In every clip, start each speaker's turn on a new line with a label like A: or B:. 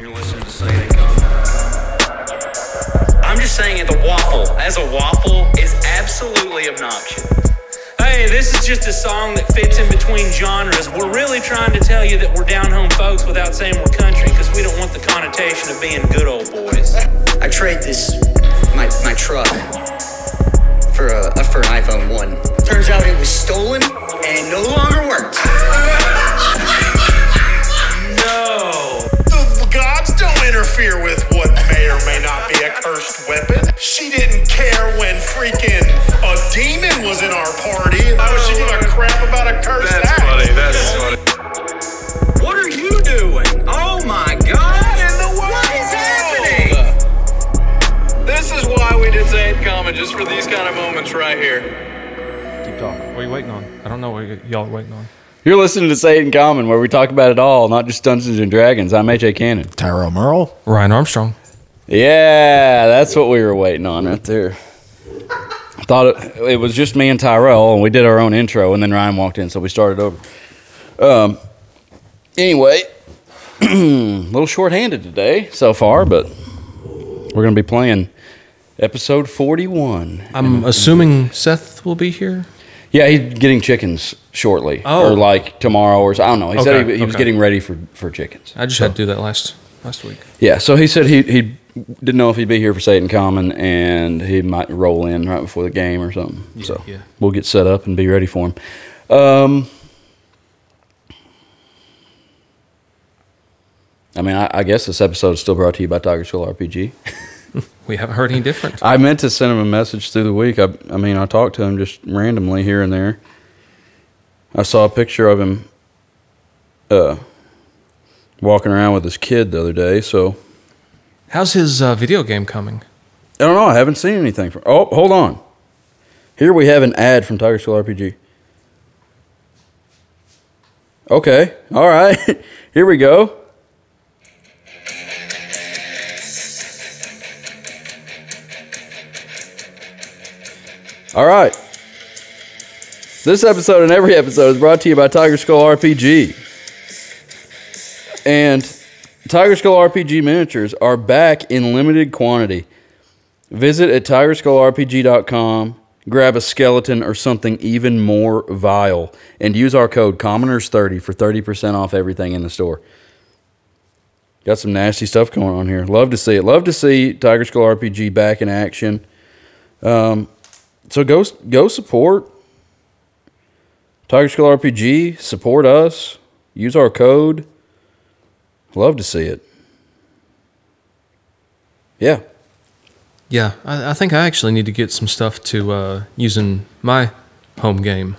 A: You're listening to Sighting I'm just saying it, the waffle, as a waffle, is absolutely obnoxious.
B: Hey, this is just a song that fits in between genres. We're really trying to tell you that we're down home folks without saying we're country because we don't want the connotation of being good old boys.
C: I trade this my my truck for a uh, for an iPhone one. Turns out it was stolen and no longer worked.
B: No!
D: The gods don't interfere with what may or may not be a cursed weapon. She didn't care when freaking a demon was in our party. Why would she give a crap about a cursed
E: That's
D: act?
E: funny. That's funny.
A: What are you doing? Oh my god!
E: in the world?
A: What is happening?
E: This is why we did Zane Common, just for these kind of moments right here.
F: Keep talking. What are you waiting on? I don't know what y- y'all are waiting on.
G: You're listening to Say It in Common, where we talk about it all, not just Dungeons and Dragons. I'm AJ Cannon.
H: Tyrell Merle.
F: Ryan Armstrong.
G: Yeah, that's what we were waiting on right there. I thought it, it was just me and Tyrell, and we did our own intro, and then Ryan walked in, so we started over. Um, anyway, a little short-handed today so far, but we're going to be playing episode 41.
F: I'm assuming Seth will be here.
G: Yeah, he's getting chickens shortly,
F: Oh.
G: or like tomorrow, or so, I don't know. He said
F: Okay,
G: he, he was
F: okay.
G: getting ready for, for chickens.
F: I just had to do that last last week.
G: Yeah, so he said he he didn't know if he'd be here for Satan Common, and he might roll in right before the game or something. so
F: yeah.
G: we'll get set up and be ready for him. Um, I mean, I, I guess this episode is still brought to you by Tiger School RPG.
F: We haven't heard any different.
G: I meant to send him a message through the week. I, I mean, I talked to him just randomly here and there. I saw a picture of him uh, walking around with his kid the other day, so.
F: How's his uh, video game coming?
G: I don't know. I haven't seen anything from. Oh, hold on. Here we have an ad from Tiger School RPG. Okay. All right. Here we go. All right. This episode and every episode is brought to you by Tiger Skull RPG. And Tiger Skull RPG miniatures are back in limited quantity. Visit at tigerskullrpg.com, grab a skeleton or something even more vile, and use our code COMMONERS30 for 30% off everything in the store. Got some nasty stuff going on here. Love to see it. Love to see Tiger Skull RPG back in action. Um, so go go support Tiger Skull RPG. Support us. Use our code. Love to see it. Yeah.
F: Yeah, I, I think I actually need to get some stuff to uh, use in my home game.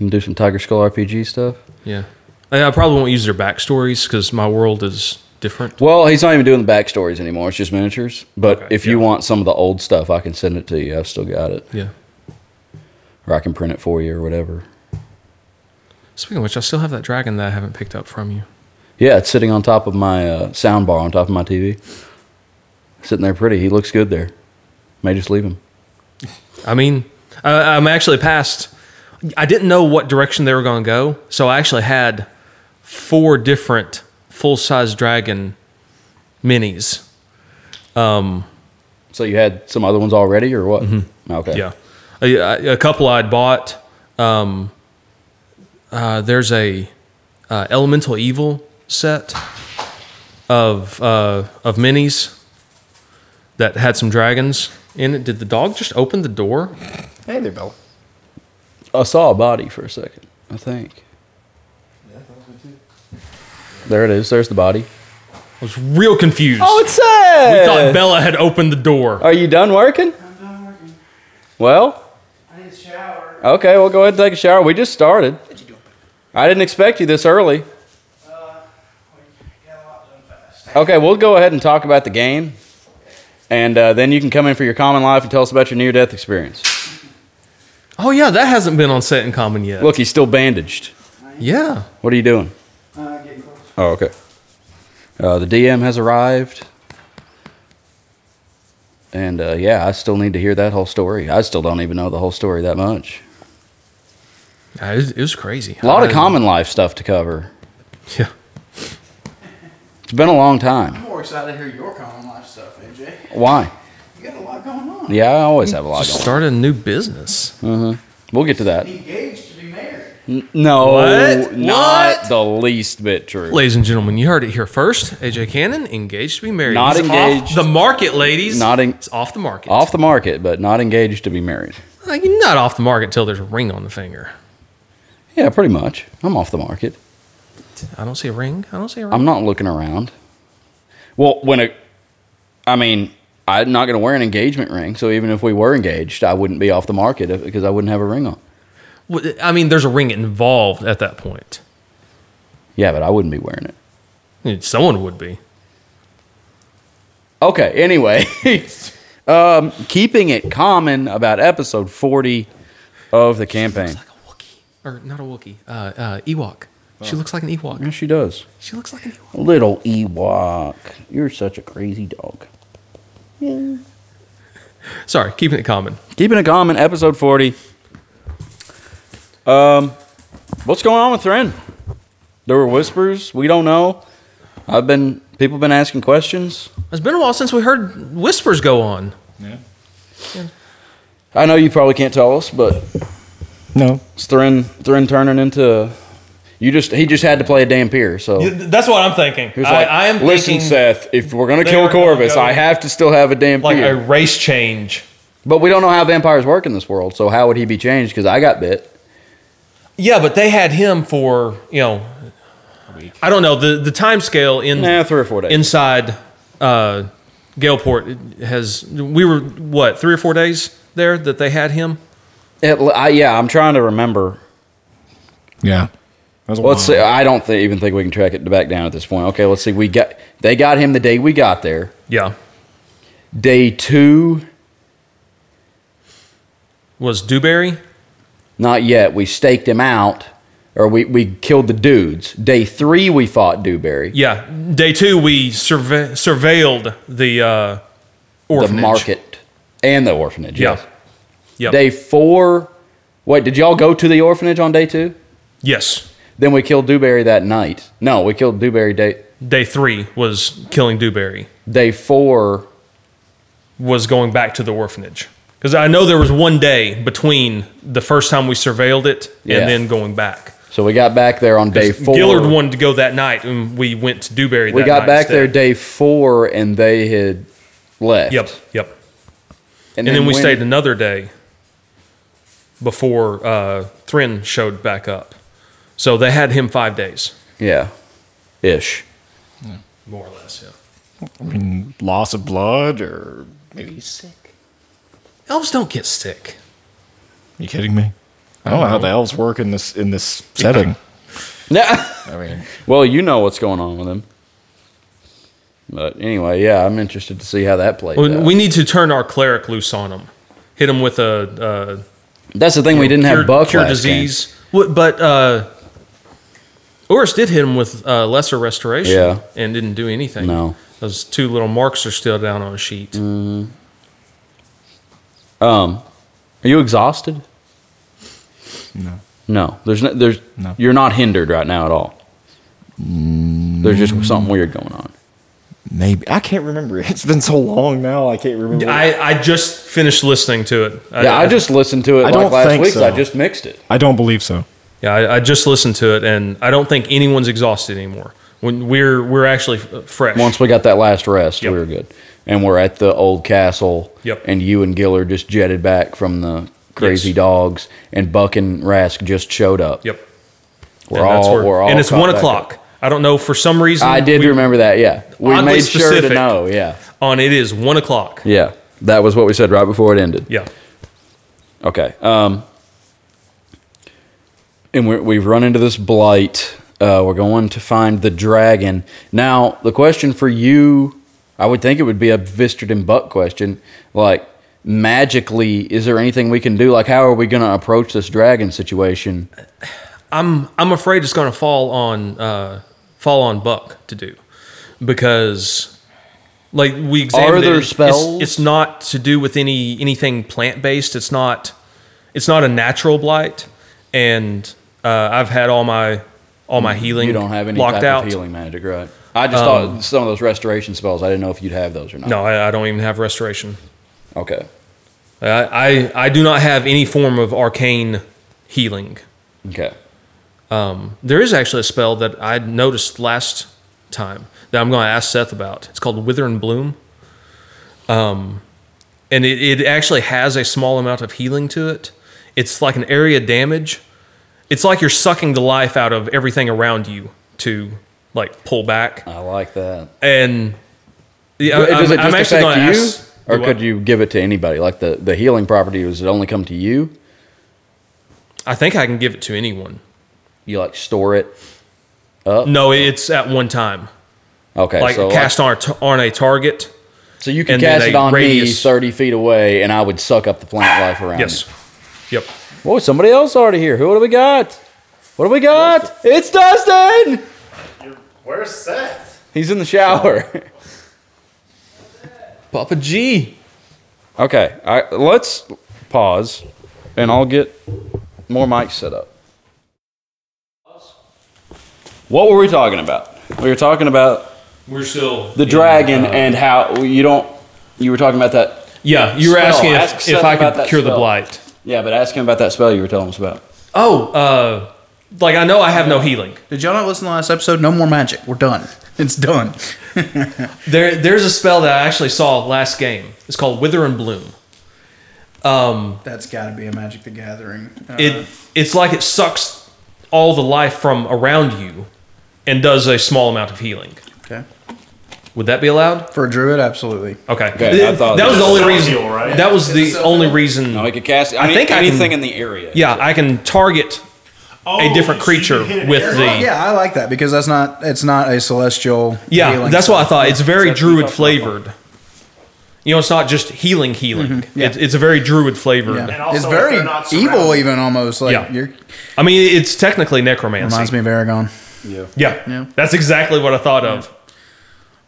G: And do some Tiger Skull RPG stuff.
F: Yeah, I, I probably won't use their backstories because my world is different.
G: Well, he's not even doing the backstories anymore. It's just miniatures. But
F: Okay,
G: if you
F: yeah.
G: want some of the old stuff, I can send it to you. I've still got it,
F: Yeah.
G: or I can print it for you, or whatever.
F: Speaking of which, I still have that dragon that I haven't picked up from you.
G: Yeah, it's sitting on top of my uh, sound bar on top of my TV. Sitting there, pretty. He looks good there. May just leave him.
F: I mean, I, I'm actually past. I didn't know what direction they were going to go, so I actually had four different full-size dragon minis.
G: So you had some other ones already, or what? Okay.
F: Mm-hmm. Yeah, a, a- a couple I'd bought. Um, uh, there's a uh, elemental evil set of uh, of minis that had some dragons in it. Did the dog just open the door?
H: Hey there, Bill.
G: I saw a body for a second. I think. There it is. There's the body.
F: I was real confused.
G: it's sad.
F: I thought Bella had opened the door.
G: Are you done working? I'm done working. Well? I need a shower. Okay, well, go ahead and take a shower. We just started. I didn't expect you this early. Uh, Okay, we'll go ahead and talk about the game. And uh, then you can come in for your common life and tell us about your near death experience.
F: Oh yeah, that hasn't been on set in common yet.
G: Look, he's still bandaged.
F: yeah,
G: What are you doing? Uh, getting close. Oh, okay. Uh, the DM has arrived. And uh, yeah, I still need to hear that whole story. I still don't even know the whole story that much.
F: Uh, it was, it was crazy.
G: A lot of
F: I-
G: common life stuff to cover.
F: Yeah,
G: It's been a long time.
I: I'm more excited to hear your common life stuff, AJ.
G: Why?
I: You got a lot going on.
G: Yeah, I always have a lot
F: Just
G: going. on.
F: start a new business.
G: We'll get to that.
I: Engaged to be married.
G: No,
F: What?
G: not
F: What?
G: the least bit true.
F: Ladies and gentlemen, you heard it here first. AJ Cannon engaged to be married.
G: Not
F: He's off
G: engaged.
F: the market, ladies.
G: Not en-
F: It's off the market.
G: Off the market, but not engaged to be married.
F: Like, you're not off the market till there's a ring on the finger.
G: Yeah, pretty much. I'm off the market.
F: I don't see a ring. I don't see a ring.
G: I'm not looking around. Well, when a, I mean, I'm not going to wear an engagement ring. So even if we were engaged, I wouldn't be off the market if- because I wouldn't have a ring on.
F: Well, I mean, there's a ring involved at that point.
G: Yeah, but I wouldn't be wearing it.
F: I mean, Someone would be.
G: Okay. Anyway, um, keeping it common about episode 40 of the campaign.
F: Like a Wookiee. Or not a Wookiee. Uh, uh, Ewok.
G: Oh.
F: She looks like an Ewok.
G: Yes, she does.
F: She looks like an Ewok.
G: Little Ewok, you're such a crazy dog.
F: Sorry, keeping it common.
G: Keeping it common, episode 40. Um, what's going on with Thren? There were whispers. We don't know. I've been people been asking questions.
F: It's been a while since we heard whispers go on.
G: I know you probably can't tell us, but
H: No.
G: it's Thren Thren turning into you just he just had to play a damn peer. So he
F: That's what I'm thinking.
G: was like, listen, Seth, if we're gonna
F: they
G: kill
F: are gonna
G: Corvus,
F: go
G: I have to still have a damn peer.
F: race change.
G: but we don't know how vampires work in this world, so how would he be changed? Because I got bit.
F: Yeah, but they had him for you know, I don't know the the time scale in
G: Nah, three or four days.
F: inside uh, Galeport has. We were what three or four days there that they had him.
G: It, I, yeah, I'm trying to remember.
H: Yeah. That's
G: Let's see. I don't thi- even think we can track it back down at this point. Okay, let's see. We got they got him the day we got there.
F: Yeah,
G: Day two,
F: was Dewberry.
G: not yet. We staked him out, or we, we killed the dudes. Day three, we fought Dewberry,
F: Yeah, day two we surve- surveilled the uh, orphanage.
G: the market, and the orphanage.
F: Yeah.
G: Yes.
F: Yep.
G: Day four. Wait, did y'all go to the orphanage on day two?
F: yes.
G: Then we killed Dewberry that night. No, we killed Dewberry day
F: Day three was killing Dewberry.
G: day four.
F: was going back to the orphanage because I know there was one day between the first time we surveilled it
G: Yeah.
F: and then going back.
G: So we got back there on day four.
F: Gillard wanted to go that night, and we went to Dewberry.
G: We
F: that
G: got
F: night
G: back
F: instead.
G: there day four, and they had left.
F: Yep, yep. And, then, we
G: when-
F: stayed another day before uh, Thren showed back up. So they had him five days,
G: Yeah, ish.
F: more or less. Yeah.
H: I mean, loss of blood or maybe he's sick.
F: Elves don't get sick.
H: You kidding me? I don't know how the elves work in this in this setting.
G: Yeah.
H: I mean,
G: well, you know what's going on with them. But anyway, yeah, I'm interested to see how that plays.
F: We-
G: out.
F: We need to turn our cleric loose on him. Hit him with a. Uh,
G: That's the thing we didn't
F: cure,
G: have Buck
F: cure
G: last
F: disease. What- But uh, Oris did hit him with uh, lesser restoration
G: Yeah.
F: and didn't do anything.
G: game. No. Mm.
F: Those two little marks are still down on a sheet.
G: Um, are you exhausted?
H: No.
G: No. There's no. There's.
H: No.
G: You're not hindered right now at all. There's just something weird going on.
F: Mm.
H: maybe I can't remember. It's been so long now. I can't remember. I,
F: I, I just finished listening to it.
G: Yeah, I just listened to it
H: I
G: like
H: don't
G: last
H: think
G: week. 'cause I
H: so.
G: just mixed it.
H: don't believe so.
F: yeah, I, I just listened to it, and I don't think anyone's exhausted anymore. When we're we're actually f- fresh.
G: Once we got that last rest,
F: Yep.
G: we were good. And we're at the old castle.
F: Yep.
G: And you and Giller just jetted back from the crazy
F: Yes.
G: dogs, and Buck and Rask just showed up.
F: yep,
G: We're
F: And that's
G: all,
F: where-
G: we're all
F: and it's
G: caught
F: one
G: back up.
F: o'clock. I don't know for some reason.
G: I did
F: we-
G: remember that. Yeah, we
F: Oddly
G: made sure to
F: specific.
G: know. Yeah,
F: on it is one o'clock.
G: yeah, that was what we said right before it ended.
F: Yeah,
G: Okay. Um, and we're, we've run into this blight. Uh, we're going to find the dragon. Now, the question for you, I would think it would be a Vistard and Buck question. Like, magically, is there anything we can do? Like, how are we going to approach this dragon situation?
F: I'm I'm afraid it's going to fall on uh, fall on Buck to do because like we examined
G: Are there
F: it, it's- it's-
G: spells?
F: It's, not to do with any anything plant based. It's not it's not a natural blight, and uh, I've had all my all my healing
G: You don't have any
F: locked
G: type
F: out. Um,
G: of healing magic, right? I just thought some of those restoration spells. I didn't know if you'd have those or not.
F: No, I, I don't even have restoration.
G: Okay.
F: I, I I do not have any form of arcane healing.
G: Okay.
F: There is actually a spell that I noticed last time that I'm going to ask Seth about. It's called Wither and Bloom. Um, and it, it actually has a small amount of healing to it. It's like an area damage. It's like you're sucking the life out of everything around you to like pull back.
G: I like that.
F: And yeah,
G: But Does it just affect
F: gonna
G: you,
F: ask-
G: or
F: Do
G: could
F: what?
G: you give it to anybody? Like the the healing property, does it only come to you?
F: I think I can give it to anyone.
G: You like store it?
F: No, it's at one time.
G: Okay.
F: Like
G: so
F: cast on, a t- on a target.
G: so you can
F: and then
G: cast it
F: a
G: on
F: radius.
G: me thirty feet away, and I would suck up the plant life around.
F: Yes.
G: me.
F: Yep.
G: Whoa! Somebody else already here. Who do we got? What do we got? It's Dustin.
J: Where's Seth?
G: He's in the shower. Papa G. Okay, I, let's pause, and I'll get more mics set up. What were we talking about? We were talking about
F: We're still
G: the dragon and how you don't. You were talking about that.
F: Yeah, you were
G: Spell.
F: asking
G: Ask
F: if,
G: Seth
F: if I
G: about
F: could
G: that
F: cure the
G: spell.
F: blight.
G: Yeah, but ask him about that spell you were telling us about.
F: Oh, uh, like I know I have no healing.
K: Did y'all not listen to the last episode? No more magic. We're done. It's done.
F: There, there's a spell that I actually saw last game. It's called Wither and Bloom. Um,
K: That's got to be a Magic the Gathering. Uh,
F: It, it's like it sucks all the life from around you, and does a small amount of healing.
K: okay.
F: Would that be allowed?
K: For a druid, absolutely.
F: Okay.
G: Okay, I thought
F: that was the only
J: Self
F: reason.
J: heal, right?
F: That was the
K: self
F: only
K: heal.
F: reason.
G: No, we could cast. I,
F: I think
G: think
F: I
G: anything
F: can-
G: in the area.
F: yeah, I can target
J: Oh,
F: a different
J: so you
F: creature
J: hit an
F: with
J: arrow.
F: the.
K: Yeah, I like that because that's not it's not a celestial.
F: Yeah,
K: healing
F: that's what I thought. It's very
G: Except
F: druid
G: you fucked up
F: flavored. You know, it's not just healing, healing.
K: Mm-hmm. yeah.
F: It's, it's a very druid flavored.
K: Yeah.
J: And also
K: it's
J: if
K: very
J: they're not
K: evil,
J: surrounded.
K: even almost like
F: Yeah.
K: you're,
F: I mean, it's technically necromancy.
K: reminds me of Aragon.
F: Yeah.
K: Yeah.
F: that's exactly what I thought of.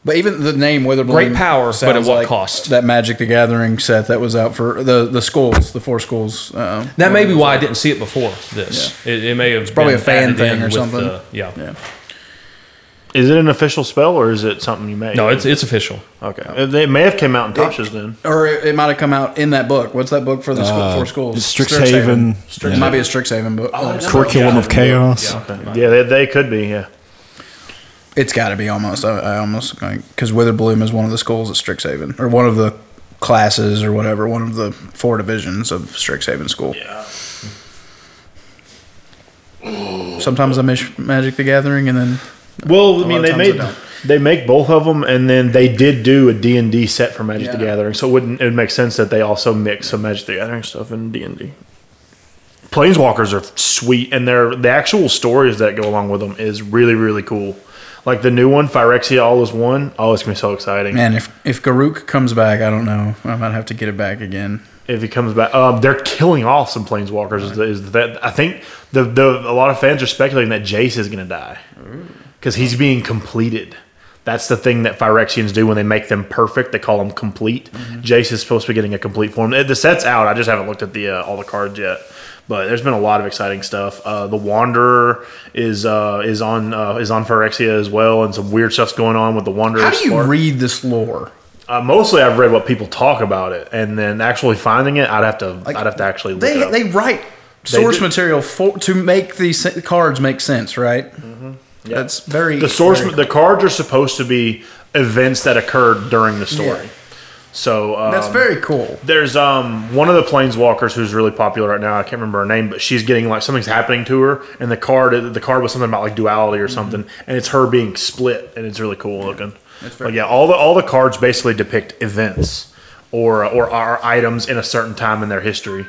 K: But even the name Witherbloom,
F: Great power, but at
K: sounds
F: what
K: like
F: cost?
K: That Magic the Gathering set that was out for the the schools, the four schools. Uh,
F: That may be why I didn't see it before this. It, it may have it's
K: probably a fan thing or something.
F: uh, yeah.
K: Yeah.
D: Is it an official spell or is it something you made?
F: no, it's it's official.
D: okay. Uh, They may have came out in Tasha's then.
K: or it, it might have come out in that book. What's that book for the school, four schools?
H: Strixhaven.
K: It might be a Strixhaven book. Oh,
H: Curriculum of Chaos.
D: Yeah, they, they could be. Yeah.
K: It's got to be almost. I, I almost because Witherbloom is one of the schools at Strixhaven, or one of the classes, or whatever, one of the four divisions of Strixhaven School. Yeah. Sometimes I miss Magic the Gathering, and then
D: Well, I
K: A lot of
D: mean, they
K: times they
D: made
K: don't.
D: they make both of them, and then they did do a D and D set for Magic the
K: Yeah.
D: Gathering, so it wouldn't it would make sense that they also mix some Magic the Gathering stuff in D and D. Planeswalkers are sweet, and they're the actual stories that go along with them is really really cool. Like the new one, Phyrexia All is One. Oh, it's gonna be so exciting
K: man, if if Garuk comes back, I don't know. I might have to get it back again.
D: if he comes back. Um, they're killing off some Planeswalkers. Is, the, is that I think the the a lot of fans are speculating that Jace is gonna die. because he's being completed. That's the thing that Phyrexians do when they make them perfect. They call them complete. Jace is supposed to be getting a complete form. The set's out. I just haven't looked at the uh, all the cards yet, but there's been a lot of exciting stuff. Uh, the Wanderer is uh, is on uh, is on Phyrexia as well, and some weird stuff's going on with the Wanderer.
K: How do you
D: spark.
K: read this lore?
D: uh, mostly, I've read what people talk about it, and then actually finding it, I'd have to
K: Like,
D: I'd have to actually look it
K: They
D: up.
K: they write source
D: do.
K: material for to make these se- cards make sense, right? That's very
D: Mm-hmm. the source
K: very-
D: the cards are supposed to be events that occurred during the story.
K: Yeah.
F: uh,
D: So um,
K: That's very cool.
D: There's um one of the planeswalkers who's really popular right now. I can't remember her name, but she's getting like something's happening to her, and the card the card was something about like duality or something, and it's her being split, and it's really cool looking. But yeah, all the all the cards basically depict events or or are items in a certain time in their history.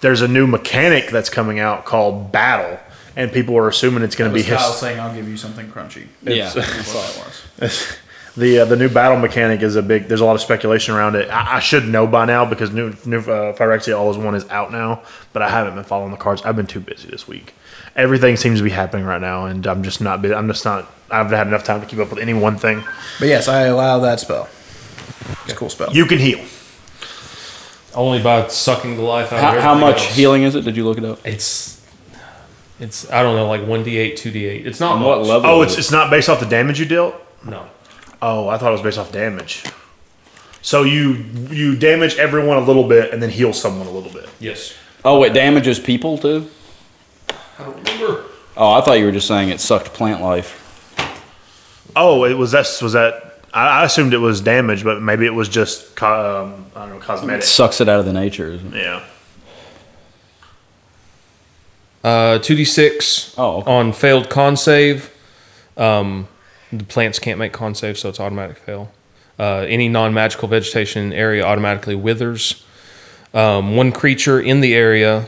D: There's a new mechanic that's coming out called battle, and people are assuming it's going to be his-
K: saying, "I'll give you something crunchy."
G: Yeah.
K: That's all it was.
D: the uh, the new battle mechanic is a big. There's a lot of speculation around it. I, I should know by now because new new uh, Phyrexia All is One is out now, but I haven't been following the cards. I've been too busy this week. Everything seems to be happening right now, and I'm just not. bu- I'm just not. I've had enough time to keep up with any one thing.
K: But yes, I allow that spell. It's a cool spell.
D: You can heal.
F: Only by sucking the life out
G: How,
F: of
G: how
F: everything
G: much
F: else.
G: healing is it? Did you look it up?
F: It's it's I don't know, like one d eight, two d eight. It's not
G: On what
F: much.
G: level?
D: Oh,
G: is
D: it's it's not based off the damage you dealt. No. Oh, I thought it was based off damage. So you you damage everyone a little bit and then heal someone a little bit.
F: Yes.
G: Oh, it damages people too.
F: I don't remember.
G: Oh, I thought you were just saying it sucked plant life.
D: Oh, it was that was that. I, I assumed it was damage, but maybe it was just co- um, I don't know
G: It
D: cosmetic.
G: sucks it out of the nature. Isn't it?
D: Yeah.
F: Uh, 2d6
G: Oh, okay.
F: on failed con save. Um, the plants can't make con saves, so it's automatic fail. Uh, any non magical vegetation in the area automatically withers. Um, one creature in the area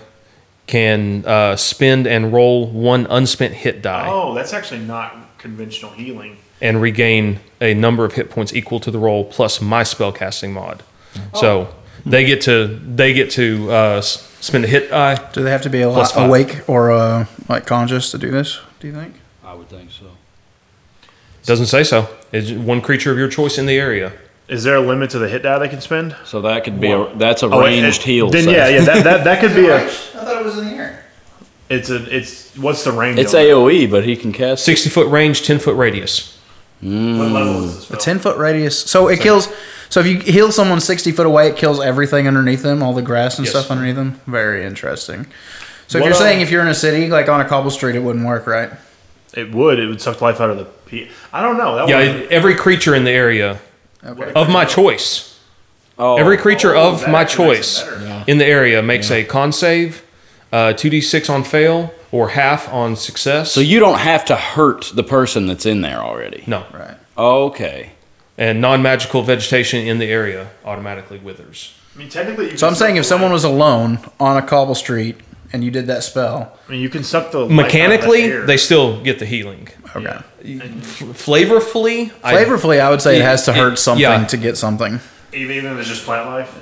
F: can uh, spend and roll one unspent hit die
D: Oh, that's actually not conventional healing.
F: and regain a number of hit points equal to the roll plus my spellcasting mod.
D: Hmm. Oh.
F: So they get to they get to uh, s- spend a hit die.
K: Do they have to be
F: Plus
K: alive,
F: five.
K: awake or uh, like conscious to do this? Do you think?
G: I would think so.
F: Doesn't say so. It's one creature of your choice in the area.
D: Is there a limit to the hit die they can spend?
G: So that could be a, that's a
D: Oh, wait,
G: ranged
D: it-
G: heal.
D: Then
G: save.
D: yeah, yeah, that, that, that could be a.
K: I thought it was in the air.
D: It's a it's what's the range?
G: It's
D: on it?
G: AOE, but he can cast.
F: 60 foot range, 10 foot radius.
D: What level is this?
K: A ten foot radius. So it kills. So if you heal someone sixty foot away, it kills everything underneath them, all the grass and
F: Yes.
K: stuff underneath them. Very interesting. So if
D: What,
K: you're
D: uh,
K: saying if you're in a city like on a cobble street, it wouldn't work, right?
D: It would. It would suck the life out of the. Pe- I don't know. Oh, That
F: Yeah,
D: would-
F: every creature in the area
K: Okay.
F: of my choice.
G: Oh,
F: Every creature
D: Oh,
F: of
D: that
F: my
D: actually makes it
F: choice
D: better.
F: in the area makes a con save, uh, 2d6 on fail, or half on success.
G: so you don't have to hurt the person that's in there already.
F: no.
K: Right.
G: Okay.
F: And non magical vegetation in the area automatically withers.
D: I mean, technically. You
K: So
D: can
K: I'm saying
D: suck
K: if
D: the
K: someone
D: life-
K: was alone on a cobble street and you did that spell,
D: I mean, you can suck the. life out of that
F: Mechanically,
D: air.
F: they still get the healing.
K: okay.
F: Flavorfully, I,
K: Flavorfully, I would say it
F: It-
K: has to
F: it-
K: hurt something
F: yeah.
K: to get something.
D: even even if it's just plant life.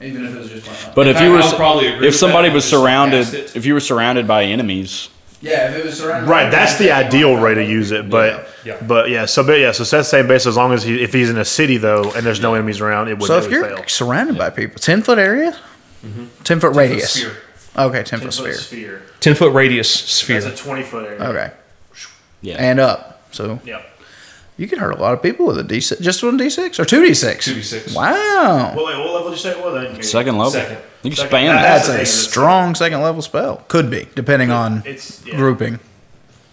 K: Even if it was just like
G: But if
F: fact,
G: you were
F: I'll probably agree
G: if
F: with
G: somebody
F: that.
G: was
F: Just cast
G: surrounded
F: it.
G: if you were surrounded by enemies,
K: Yeah, if it was surrounded.
D: Right, that's the ideal way to use it, but
F: Yeah.
D: but yeah, so but yeah, so Seth's saying base as long as he if he's in a city though and there's no enemies around, it would,
K: So
D: it
K: if
D: would
K: you're
D: fail.
K: surrounded by people, ten foot area, Mm-hmm. ten foot radius.
F: sphere.
K: Okay,
D: Ten
K: ten, foot
D: foot
K: sphere.
D: sphere.
F: 10 foot radius sphere.
D: That's a twenty foot area.
K: Okay,
G: yeah.
K: and up. So
D: Yep.
K: you can hurt a lot of people with a d six, just one d six or two d six.
F: 2d6.
K: Wow,
D: Well, wait, what level did you say it was? I didn't hear you.
G: second level.
F: Second.
G: You can
D: Second.
G: spam
D: That-
G: that.
K: that's,
D: the thing
K: a
D: is it's-
K: strong second level spell. Could be depending on
D: it's- yeah.
K: grouping.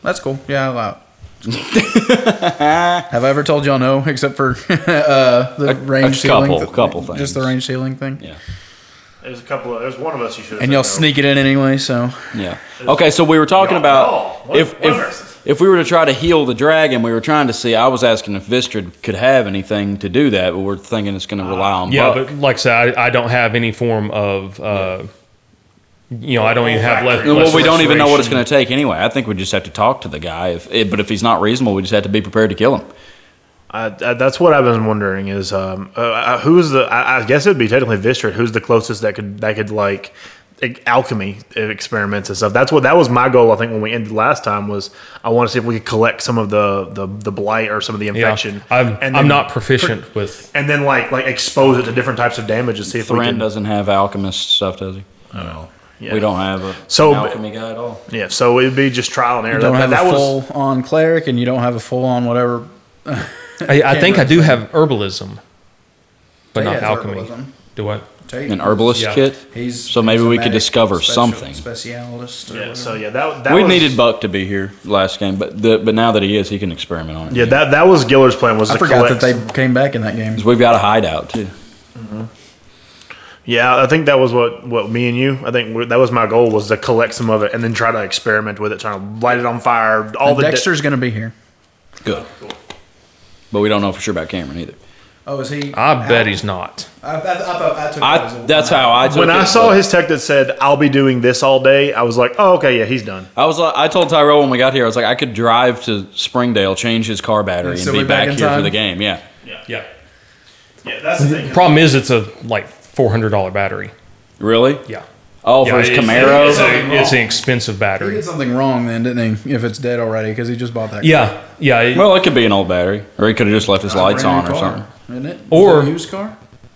K: That's cool. Yeah, I'll allow it. Have I ever told y'all no, except for uh, the
G: A-
K: range
G: a couple-
K: ceiling?
G: couple
K: Just the
G: things.
K: range ceiling thing.
G: Yeah.
D: There's a couple of there's one of us you should have
K: And
D: said
K: y'all
D: no.
K: sneak it in anyway, so.
G: Yeah. Okay, so we were talking
D: Y'all-
G: about
D: oh, what-
G: if
D: what verses?
G: if if we were to try to heal the dragon, we were trying to see. I was asking if Vistrid could have anything to do that, but we're thinking it's going to rely on.
F: Yeah,
G: Buck.
F: but like I said, I, I don't have any form of, uh, you know, I don't even have left.
D: Well,
G: well, we don't even know what it's going to take anyway. I think we just have to talk to the guy. If eh, but if he's not reasonable, we just have to be prepared to kill him.
D: I, I, that's what I've been wondering is um, uh, uh, who's the I, I guess it'd be technically Vistrid who's the closest that could that could like e- alchemy experiments and stuff. That's what that was my goal. I think when we ended last time was I want to see if we could collect some of the the, the blight or some of the infection.
F: Yeah, I'm,
D: and
F: I'm
D: then-
F: not proficient with.
D: And then like like expose it to different types of damage and see if we
G: Thorand
D: can.
G: doesn't have alchemist stuff, does he?
K: Oh.
D: yeah.
G: We don't have a
D: So-
G: an alchemy guy at all.
D: Yeah, so it'd be just trial and error.
K: You don't
D: that,
K: have
D: that
K: a
D: was-
K: full on cleric, and you don't have a full on whatever.
F: I, I think I
K: Cameron's
F: do have herbalism, but
K: He
F: not
K: has
F: alchemy.
K: herbalism.
F: Do what?
K: Tate,
G: An herbalist
F: Yeah.
G: kit.
K: He's
G: so maybe
K: he's a
G: we could
K: medic
G: discover
K: special-
G: something.
K: Specialist. Or
D: Yeah,
K: whatever.
D: so yeah, that, that
G: we
D: was,
G: needed Buck to be here last game, but the, but now that he is, he can experiment on it.
D: Yeah, that that was Giller's plan was
K: I
D: to
K: forgot
D: collect
K: that they came back in that game.
G: 'Cause we've got a hideout too.
D: Yeah, I think that was what, what me and you. I think we- that was my goal was to collect some of it and then try to experiment with it, trying to light it on fire. All the, de-
K: Dexter's going to be here.
G: Good. But we don't know for sure about Cameron either.
K: Oh, is he?
F: I bet he's not.
K: I, I, I, thought I took that as
G: I
K: a-
G: that's how I took
D: when
G: it,
D: I saw
G: but
D: his tech that said "I'll be doing this all day," I was like, "Oh, okay, yeah, he's done."
G: I was like, I told Tyrell when we got here, I was like, I could drive to Springdale, change his car battery, and,
K: still
G: be
K: be back
G: back
K: in
G: here for
K: time?
G: the game. Yeah.
F: Yeah.
D: Yeah, that's the thing.
F: Problem is, it's a like four hundred dollar battery.
G: Really?
F: Yeah.
G: Oh,
F: Yeah,
G: for his
F: it's-
G: Camaro.
F: It's, a- it's an expensive
K: He
F: battery.
K: did something wrong then, didn't he? If it's dead already, because he just bought that.
F: Yeah. Yeah. it-
G: well, it could be an old battery, or he could have just left his lights on or something.
K: Isn't it? Is
F: Or-
K: it a used car?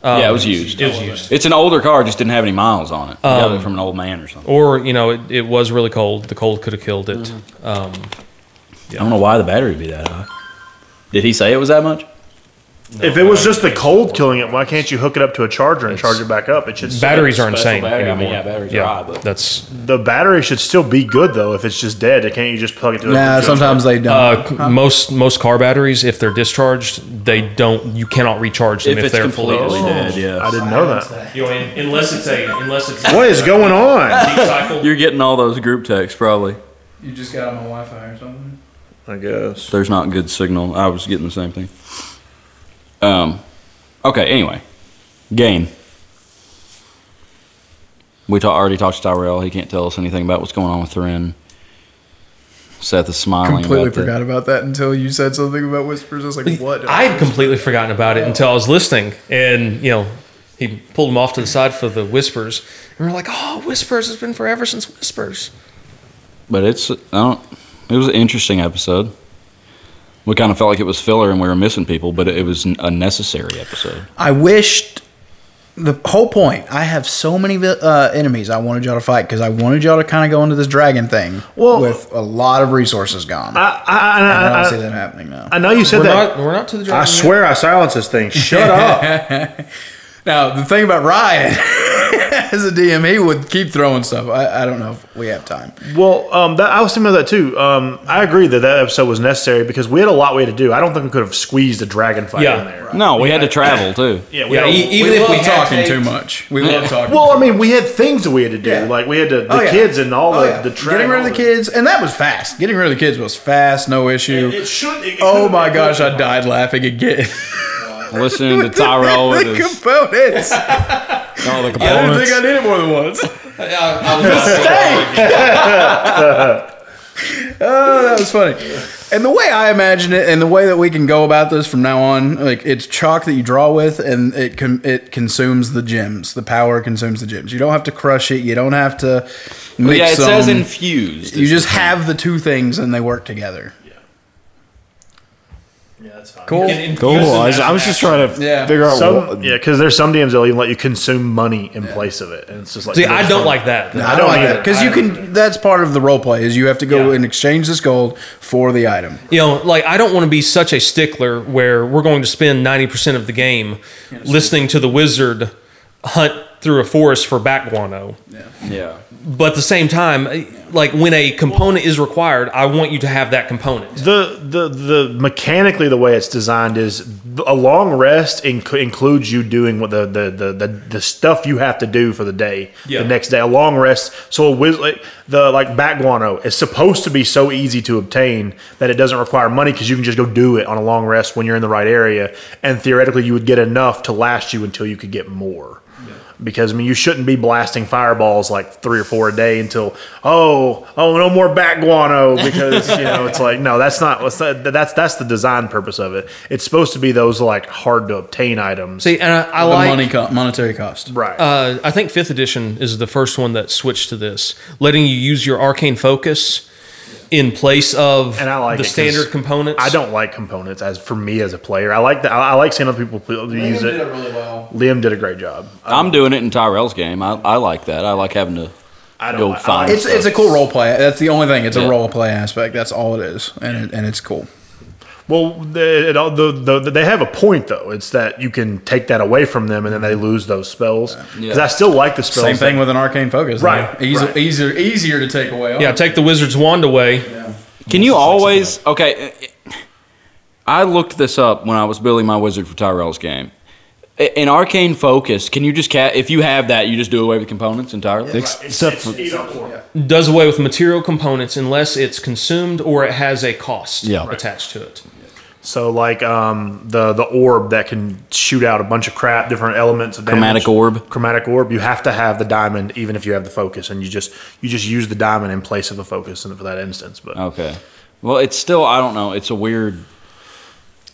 F: um,
G: yeah, it was used.
F: It was used. Um,
G: It's an older car, just didn't have any miles on it. He got it from an old man or something.
F: Or you know, it, it was really
G: Mm-hmm.
F: cold. The cold could have killed it. Um,
G: I don't know why the battery would be that high. Did he say it was that much?
D: if it was just the cold killing it, why can't you hook it up to a charger and charge it back up? It should
F: Batteries aren't insane
G: battery, I mean,
F: anymore.
G: yeah, batteries are high, but-
F: that's
D: the battery should still be good though. If it's just dead, can't you just plug it to?
K: Nah, sometimes they don't.
F: Uh, c- Most most car batteries, if they're discharged, they don't. You cannot recharge them
D: If
F: if,
D: it's
F: they're
D: completely
F: fully
D: dead, yes. I didn't know that.
F: unless it's a unless it's
D: What is going on?
G: You're getting all those group texts, probably.
K: You just got on my Wi-Fi or something.
D: I guess
G: there's not good signal. I was getting the same thing. Um, okay. Anyway, game. We ta- already talked to Tyrell. He can't tell us anything about what's going on with Thurin. Seth is smiling.
K: Completely
G: about that.
K: forgot about that until you said something about whispers. I was like, what?
F: I had completely forgotten about it until I was listening, and you know, he pulled him off to the side for the whispers, and we're like, "Oh, whispers! It's been forever since whispers."
G: But it's I don't. It was an interesting episode. We kind of felt like it was filler and we were missing people, but it was a necessary episode.
K: I wished the whole point. I have so many vi- uh, enemies I wanted y'all to fight because I wanted y'all to kind of go into this dragon thing with a lot of resources gone.
D: I, I,
K: And I don't
D: I-
K: see that happening now.
D: I know you said
K: We're
D: that.
K: not- we're not to the
D: I
K: dragon yet.
D: swear I silenced this thing. Shut up.
K: now the thing about Ryan as a DM, he would keep throwing stuff. I, I don't know if we have time.
D: Well, um, that, I was thinking about that too. Um, I agree that that episode was necessary because we had a lot we had to do. I don't think we could have squeezed a dragon fight
G: Yeah.
D: in there.
G: No, we had to travel too.
D: Yeah, we Yeah, had- e- even if we had to-
K: much, we
G: Yeah.
K: love talking.
D: Well, I mean, we had things that we had to do.
K: Yeah.
D: Like we had to, the
K: Oh, yeah.
D: kids and all
K: Oh,
D: the
K: yeah.
D: the travel.
K: getting rid of the kids, and that was fast. Getting rid of the kids was fast, no issue.
D: It should. It,
K: oh my gosh, I died laughing again.
G: Listening to
D: Oh,
G: Tyrell with
K: the
G: his
K: components.
G: all the
K: I didn't think
G: components.
K: I did it more than once. oh, that was funny. And the way I imagine it, and the way that we can go about this from now on, like it's chalk that you draw with, and it com- it consumes the gems. The power consumes the gems. You don't have to crush it. You don't have to mix
G: Well, yeah, it
K: them.
G: says infused.
K: You just have the two things, and they work together. Cool.
H: Cool. I was, I was just trying to figure out.
D: Some,
H: what,
D: yeah, because there's some DMs that'll even let you consume money in place of it, and it's just like.
F: See, I don't like that.
D: No,
K: I don't like that because you can. That's part of the role play is you have to go and exchange this gold for the item.
F: You know, like I don't want to be such a stickler where we're going to spend ninety percent of the game listening to the wizard hunt through a forest for back guano.
G: Yeah.
F: But at the same time, like when a component is required, I want you to have that component.
D: The, the the mechanically the way it's designed is a long rest inc- includes you doing what the, the, the, the, the stuff you have to do for the day
F: Yeah.
D: the next day a long rest so a wiz- like, the like back guano is supposed to be so easy to obtain that it doesn't require money because you can just go do it on a long rest when you're in the right area and theoretically you would get enough to last you until you could get more because I mean you shouldn't be blasting fireballs like three or four a day until oh oh no more back guano because you know it's like no that's not what's that, that's that's the design purpose of it it's supposed to be those like hard to obtain items
F: See, and I, I like
K: co- monetary cost.
D: Right.
F: Uh, I think fifth edition is the first one that switched to this, letting you use your arcane focus in place of
D: and I like
F: the
D: it 'cause
F: standard components.
D: I don't like components as for me as a player I like that I, I like seeing other people pl- use it. really well Liam did a great job
G: I'm doing it in Tyrell's game. I, I like that. I like having to
D: don't
G: go
D: like- I
G: find.
K: It's
G: stuff.
K: it's a cool role play. That's the only thing. It's
G: Yeah.
K: a role play aspect. That's all it is, and it, and it's cool.
D: well the, it, all- the, the, the- they have a point though it's that you can take that away from them and then they lose those spells because I still like the spells
K: Same thing
D: that-
K: with an arcane focus.
D: Right,
K: Easy,
D: right.
K: Easier easier to take away.
F: Yeah, take the wizard's wand away.
G: Can you always? Okay, I looked this up when I was building my wizard for Tyrell's game. I- In arcane focus, can you just ca- if you have that, you just do away with components entirely?
H: Except for
F: Does away with material components unless it's consumed or it has a cost
D: Yeah.
F: attached to it.
D: So like um, the the orb that can shoot out a bunch of crap, different elements of damage.
G: Chromatic orb.
D: Chromatic orb. You have to have the diamond, even if you have the focus, and you just you just use the diamond in place of the focus in- for that instance. But
G: Okay. Well, it's still I don't know. It's a weird.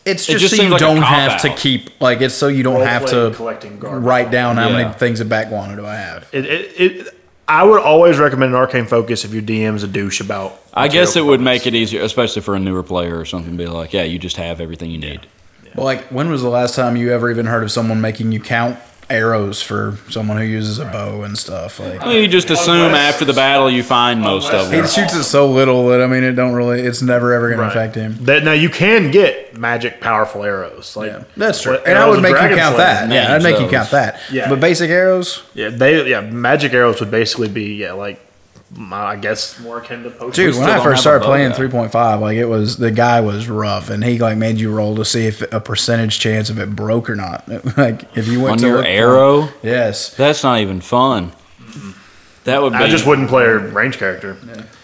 K: It's
G: It
K: just,
G: just
K: so
G: seems
K: you
G: like a
K: don't have
G: cop-out.
K: to keep like it's so you don't have
D: Role-playing,
K: to
D: collecting garbage.
K: write down how
D: Yeah.
K: many things of back guano do I have.
D: it, it, it I would always recommend an arcane focus if your DM's a douche about.
G: I guess it would make it easier, especially for a newer player or something. Be like, yeah, you just have everything you need.
K: Well, like when was the last time you ever even heard of someone making you count arrows for someone who uses a bow and stuff. Like
G: Well, you just assume after the battle you find most of
K: he
G: them.
K: shoots it so little that I mean, it don't really. It's never ever gonna affect him.
D: That now you can get magic powerful arrows. Like
K: That's true.
D: what-
K: And I
D: arrows
K: would make you
D: Dragon
K: count
D: Slayer.
K: that. Yeah, I'd make you count that.
D: Yeah.
K: But basic arrows,
D: Yeah, they yeah magic arrows would basically be yeah like my, I guess more akin to potion.
K: dude. When I first started playing 3.5, like it was the guy was rough, and he like made you roll to see if a percentage chance of it broke or not. like if you went
G: On
K: to
G: your
K: look for-
G: arrow?
K: Yes.
G: That's not even fun. That would be.
D: I just wouldn't play a range character.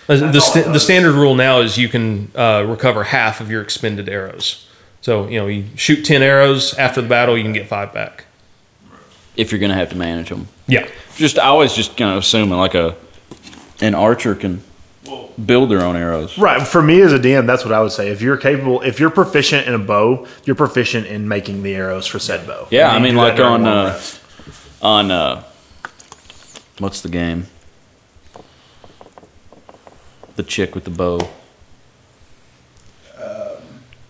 F: Uh, The, sta- the standard rule now is you can uh, recover half of your expended arrows. So, you know, you shoot 10 arrows after the battle, you can get five back.
G: if you're going to have to manage them.
F: Yeah.
G: Just I always just kind of assume like a an archer can build their own arrows.
D: Right. For me as a DM, that's what I would say. If you're capable, if you're proficient in a bow, you're proficient in making the arrows for said bow.
G: Yeah,
D: And
G: I
D: you
G: mean
D: do that
G: like
D: during
G: on
D: one
G: uh,
D: rest.
G: on uh, what's the game? The chick with the bow.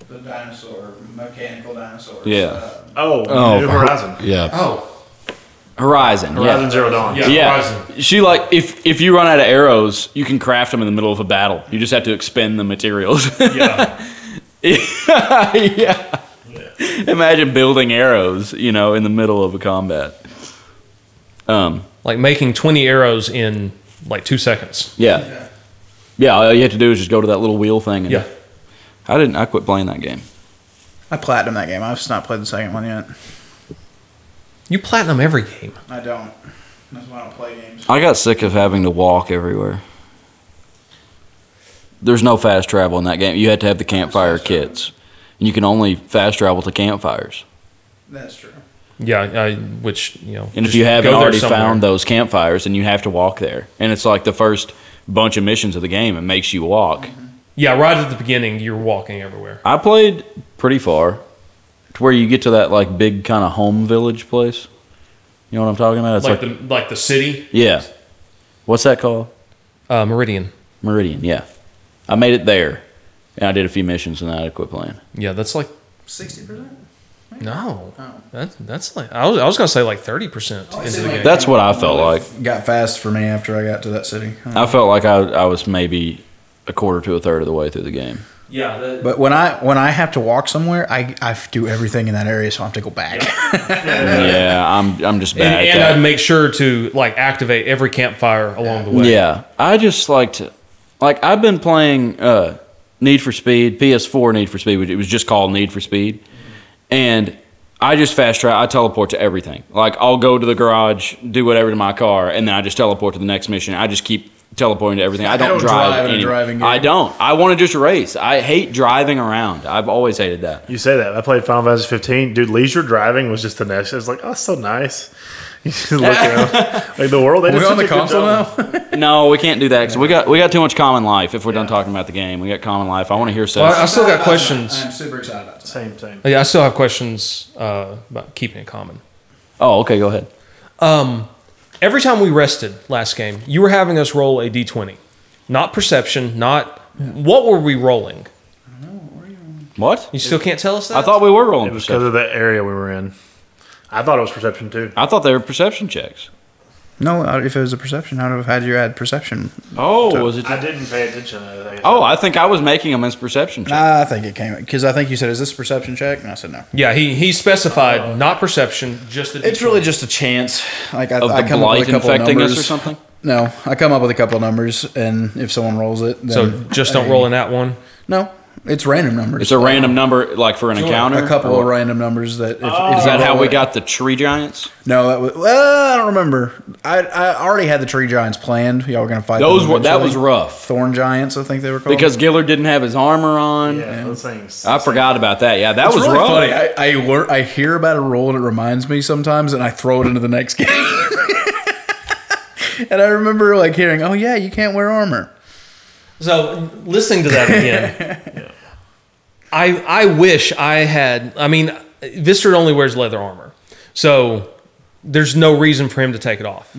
K: the dinosaur, mechanical dinosaurs.
G: Yeah.
D: oh,
G: Oh,
D: New
G: Hor-
D: Horizon.
G: yeah.
K: Oh,
G: Horizon.
D: Horizon
G: yeah.
D: Zero Dawn.
G: Yeah, she like if if you run out of arrows, you can craft them in the middle of a battle. You just have to expend the materials.
D: yeah.
G: yeah. Imagine building arrows, you know, in the middle of a combat. Um,
F: Like making 20 arrows in like two seconds.
G: yeah. Yeah, all you have to do is just go to that little wheel thing. And
F: Yeah.
G: I didn't. I quit playing that game.
K: I platinum that game. I've just not played the second one yet.
F: You platinum every game.
K: I don't. That's why I don't play games.
G: I got sick of having to walk everywhere. There's no fast travel in that game. You had to have the campfire kits, and you can only fast travel to campfires.
K: That's true.
F: Yeah, I, which, you know.
G: And if
F: just
G: you haven't
F: go there
G: already
F: somewhere.
G: found those campfires, then you have to walk there. And it's like the first bunch of missions of the game. It makes you walk.
F: Mm-hmm. Yeah, right at the beginning, you're walking everywhere.
G: I played pretty far to where you get to that like big kind of home village place. You know what I'm talking about? It's
F: Like,
G: like,
F: the, like the city.
G: yeah. What's that called?
F: Uh, Meridian.
G: Meridian. Yeah, I made it there, and I did a few missions, and then I had to quit playing.
F: Yeah, that's like,
K: Sixty percent.
F: no. That's, that's like, I was, I was going to say like 30% into the game.
G: That's what I felt like.
K: Got fast for me after I got to that city.
G: I felt like I, I was maybe a quarter to a third of the way through the game.
F: yeah. that-
K: But when I when I have to walk somewhere, I, I f- do everything in that area, so I have to go back.
G: Yeah, I'm I'm just bad.
F: and,
G: at
F: and
G: that.
F: I'd make sure to like activate every campfire along the way.
G: Yeah, I just like to, like I've been playing uh, Need for Speed, PS4 Need for Speed, which it was just called Need for Speed, and I just fast travel. I teleport to everything. Like I'll go to the garage, do whatever to my car, and then I just teleport to the next mission. I just keep teleporting to everything. I don't,
K: don't
G: drive.
K: drive in a
G: any-
K: driving game.
G: I don't. I want to just race. I hate driving around. I've always hated that.
D: You say that. I played Final Fantasy 15. Dude, leisure driving was just the next. It's like, oh, it's so nice. You just look around. Like the world. They
K: we
D: just
K: on the
D: such a good
K: console
D: job.
K: now?
G: No, we can't do that 'cause we got we got too much common life. If we're done talking about the game, we got common life. I want to hear
F: Well,
G: stuff.
F: I, I still got questions.
K: I'm super excited about this.
D: Same, same.
F: Yeah, I still have questions uh, about keeping it common.
G: oh, okay, go ahead.
F: Um, every time we rested last game, you were having us roll a d20, not perception, not what were we rolling.
G: What?
F: You still can't tell us that.
G: I thought we were rolling.
D: It was
G: perception.
D: because of the area we were in. I thought it was perception too.
G: I thought they were perception checks.
K: No, uh, if it was a perception, I'd have had you add perception.
G: Oh, was it?
D: I didn't pay attention. To that.
G: Oh, I think I was making them as perception checks.
K: Nah, I think it came because I think you said, "Is this a perception check?" And I said, "No."
F: yeah, he he specified not perception, just a
K: It's
F: D20.
K: really just a chance. Like I,
G: Of
K: I
G: the
K: come up
G: blight
K: with a couple of
G: infecting
K: numbers
G: us or something?
K: No, I come up with a couple of numbers, and if someone rolls it, then
F: so just don't roll in that one.
K: No, it's random numbers.
G: It's a random number, like for an encounter.
K: A couple
G: Or- Oh.
K: of random numbers that.
G: Is
K: If, if you
G: that how
K: roll
G: we
K: it-
G: got the tree giants?
K: No, that was, well, I don't remember. I, I already had the tree giants planned. Y'all were gonna fight
G: Those
K: them
G: were that was
K: eventually.
G: rough
K: Thorn giants, I think they were called.
G: because Gillard didn't have his armor on.
D: yeah, those things.
G: I forgot about that. Yeah, that
K: It's
G: was
K: really
G: rough.
K: funny. I I, learn, I hear about a roll and it reminds me sometimes, and I throw it into the next game. and I remember like hearing, "Oh yeah, you can't wear armor."
F: So listening to that again, I I wish I had. I mean, Vistor only wears leather armor, so there's no reason for him to take it off.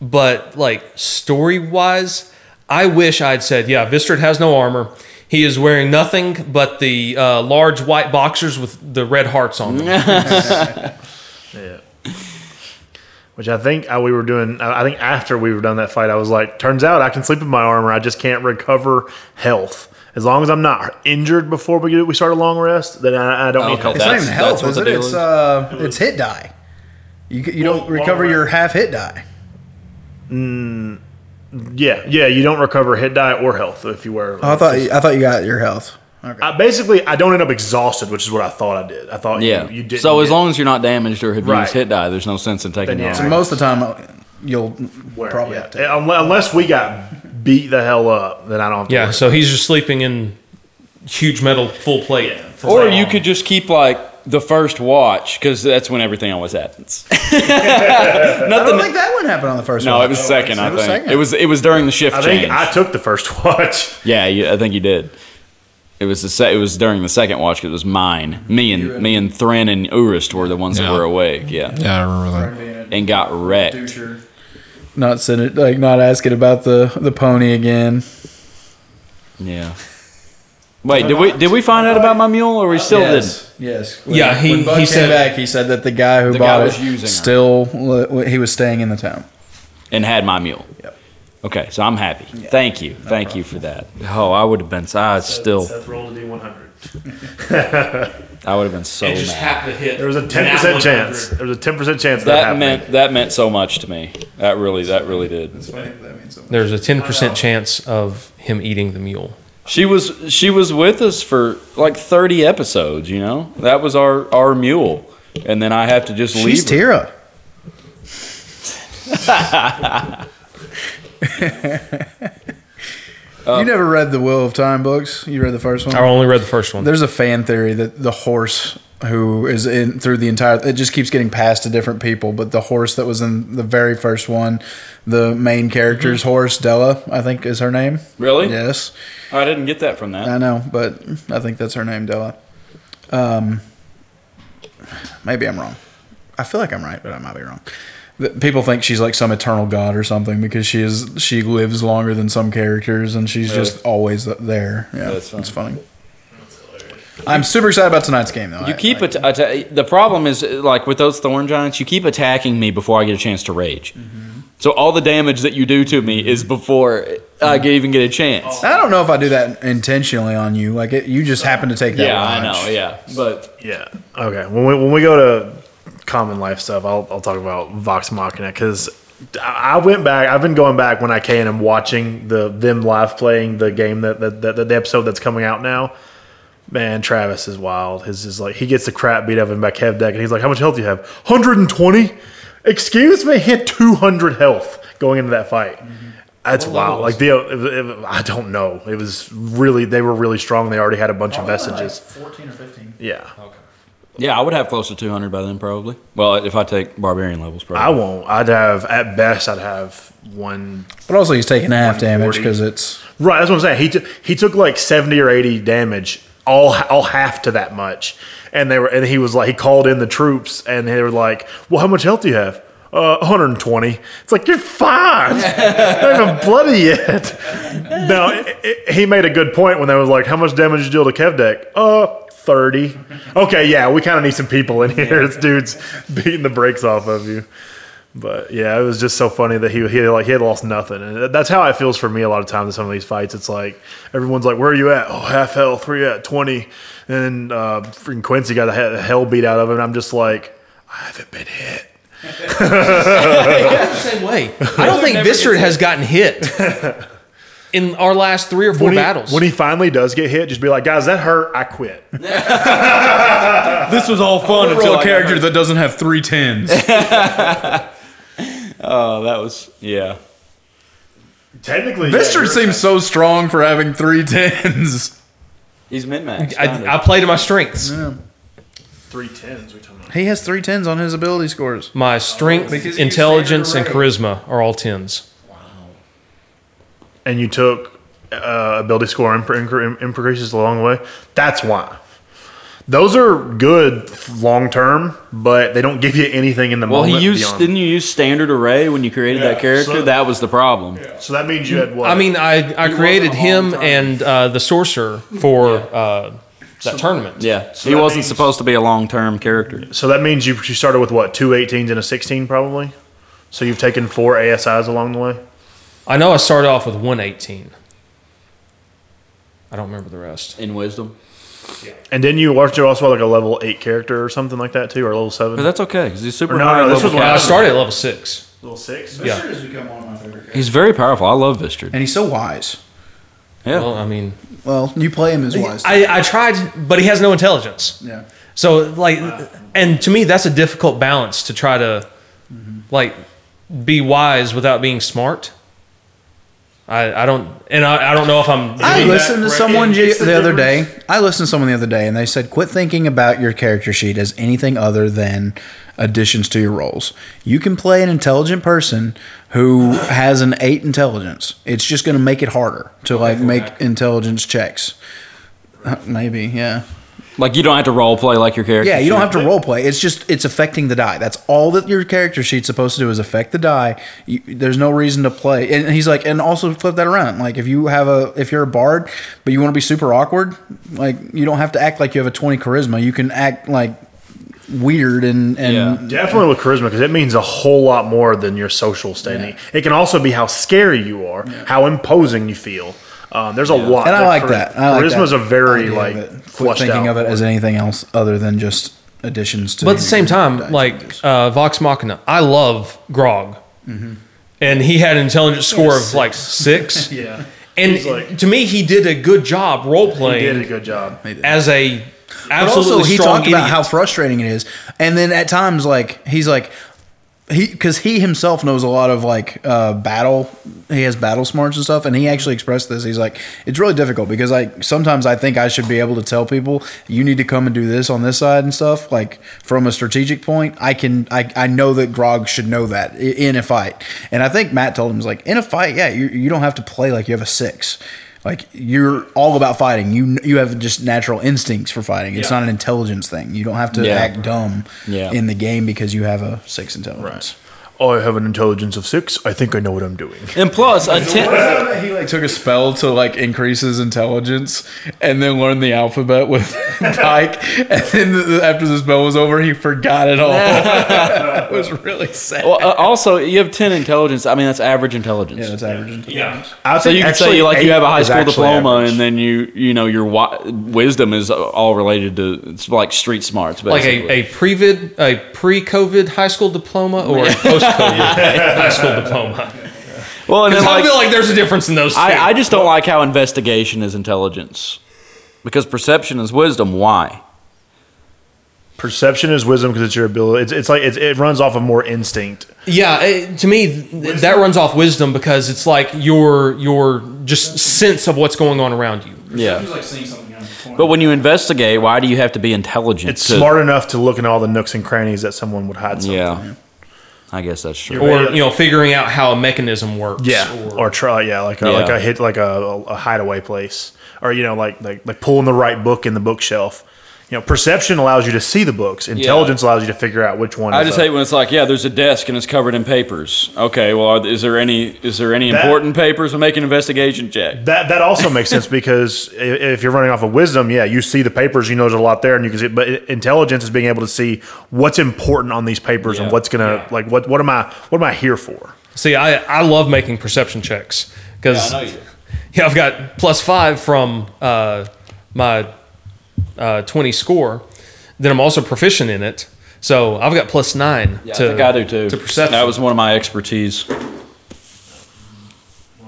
F: But like story wise, I wish I'd said, yeah, Vistard has no armor. He is wearing nothing but the uh, large white boxers with the red hearts on them.
D: Yeah. which I think I, we were doing. I I think after we were done that fight, I was like, "Turns out I can sleep in my armor. I just can't recover health." As long as I'm not injured before we get, we start a long rest, then I,
G: Oh,
D: I don't need health.
K: it's not even health, is it? It's uh, it's hit die. You c- you don't recover your half hit die.
D: Mm, yeah, yeah. You don't recover hit die or health if you wear.
K: Oh, I thought you, I thought you got your health.
D: I, basically, I don't end up exhausted, which is what I thought I did. I thought
G: Yeah.
D: you, you did.
G: so as long as you're not damaged or have
D: Right.
G: used hit die, there's no sense in taking
D: Then, yeah.
G: the
D: So most
K: Most of the time, uh, you'll probably have to.
D: unless we got beat the hell up, then I don't. Have to
F: Yeah,
D: worry.
F: so he's just sleeping in huge metal full plate.
G: Or you could just keep like the first watch because that's when everything always happens.
K: I don't think that one happened on the first one.
G: no, it was second. I
K: It was
G: think
K: second.
G: it was it was during the shift
D: I
G: change.
D: think I took the first watch.
G: yeah, you, I think you did. It was the se- it was during the second watch 'cause it was mine. Me and me and Thren and Urist were the ones that were awake. Yeah,
H: Yeah, I remember that.
G: and got wrecked.
K: Not send it, like not asking about the the pony again.
G: Yeah. Wait, did we did we find out about my mule or we still
K: Yes.
G: didn't?
K: Yes.
F: Yeah, he-
K: when Bud
F: he
K: came
F: said-
K: back. He said that the guy who
G: The
K: bought
G: guy
K: it
G: was using her.
K: still li- he was staying in the town.
G: and had my meal. Yep. Okay, so I'm happy. Thank you, thank you for that. Oh, I would have been. so- I still.
D: Seth rolled a d100.
G: I would have been so mad.
F: happened to hit.
D: There was a ten percent chance. There was a ten percent chance that,
G: that
D: happened.
G: meant that meant so much to me. That really that really did.
F: There's a 10% chance of him eating the mule.
G: She was she was with us for like 30 episodes. You know that was our our mule, and then I have to just
K: She's
G: leave.
K: Tira.
G: her. Uh,
K: you never read the Will of Time books. You read the first one.
G: Oh,
F: I only read the first one.
K: Um, There's a fan theory that the horse who is in through the entire it just keeps getting passed to different people, but the horse that was in the very first one, the main character's horse, Della, I think is her name.
G: Really?
K: Yes.
G: I didn't get that from that.
K: I know, but I think that's her name, Della. Um, maybe I'm wrong. I feel like I'm right, but I might be wrong. Th- People think she's like some eternal god or something because she is she lives longer than some characters and she's just always th- there. Yeah,
G: That's funny.
K: it's funny. I'm super excited about tonight's game though.
G: You keep atta- atta- the problem is like with those thorn giants, you keep attacking me before I get a chance to rage. So all the damage that you do to me is before I g- even get a chance.
K: I don't know if I do that intentionally on you. Like it, you just happen to take that.
G: Yeah, I
K: watch.
G: know. Yeah, but
D: yeah. Okay. When we, when we go to common life stuff, I'll, I'll talk about Vox Machina because I I went back. I've been going back when I can and watching the them live playing the game that that, that the episode that's coming out now. Man, Travis is wild. His is like he gets the crap beat out of him by Kev Deck, and he's like, "How much health do you have? 120? Excuse me, hit 200 health going into that fight.
K: Mm-hmm.
D: That's wild. Like the it, was- it, was- I don't know. It was really they were really strong. They already had a bunch of vestiges.
K: Fourteen or fifteen.
D: Yeah.
G: yeah, I would have close to 200 by then probably. Well, if I take barbarian levels, probably.
D: I won't. I'd have at best. I'd have one.
K: But also, he's taking half damage because it's
D: Right. That's what I'm saying. He took he took like seventy or eighty damage. All all half to that much. And they were and he was like he called in the troops and they were like, well, how much health do you have? Uh, 120. It's like you're fine. They're not even bloody yet. Now i i he made a good point when they was like, how much damage did you deal to Kevdek? Uh, 30. Okay, yeah, we kind of need some people in here. This dude's beating the brakes off of you. But Uh, yeah, it was just so funny that he he like he had lost nothing, and that- that's how it feels for me a lot of times in some of these fights. It's like everyone's like, "Where are you at? Oh, half health. Where you at? 20. And then uh, freaking Quincy got the he- hell beat out of him. And I'm just like, I haven't been hit.
F: same way. I don't think Viscerid has gotten hit in our last three or four
D: when he,
F: battles.
D: When he finally does get hit, just be like, guys, that hurt. I quit.
G: this was all fun
D: until I got
K: that doesn't have three tens.
G: Oh, that was yeah.
D: Technically,
K: Bistard seems so strong for having three tens.
G: He's min max.
F: I, I play to my strengths.
D: Three tens. We talking about.
K: He has three tens on his ability scores.
F: My strength,
K: Because you
F: intelligence, and
K: saved her
F: charisma are all tens.
D: And you took uh, ability score imp- inc- increases along the way. That's why. Those are good long term, but they don't give you anything in the
G: Well,
D: moment.
G: he used
D: beyond-
G: didn't you use standard array when you created
D: Yeah,
G: that character?
D: so-
G: that was the problem.
D: So that means you had what?
F: I mean, I, I created him and uh, the sorcerer for uh, that tournament.
G: Yeah,
D: So
G: he
D: that
G: wasn't
D: means-
G: supposed to be a long term character.
D: So that means you, you started with what two 18s and a 16 probably. So you've taken four ASIs along the way.
F: I know I started off with 118. I don't remember the rest.
G: In wisdom.
D: And then you watched you also like a level eight character or something like that too, or level seven.
G: But that's okay because he's super.
D: Or no,
G: high
D: no, this
G: level
D: was when
G: character.
D: I started
F: at level six.
D: Level six.
F: Yeah.
K: Sure has become one of my favorite characters.
G: He's very powerful. I love Vistard.
K: And he's so wise.
G: Yeah.
F: Well, I mean,
K: Well, you play him as wise.
F: I, I tried, but he has no intelligence.
K: Yeah.
F: So like, and to me, that's a difficult balance to try to, like, be wise without being smart. I, I don't, and I, I don't know if I'm.
K: I
F: doing that
K: listened to
F: correctly.
K: someone ju- the, other day. I listened to someone the other day, and they said, "Quit thinking about your character sheet as anything other than additions to your roles. You can play an intelligent person who has an eight intelligence. It's just going to make it harder to like make intelligence checks. Uh, Maybe, yeah,
G: Like you don't have to role play like your character.
K: yeah. You don't
G: should.
K: have to role play. It's just it's affecting the die. That's all that your character sheet's supposed to do is affect the die. You, there's no reason to play. And he's like, and also flip that around. Like if you have a if you're a bard, but you want to be super awkward, like you don't have to act like you have a 20 charisma. You can act like weird and and
D: Definitely with charisma because it means a whole lot more than your social standing. It can also be how scary you are, how imposing you feel. Um, there's a lot.
K: And I like
D: chari-
K: that. I like
D: Charisma's
K: that
D: a very
K: idea of
D: like
K: it. Quit
D: flushed
K: thinking
D: out.
K: of it as anything else other than just additions to.
F: But at the same time, like uh, Vox Machina, I love Grog, and he had an intelligence score of like six.
D: yeah.
F: And
D: He's like-
F: to me, he did a good job role
D: He did a
F: playing
D: good job.
F: as a
K: But
F: absolutely
K: also, he
F: strong
K: talked about
F: idiot.
K: how frustrating it is, and then at times, like he's like he because he himself knows a lot of like uh, battle. He has battle smarts and stuff, and he actually expressed this. He's like, it's really difficult because like sometimes I think I should be able to tell people you need to come and do this on this side and stuff. Like from a strategic point, I can I, I know that Grog should know that i- in a fight, and I think Matt told him he's like in a fight, yeah, you you don't have to play like you have a six. Like you're all about fighting. You you have just natural instincts for fighting. It's
D: Yeah.
K: not an intelligence thing. You don't have to
D: Yeah.
K: act dumb
D: Yeah.
K: in the game because you have a six intelligence.
D: I have an intelligence of six. I think I know what I'm doing.
G: And plus, a ten.
K: He like
L: took a spell to like increase his intelligence and then learned the alphabet with Pike. And then the, after the spell was over, he forgot it all. it was really sad.
G: Well, uh, also, you have ten intelligence. I mean, that's average intelligence. Yeah,
K: that's average intelligence.
F: Yeah.
D: I
G: so
D: think
G: you could
D: actually
G: say like you
D: eight
G: have a high
D: is
G: school
D: actually
G: diploma, and then you you know your wi- wisdom is all related to it's like street smarts,
F: like
G: basically.
F: a, a previd a pre-COVID high school diploma or a post-COVID high school diploma.
G: well, and
F: 'Cause
G: then,
F: I feel like there's a difference in those two.
G: I, I just don't like how investigation is intelligence because perception is wisdom. Why?
D: Perception is wisdom because it's your ability. It's, it's like it's, it runs off of more instinct.
F: Yeah, eh, to me th- that runs off wisdom because it's like your your just sense of what's going on around you.
G: Yeah.
K: like seeing something on the corner.
G: But when you investigate, why do you have to be intelligent?
D: It's
G: to-
D: smart enough to look in all the nooks and crannies that someone would hide something.
G: Yeah. I guess that's true.
F: Or you know, figuring out how a mechanism works.
D: Yeah, or, try yeah, like a,
G: Yeah.
D: like a hit like a, a hideaway place, or you know like like like pulling the right book in the bookshelf. You know, perception allows you to see the books. Intelligence allows you to figure out which one.
G: I
D: is
G: just
D: up.
G: hate when it's like, yeah, there's a desk and it's covered in papers. Okay, well, are, is there any is there any
D: That-
G: important papers? We'll make an investigation check.
D: that. That also makes sense because i- if you're running off of wisdom, yeah, you see the papers, you know there's a lot there, and you can see. But i- intelligence is being able to see what's important on these papers and what's gonna like what what am I what am I here for?
F: See, I I love making perception checks because yeah, I've got plus five from uh, my uh, twenty score. Then I'm also proficient in it, so I've got plus nine.
G: Yeah,
F: to,
G: I think I do too.
F: To perception.
G: That was one of my expertise.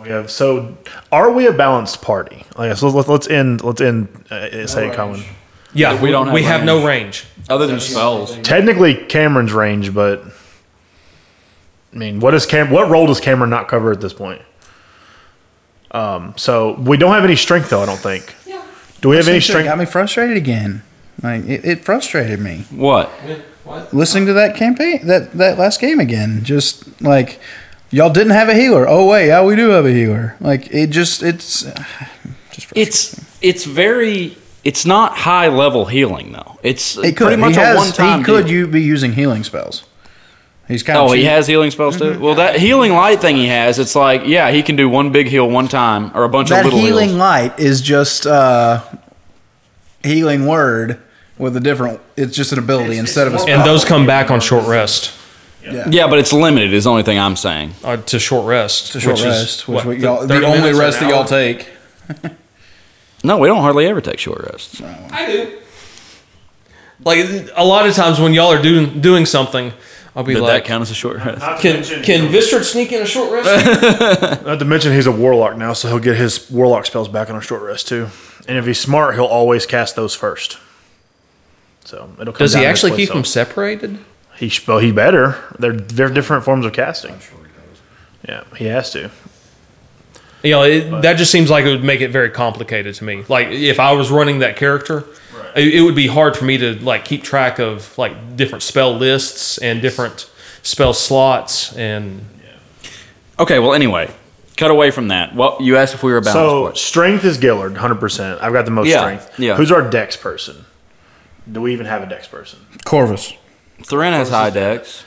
D: We have so are we a balanced party? Like, so let's let's end let's end uh, say it common.
F: yeah,
G: we don't have
F: we have
G: range.
F: no range.
G: Other than spells.
D: technically Cameron's range, but I mean, what is Cam? What role does Cameron not cover at this point? Um, so we don't have any strength though. I don't think. Do we have any strength?
K: Got me frustrated again. Like it, it frustrated me
G: What?
K: listening to that campaign that that last game again. Just like y'all didn't have a healer. Oh wait, yeah, we do have a healer. Like it just it's
G: It's it's very it's not high level healing though. It's
K: it could
G: pretty much
K: he
G: a
K: has-
G: one time.
K: he could you be using healing spells. He's kind of
G: Oh, he has healing spells too. Well, that healing light thing he has, it's like, yeah, he can do one big heal one time or a bunch
K: that
G: of little
K: healing
G: heals.
K: light is just uh healing word with a different it's just an ability instead of a spell.
F: and those come back on short rest.
K: Yeah.
G: Yeah, but it's limited. Is the only thing I'm saying.
F: Uh, to short rest.
K: To short
G: which is,
K: rest,
G: what,
K: which we,
G: th-
K: y'all, the
G: 30
K: only
G: minutes, an
K: rest that y'all
G: hour?
K: take.
G: No, we don't hardly ever take short rests.
F: I do. Like a lot of times when y'all are doing doing something, I'll be
G: Did
F: like,
G: that count as a short rest?
F: Can can Vistard sneak in a short rest?
D: Not to mention he's a warlock now, so he'll get his warlock spells back on a short rest too. And if he's smart, he'll always cast those first. So it'll. Come
F: Does he
D: down to
F: actually
D: his
F: keep
D: play
F: them
D: style.
F: separated?
D: He sh- well, he better. They're they're different forms of casting. Yeah, he has to.
F: You know, it, that just seems like it would make it very complicated to me. Like if I was running that character, it, it would be hard for me to like keep track of like different spell lists and different spell slots and
G: Okay. Well, anyway, cut away from that. Well, you asked if we were about.
D: so strength is Gillard, hundred percent. I've got the most
G: Yeah,
D: strength.
G: yeah.
D: Who's our dex person? Do we even have a dex person?
K: Corvus.
G: Thorin has high dex.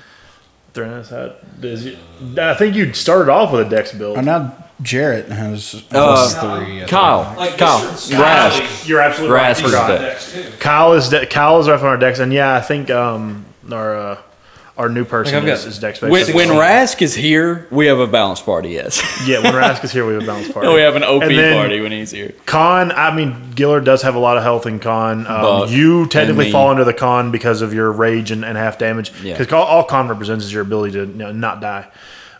D: Thrown us out. Does you- I think you started off with a dex build.
K: And now Jarrett has
D: Uh,
K: plus three. I
G: Kyle,
K: think.
G: Kyle, Rask.
D: You're absolutely right.
G: Rask was
D: Forgot.
G: dex.
D: Kyle is de- Kyle is right on our decks, and yeah, I think um our uh, our new
G: I've
D: person
G: got-
D: is, is dex
G: When,
D: based.
G: when Rask is here, we have a balanced party. Yes.
D: yeah, when Rask is here, we have a balanced party.
G: we have an OP
D: And then
G: party when he's here.
D: Con, I mean, Gillard does have a lot of health in con. Um,
G: Buff
D: you
G: and
D: technically
G: me.
D: fall under the con because of your rage and, and half damage. Because all, all con represents is your ability to you know, not die.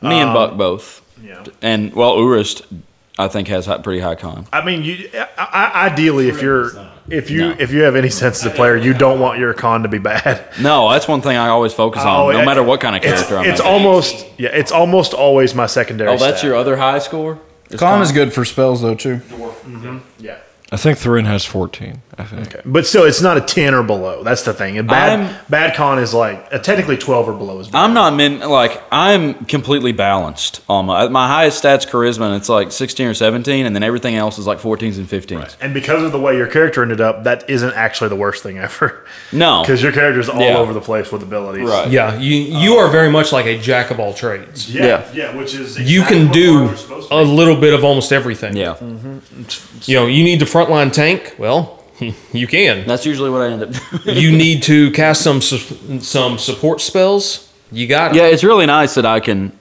G: Me and
D: Um,
G: Buck both. Yeah. And well, Urist, I think has high, pretty high con.
D: I mean, you I, I, ideally, if you're if you if you have any sense as a player, you don't want your con to be bad.
G: No, that's one thing I always focus on,
D: Oh,
G: no
D: it-
G: matter what kind of
D: it's-
G: character I'm.
D: It's
G: making.
D: almost yeah, it's almost always my secondary.
G: Oh, that's
D: stat.
G: your other high score.
K: Con is good for spells though too.
D: Mm-hmm. Yeah.
H: I think Thorin has 14. I think.
D: But still, it's not a ten or below. That's the thing. And bad
G: I'm-
D: bad con is like a technically twelve or below is.
G: I'm not men like I'm completely balanced. On my my highest stats charisma, and it's like 16 or 17, and then everything else is like 14s and 15s.
D: And because of the way your character ended up, that isn't actually the worst thing ever.
G: No,
D: because your character's all
F: Yeah.
D: over the place with abilities.
F: yeah, you you are very much like a jack of all trades.
D: Yeah. Yeah. which is
F: you can do a little bit of almost everything.
G: Yeah.
F: You know, you need the frontline tank. Well, you can.
G: That's usually what I end up doing.
F: you need to cast some su- some support spells. You got it.
G: Yeah, it's really nice that I can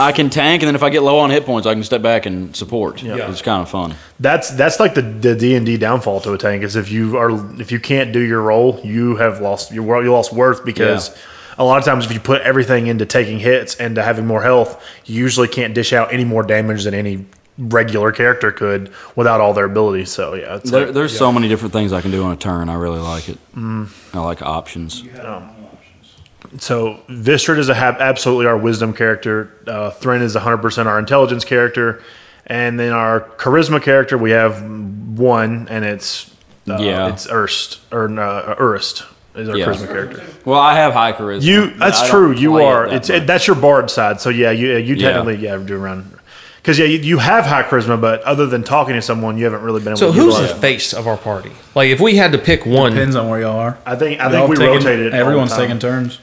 G: I can tank, and then if I get low on hit points, I can step back and support.
D: Yeah.
G: It's kind of fun.
D: That's that's like the the D and D downfall to a tank is if you are if you can't do your role, you have lost your wor- you lost worth because a lot of times if you put everything into taking hits and to having more health, you usually can't dish out any more damage than any regular character could without all their abilities. So yeah, it's
G: There,
D: like-
G: there's so many different things I can do on a turn. I really like it.
D: Mm.
G: I like options.
D: So Vistrid is a hab- absolutely our wisdom character. Uh, Thrin is 100% our intelligence character, and then our charisma character we have one, and it's uh,
G: Yeah.
D: it's Erst or uh, Urst is our
G: Yeah.
D: charisma character.
G: Well, I have high charisma.
D: You
G: but I
D: that's
G: don't
D: true. You
G: play it
D: are
G: that
D: it's it, that's your bard side. So yeah, you you
G: Yeah.
D: technically yeah, do around because yeah you, you have high charisma, but other than talking to someone, you haven't really been able.
F: So
D: to
F: who's
D: utilize
F: the face of our party? Like if we had to pick one,
K: Depends on where y'all are.
D: I think I
K: Y'all
D: think we
K: taking-
D: rotated.
K: Everyone's taking turns.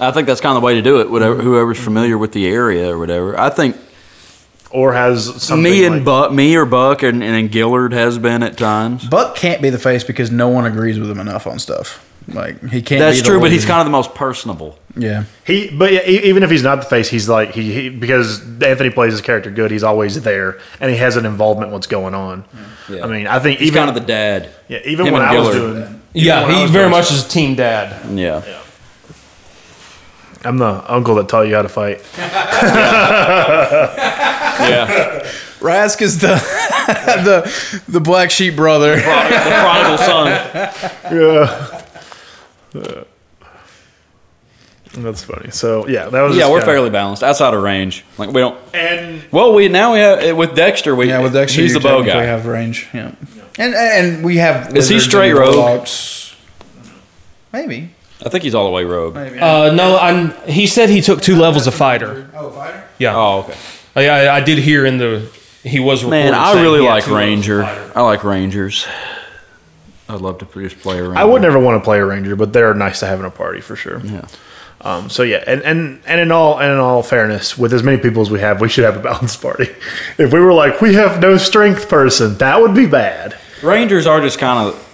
G: I think that's kind of the way to do it. Whatever, whoever's familiar with the area or whatever. I think.
D: Or has something
G: me and
D: like-
G: Buck, me or Buck, and, and Gillard has been at times.
K: Buck can't be the face because no one agrees with him enough on stuff. Like he can't.
G: That's
K: be the
G: true, but
K: leader.
G: he's kind of the most personable.
K: yeah.
D: He, but yeah, e- even if he's not the face, he's like he, he because Anthony plays his character good. He's always there, and he has an involvement in what's going on. I mean, I think
G: He's
D: even
G: kind of the dad.
D: yeah, even
G: Him
D: when
G: and
D: I was
G: Gillard.
D: doing even
F: yeah,
D: when I
F: he
D: was
F: very
D: doing
F: much
D: stuff,
F: is team dad.
G: Yeah.
D: I'm the uncle that taught you how to fight.
G: yeah,
K: Rask is the the the black sheep brother.
G: the prodigal son.
D: yeah. Uh, That's funny. So yeah, that was
G: Yeah,
D: just
G: we're
D: kinda-
G: fairly balanced outside of range. Like we don't.
D: And
G: Well, we now we have with Dexter. We
K: yeah, with Dexter,
G: he's
K: you
G: the bow
K: technically
G: guy.
K: have range. Yeah, and and we have.
G: Is he
K: lizards
G: straight
K: and
G: rogue?
K: warlocks. Maybe.
G: I think he's all the way rogue.
F: Uh, no, I'm, he said he took two levels of fighter. Oh, fighter. Yeah.
G: Oh, okay.
F: I, I, I did hear in the he was
G: Man,
F: reported
G: I
F: saying
G: really
F: he had
G: like
F: two levels of
G: Ranger.
F: fighter.
G: I like Rangers. I'd love to just play a Ranger.
D: I would never want to play a ranger, but they're nice to have in a party for sure.
G: Yeah.
D: Um, so yeah, and, and and in all and in all fairness, with as many people as we have, we should have a balanced party. If we were like, we have no strength person, that would be bad.
G: Rangers are just kind of.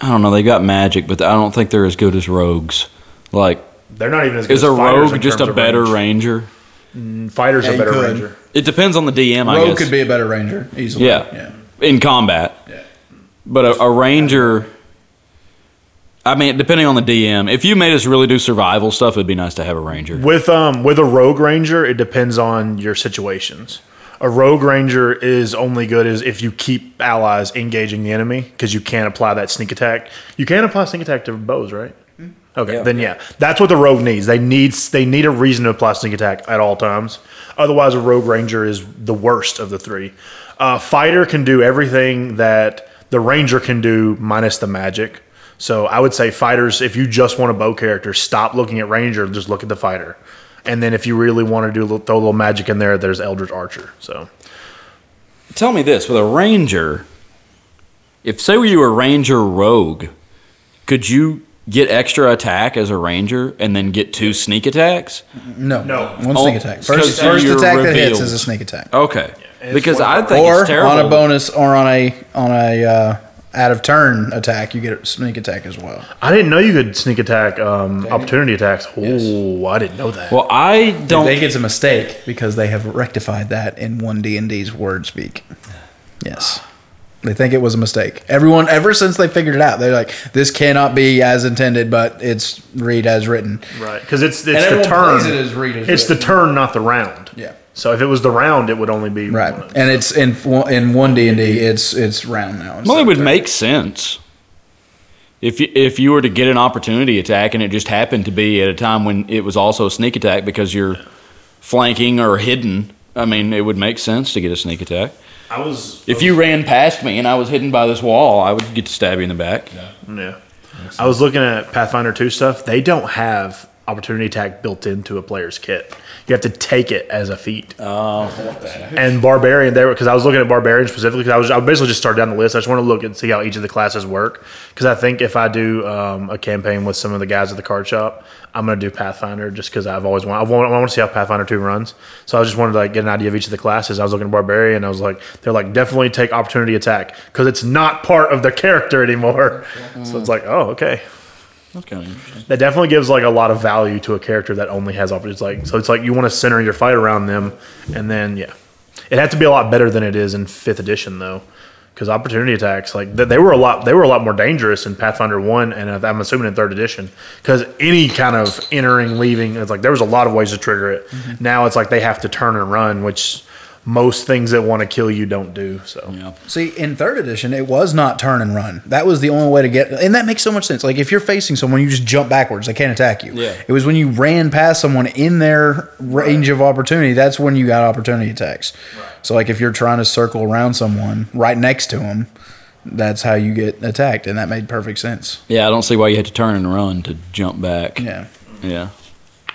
G: I don't know. They got magic, but I don't think they're as good as rogues. Like
D: They're not even as good
G: Is
D: as
G: a
D: fighters in
G: rogue just
D: terms
G: a
D: of
G: better
D: range.
G: ranger?
D: Mm, Fighter's
K: Yeah,
D: a
K: you
D: better
K: could.
D: ranger.
G: It depends on the DM, I
K: Rogue
G: guess.
K: could be a better ranger easily.
G: yeah. In combat. Yeah. But a, a ranger. I mean, depending on the DM, if you made us really do survival stuff, it'd be nice to have a ranger.
D: With um with a rogue ranger, it depends on your situations. A rogue ranger is only good as if you keep allies engaging the enemy because you can't apply that sneak attack. You can apply sneak attack to bows, right? Okay, then yeah, that's what the rogue needs. They need they need a reason to apply sneak attack at all times. Otherwise, a rogue ranger is the worst of the three. Uh, fighter can do everything that the ranger can do minus the magic. So I would say fighters. If you just want a bow character, stop looking at ranger. Just look at the fighter. And then if you really want to do a little- throw a little magic in there, there's Eldritch Archer. So
G: Tell me this: with a ranger, if say you were ranger rogue, could you get extra attack as a ranger and then get two sneak attacks?
K: No. No. One
G: Oh,
K: sneak attack.
G: because
K: First, first
G: you're
K: attack that hits
G: revealed.
K: is a sneak attack.
G: Okay, because I think
K: Or
G: it's terrible.
K: on a bonus or on a on a uh, out of turn attack, you get a sneak attack as well.
D: I didn't know you could sneak attack um, opportunity attacks. Oh, I didn't know Oh, that.
G: Well, I don't.
K: They think it's a mistake because they have rectified that in one D and D's word speak. Yes, they think it was a mistake. Everyone, ever since they figured it out, they're like, "This cannot be as intended, but it's read as written."
D: Right, because it's
K: And
D: it's the
K: everyone
D: turn.
K: plays it as read as
D: it's the
K: written.
D: turn, not the round.
K: Yeah.
D: So if it was the round, it would only be
K: Right, and it's in in one D and D, it's it's round now.
G: Well, it would make sense if you, if you were to get an opportunity attack and it just happened to be at a time when it was also a sneak attack because you're flanking or hidden. I mean, it would make sense to get a sneak attack.
D: I was
G: If you ran past me and I was hidden by this wall, I would get to stab you in the back.
D: yeah. I was looking at Pathfinder two stuff. They don't have opportunity attack built into a player's kit. You have to take it as a feat. Oh. And barbarian, they were because I was looking at barbarian specifically. 'cause I was I basically just started down the list. I just want to look and see how each of the classes work. Because I think if I do um, a campaign with some of the guys at the card shop, I'm gonna do Pathfinder just because I've always wanted. I want, I want to see how Pathfinder two runs. So I just wanted to like get an idea of each of the classes. I was looking at barbarian. I was like, they're like definitely take opportunity attack because it's not part of their character anymore. So it's like, oh okay.
G: That's kind of interesting.
D: That definitely gives like a lot of value to a character that only has opportunities. Like so, it's like you want to center your fight around them, and then yeah, it had to be a lot better than it is in fifth edition though, because opportunity attacks like th- they were a lot they were a lot more dangerous in Pathfinder one, and uh, I'm assuming in third edition because any kind of entering leaving it's like there was a lot of ways to trigger it. Now it's like they have to turn and run, which most things that want to kill you don't do. So yeah.
K: See, in third edition, it was not turn and run. That was the only way to get, and that makes so much sense. Like if you're facing someone, you just jump backwards; they can't attack you.
G: Yeah.
K: It was when you ran past someone in their range of opportunity that's when you got opportunity attacks. So like if you're trying to circle around someone right next to them, that's how you get attacked, and that made perfect sense.
G: Yeah, I don't see why you had to turn and run to jump back.
K: Yeah.
G: Yeah.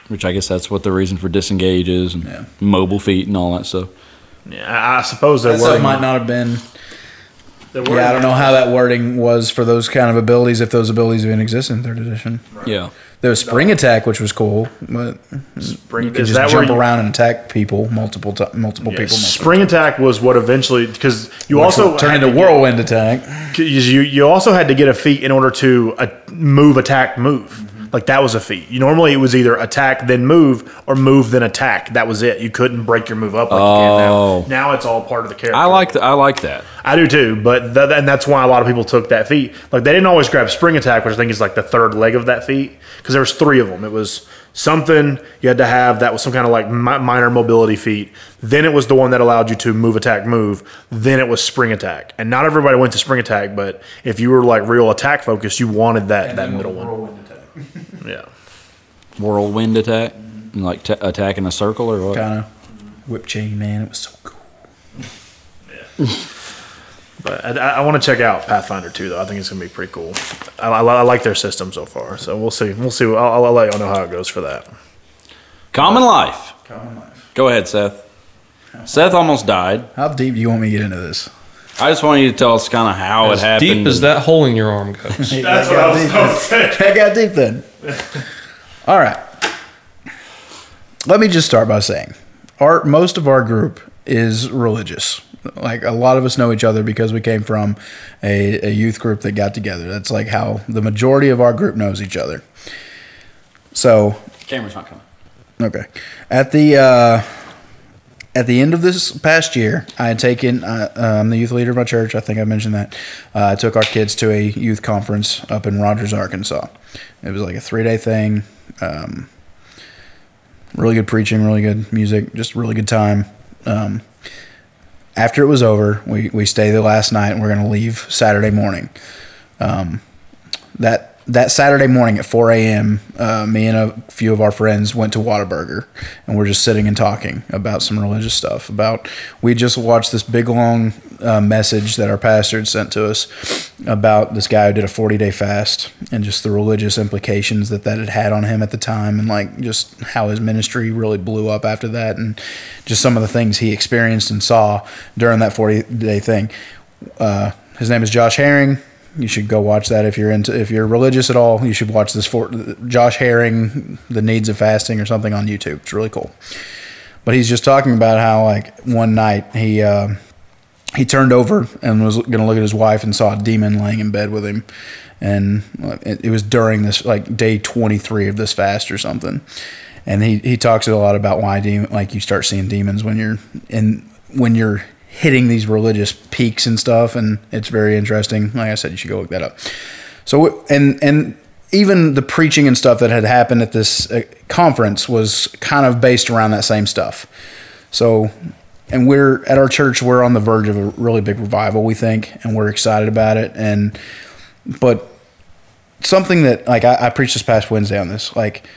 G: Which I guess that's what the reason for disengage is and mobile feet and all that stuff.
D: I, I suppose there
K: That stuff
D: were
K: might not have been.
D: There
K: Yeah, I don't know how that wording was for those kind of abilities if those abilities even exist in third edition.
G: Yeah.
K: There was spring attack, which was cool, but
D: Spring-
K: you could
D: is
K: just
D: that where
K: jump
D: you-
K: around and attack people multiple ti multiple
D: Yeah,
K: people. Multiple
D: spring attack was what eventually because you
K: which
D: also
K: would turn
D: had
K: into
D: to get-
K: whirlwind attack.
D: 'Cause you you also had to get a feat in order to uh, move attack move
K: Mm-hmm.
D: like that was a feat you normally it was either attack then move or move then attack that was it you couldn't break your move up like you
G: Oh.
D: can now now it's all part of the character
G: I like th- I like that.
D: I do too, but th- and that's why a lot of people took that feat. Like they didn't always grab spring attack, which I think is like the third leg of that feat, because there was three of them. It was something you had to have that was some kind of like mi- minor mobility feat. Then it was the one that allowed you to move attack move. Then it was spring attack, and not everybody went to spring attack, but if you were like real attack focused, you wanted that that middle one. yeah.
G: Whirlwind attack, like t- attack in a circle or what?
K: Kind of whip chain, man. It was so cool.
D: But I, I want to check out Pathfinder 2, though. I think it's going to be pretty cool. I, I, I like their system so far, so we'll see. We'll see. I'll, I'll let y'all know how it goes for that.
G: Common life. Go ahead, Seth. Seth almost died.
K: How deep do you want me to get into this?
G: I just want you to tell us kind of how
F: As
G: it happened.
F: deep as that hole in your arm goes.
K: That got deep then. That got deep then. All right. Let me just start by saying, our most of our group is religious. Like a lot of us know each other because we came from a, a youth group that got together. That's like how the majority of our group knows each other. So
G: Camera's not coming.
K: Okay. At the uh, at the end of this past year, I had taken. Uh, I'm the youth leader of my church. I think I mentioned that. Uh, I took our kids to a youth conference up in Rogers, Arkansas. It was like a three day thing. Um, really good preaching, really good music, just really good time. Um, after it was over, we we stayed there last night, and we're gonna leave Saturday morning. Um, that that Saturday morning at 4 a.m., uh, me and a few of our friends went to Whataburger, and we're just sitting and talking about some religious stuff. About we just watched this big long uh, message that our pastor had sent to us about this guy who did a 40 day fast and just the religious implications that that had had on him at the time, and like just how his ministry really blew up after that, and just some of the things he experienced and saw during that 40 day thing. Uh, his name is Josh Herring you should go watch that if you're into if you're religious at all. You should watch this for Josh Herring, the needs of fasting or something on YouTube. It's really cool. But he's just talking about how like one night he uh, he turned over and was going to look at his wife and saw a demon laying in bed with him, and uh, it, it was during this like day 23 of this fast or something. And he he talks a lot about why demon like you start seeing demons when you're in when you're hitting these religious peaks and stuff, and it's very interesting. Like I said, you should go look that up. So and and even the preaching and stuff that had happened at this uh, conference was kind of based around that same stuff. So and we're at our church, we're on the verge of a really big revival, we think, and we're excited about it. And but something that like I, I preached this past Wednesday on this, like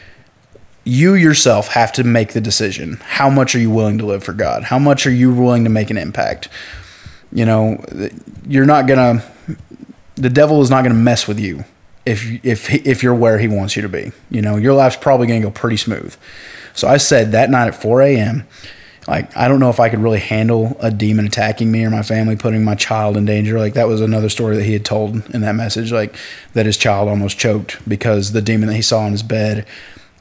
K: you yourself have to make the decision. How much are you willing to live for God? How much are you willing to make an impact? You know, th- you're not gonna. The devil is not gonna mess with you if you- if he- if you're where he wants you to be. You know, your life's probably gonna go pretty smooth. So I said that night at 4 a.m. Like I don't know if I could really handle a demon attacking me or my family, putting my child in danger. Like that was another story that he had told in that message. Like that his child almost choked because the demon that he saw in his bed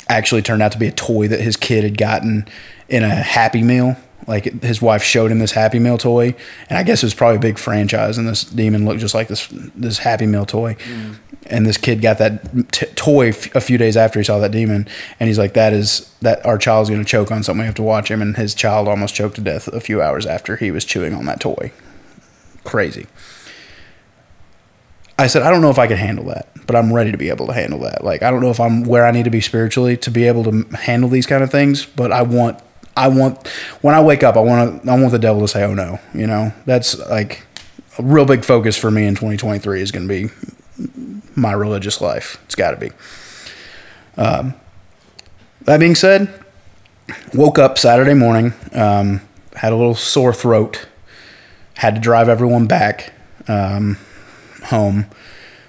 K: actually turned out to be a toy that his kid had gotten in a Happy Meal. Like it- his wife showed him this Happy Meal toy, and I guess it was probably a big franchise. And this demon looked just like this this Happy Meal toy, and this kid got that t- toy f- a few days after he saw that demon, and he's like, "That is that our child's going to choke on something. We have to watch him." And his child almost choked to death a few hours after he was chewing on that toy. Crazy. I said, I don't know if I could handle that, but I'm ready to be able to handle that. Like, I don't know if I'm where I need to be spiritually to be able to m- handle these kind of things, but I want, I want, when I wake up, I want to, I want the devil to say, oh no, you know, that's like a real big focus for me in 2023 is going to be my religious life. It's got to be. Um, that being said, woke up Saturday morning, um, had a little sore throat, had to drive everyone back. Um, home.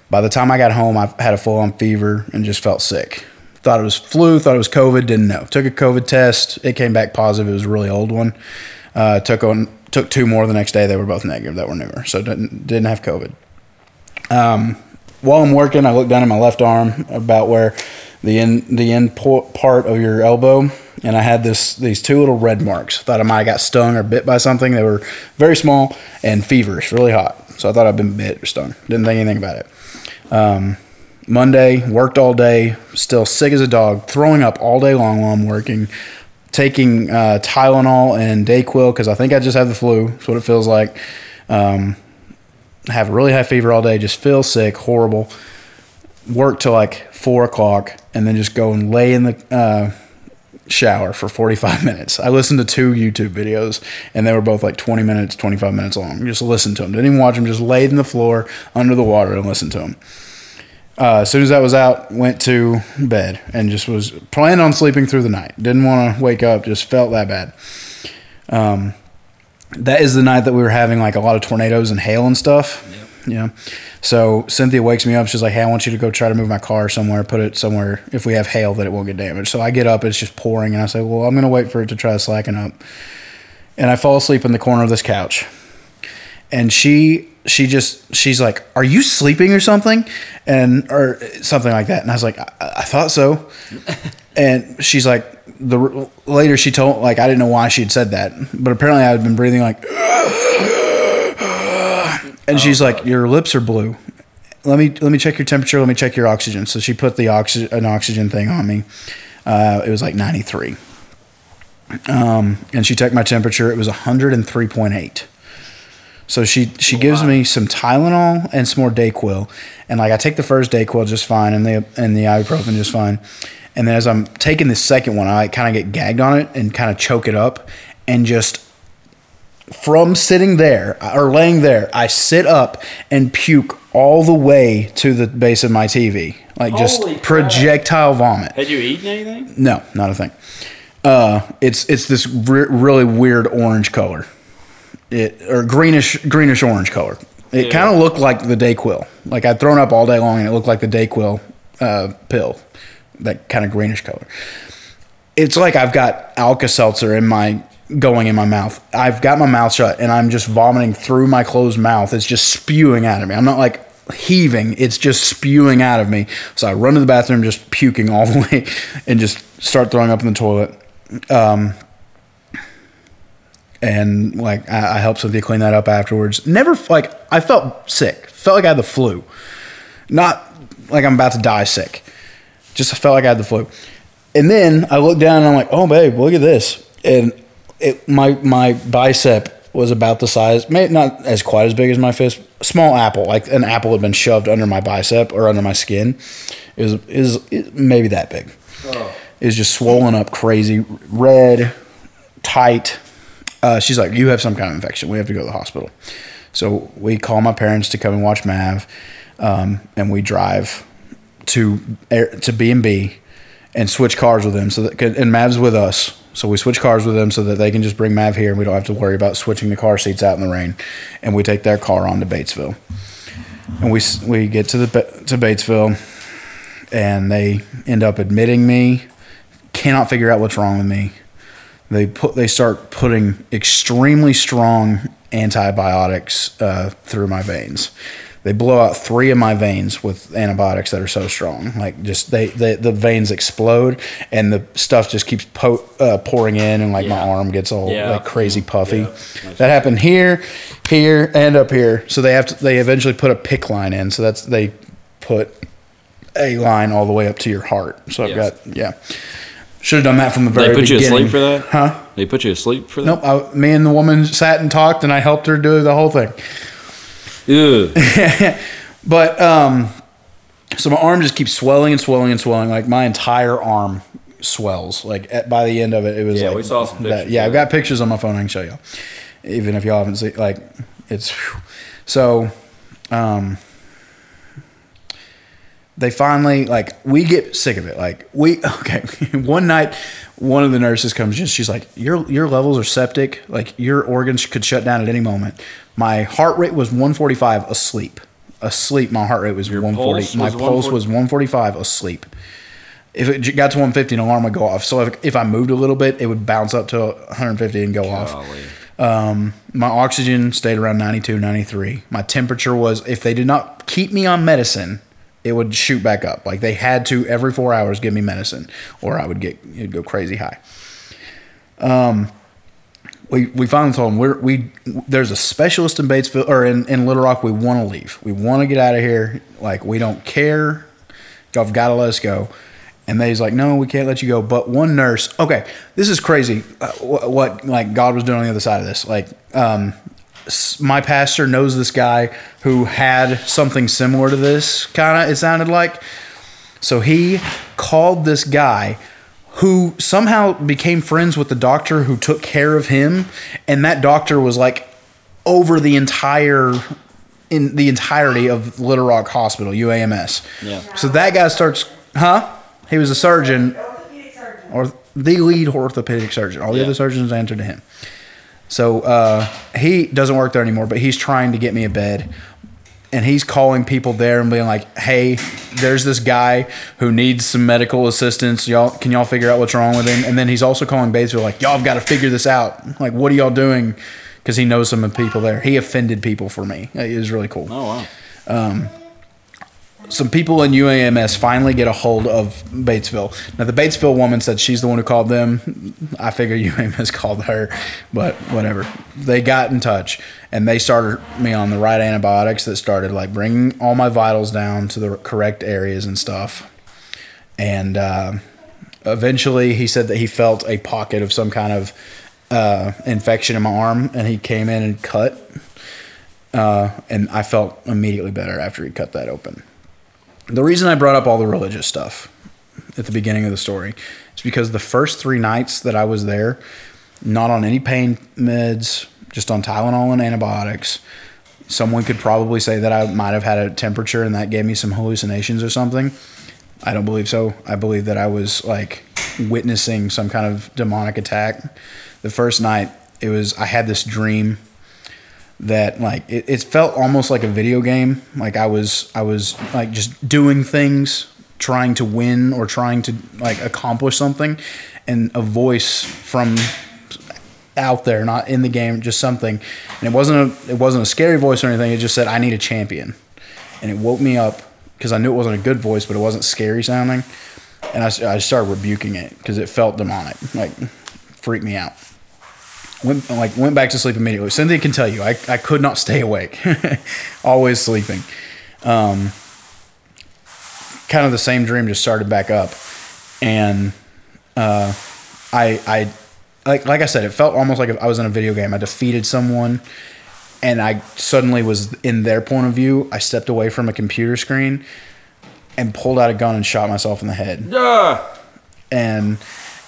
K: By the time I got home, I had a full on fever and just felt sick. Thought it was flu, thought it was COVID, didn't know. Took a COVID test, it came back positive. It was a really old one. Uh, took on took two more the next day. They were both negative, that were newer, so didn't didn't have COVID. Um, while I'm working, I look down at my left arm about where the end the end po- part of your elbow, and I had this these two little red marks. Thought I might have got stung or bit by something. They were very small and feverish, really hot. So I thought I'd been bit or stung. Didn't think anything about it. Um, Monday worked all day, still sick as a dog, throwing up all day long while I'm working. Taking uh, Tylenol and Dayquil because I think I just have the flu. That's what it feels like. Um, have a really high fever all day, just feel sick, horrible. Work till like four o'clock, and then just go and lay in the uh, shower for forty-five minutes. I listened to two YouTube videos, and they were both like twenty minutes, twenty-five minutes long. Just listen to them. Didn't even watch them. Just laid in the floor under the water and listened to them. Uh, as soon as that was out, went to bed and just was planning on sleeping through the night. Didn't want to wake up. Just felt that bad. Um, that is the night that we were having like a lot of tornadoes and hail and stuff. Yeah. So Cynthia wakes me up. She's like, "Hey, I want you to go try to move my car somewhere. Put it somewhere. If we have hail, that it won't get damaged." So I get up. It's just pouring, and I say, "Well, I'm gonna wait for it to try to slacken up." And I fall asleep in the corner of this couch. And she she just she's like, "Are you sleeping or something?" And or something like that. And I was like, "I, I thought so." and she's like the later she told like I didn't know why she had said that, but apparently I had been breathing like, and she's like, "Your lips are blue," let me let me check your temperature. Let me check your oxygen. So she put the oxygen an oxygen thing on me. Uh, it was like 93. Um, and she checked my temperature. It was 103.8. So she she gives me some Tylenol and some more Dayquil, and like I take the first Dayquil just fine, and the and the ibuprofen just fine, and then as I'm taking the second one, I kind of get gagged on it and kind of choke it up, and just from sitting there or laying there, I sit up and puke all the way to the base of my TV, like just
G: Holy crap.
K: projectile vomit.
G: Had you eaten anything?
K: No, not a thing. Uh, it's it's this re- really weird orange color, it or greenish greenish orange color. It
G: Yeah.
K: kind of looked like the Dayquil. Like I'd thrown up all day long, and it looked like the Dayquil uh, pill, that kind of greenish color. It's like I've got Alka Seltzer in my going in my mouth. I've got my mouth shut, and I'm just vomiting through my closed mouth. It's just spewing out of me. I'm not like heaving; it's just spewing out of me. So I run to the bathroom, just puking all the way, and just start throwing up in the toilet. Um, and like I, I helped Cynthia clean that up afterwards. Never like I felt sick, felt like I had the flu, not like I'm about to die sick. Just felt like I had the flu. And then I looked down and I'm like, oh babe, look at this. And it my my bicep was about the size, may not as quite as big as my fist, small apple, like an apple had been shoved under my bicep or under my skin. It was is maybe that big. It was just swollen up crazy, red, tight. Uh, she's like, You have some kind of infection. We have to go to the hospital. So we call my parents to come and watch Mav, um, and we drive to air- to B and B, and switch cars with them. So that 'cause- and Mav's with us, so we switch cars with them so that they can just bring Mav here, and we don't have to worry about switching the car seats out in the rain. And we take their car on to Batesville, and we s- we get to the Ba- to Batesville, and they end up admitting me. Cannot figure out what's wrong with me. They put they start putting extremely strong antibiotics uh, through my veins. They blow out three of my veins with antibiotics that are so strong, like just they, they the veins explode and the stuff just keeps po- uh, pouring in, and like my arm gets all
G: Yeah.
K: like crazy puffy. That happened here, here, and up here. So they have to they eventually put a pick line in. So that's they put a line all the way up to your heart. So I've
G: Yes.
K: got yeah. Should have done that from the
G: They
K: very
G: put you
K: beginning.
G: asleep for that?
K: Huh?
G: They put you asleep for that?
K: Nope. I, me and the woman sat and talked, and I helped her do the whole thing. but um, so my arm just keeps swelling and swelling and swelling. Like my entire arm swells. Like at, by the end of it, it was
G: Yeah,
K: like
G: we saw some
K: that-
G: pictures
K: yeah,
G: of
K: I've got pictures on my phone. I can show y'all, even if y'all haven't seen. Like it's whew. so. Um, they finally like we get sick of it. Like we okay. one night, one of the nurses comes in. She's like, "Your your levels are septic. Like your organs could shut down at any moment." My heart rate was 145 asleep. Asleep. My heart rate was 140.
G: pulse
K: my
G: was
K: pulse was 145 asleep. If it j- got to 150, an alarm would go off. So if, if I moved a little bit, it would bounce up to 150 and go
G: Oh,
K: off. Um, my oxygen stayed around 92, 93. My temperature was, if they did not keep me on medicine, it would shoot back up. Like they had to every four hours give me medicine, or I would get it'd go crazy high. Um, we we finally told them we're, we there's a specialist in Batesville or in, in Little Rock. We want to leave. We want to get out of here. Like we don't care. Y'all've got to let us go. And they's like, no, we can't let you go. But one nurse, okay, this is crazy. Uh, what, what like God was doing on the other side of this? Like, um, s- my pastor knows this guy who had something similar to this kind of. It sounded like. So he called this guy who somehow became friends with the doctor who took care of him and that doctor was like over the entire in the entirety of Little Rock Hospital UAMS.
G: Yeah.
K: So that guy starts huh? He was a surgeon or the lead orthopedic surgeon. All the other surgeons answer to him. So uh, he doesn't work there anymore, but he's trying to get me a bed. And he's calling people there and being like, "Hey, there's this guy who needs some medical assistance. Y'all, can y'all figure out what's wrong with him?" And then he's also calling Batesville like, "Y'all have got to figure this out. Like, what are y'all doing?" Because he knows some of the people there. He offended people for me. It was really cool.
G: Oh wow.
K: Um, some people in UAMS finally get a hold of Batesville. Now, the Batesville woman said she's the one who called them. I figure UAMS called her, but whatever. They got in touch and they started me on the right antibiotics that started like bringing all my vitals down to the correct areas and stuff. And uh, eventually, he said that he felt a pocket of some kind of uh, infection in my arm, and he came in and cut. Uh, and I felt immediately better after he cut that open. The reason I brought up all the religious stuff at the beginning of the story is because the first three nights that I was there, not on any pain meds, just on Tylenol and antibiotics, someone could probably say that I might have had a temperature and that gave me some hallucinations or something. I don't believe so. I believe that I was like witnessing some kind of demonic attack. The first night, it was I had this dream that like it, it felt almost like a video game like i was i was like just doing things trying to win or trying to like accomplish something and a voice from out there not in the game just something and it wasn't a it wasn't a scary voice or anything it just said i need a champion and it woke me up because i knew it wasn't a good voice but it wasn't scary sounding and i, s- I started rebuking it because it felt demonic like freaked me out went like went back to sleep immediately. Cynthia can tell you, I, I could not stay awake, always sleeping. Um, kind of the same dream just started back up, and uh, I I like like I said, it felt almost like I was in a video game. I defeated someone, and I suddenly was in their point of view. I stepped away from a computer screen, and pulled out a gun and shot myself in the head
G: Yeah.
K: and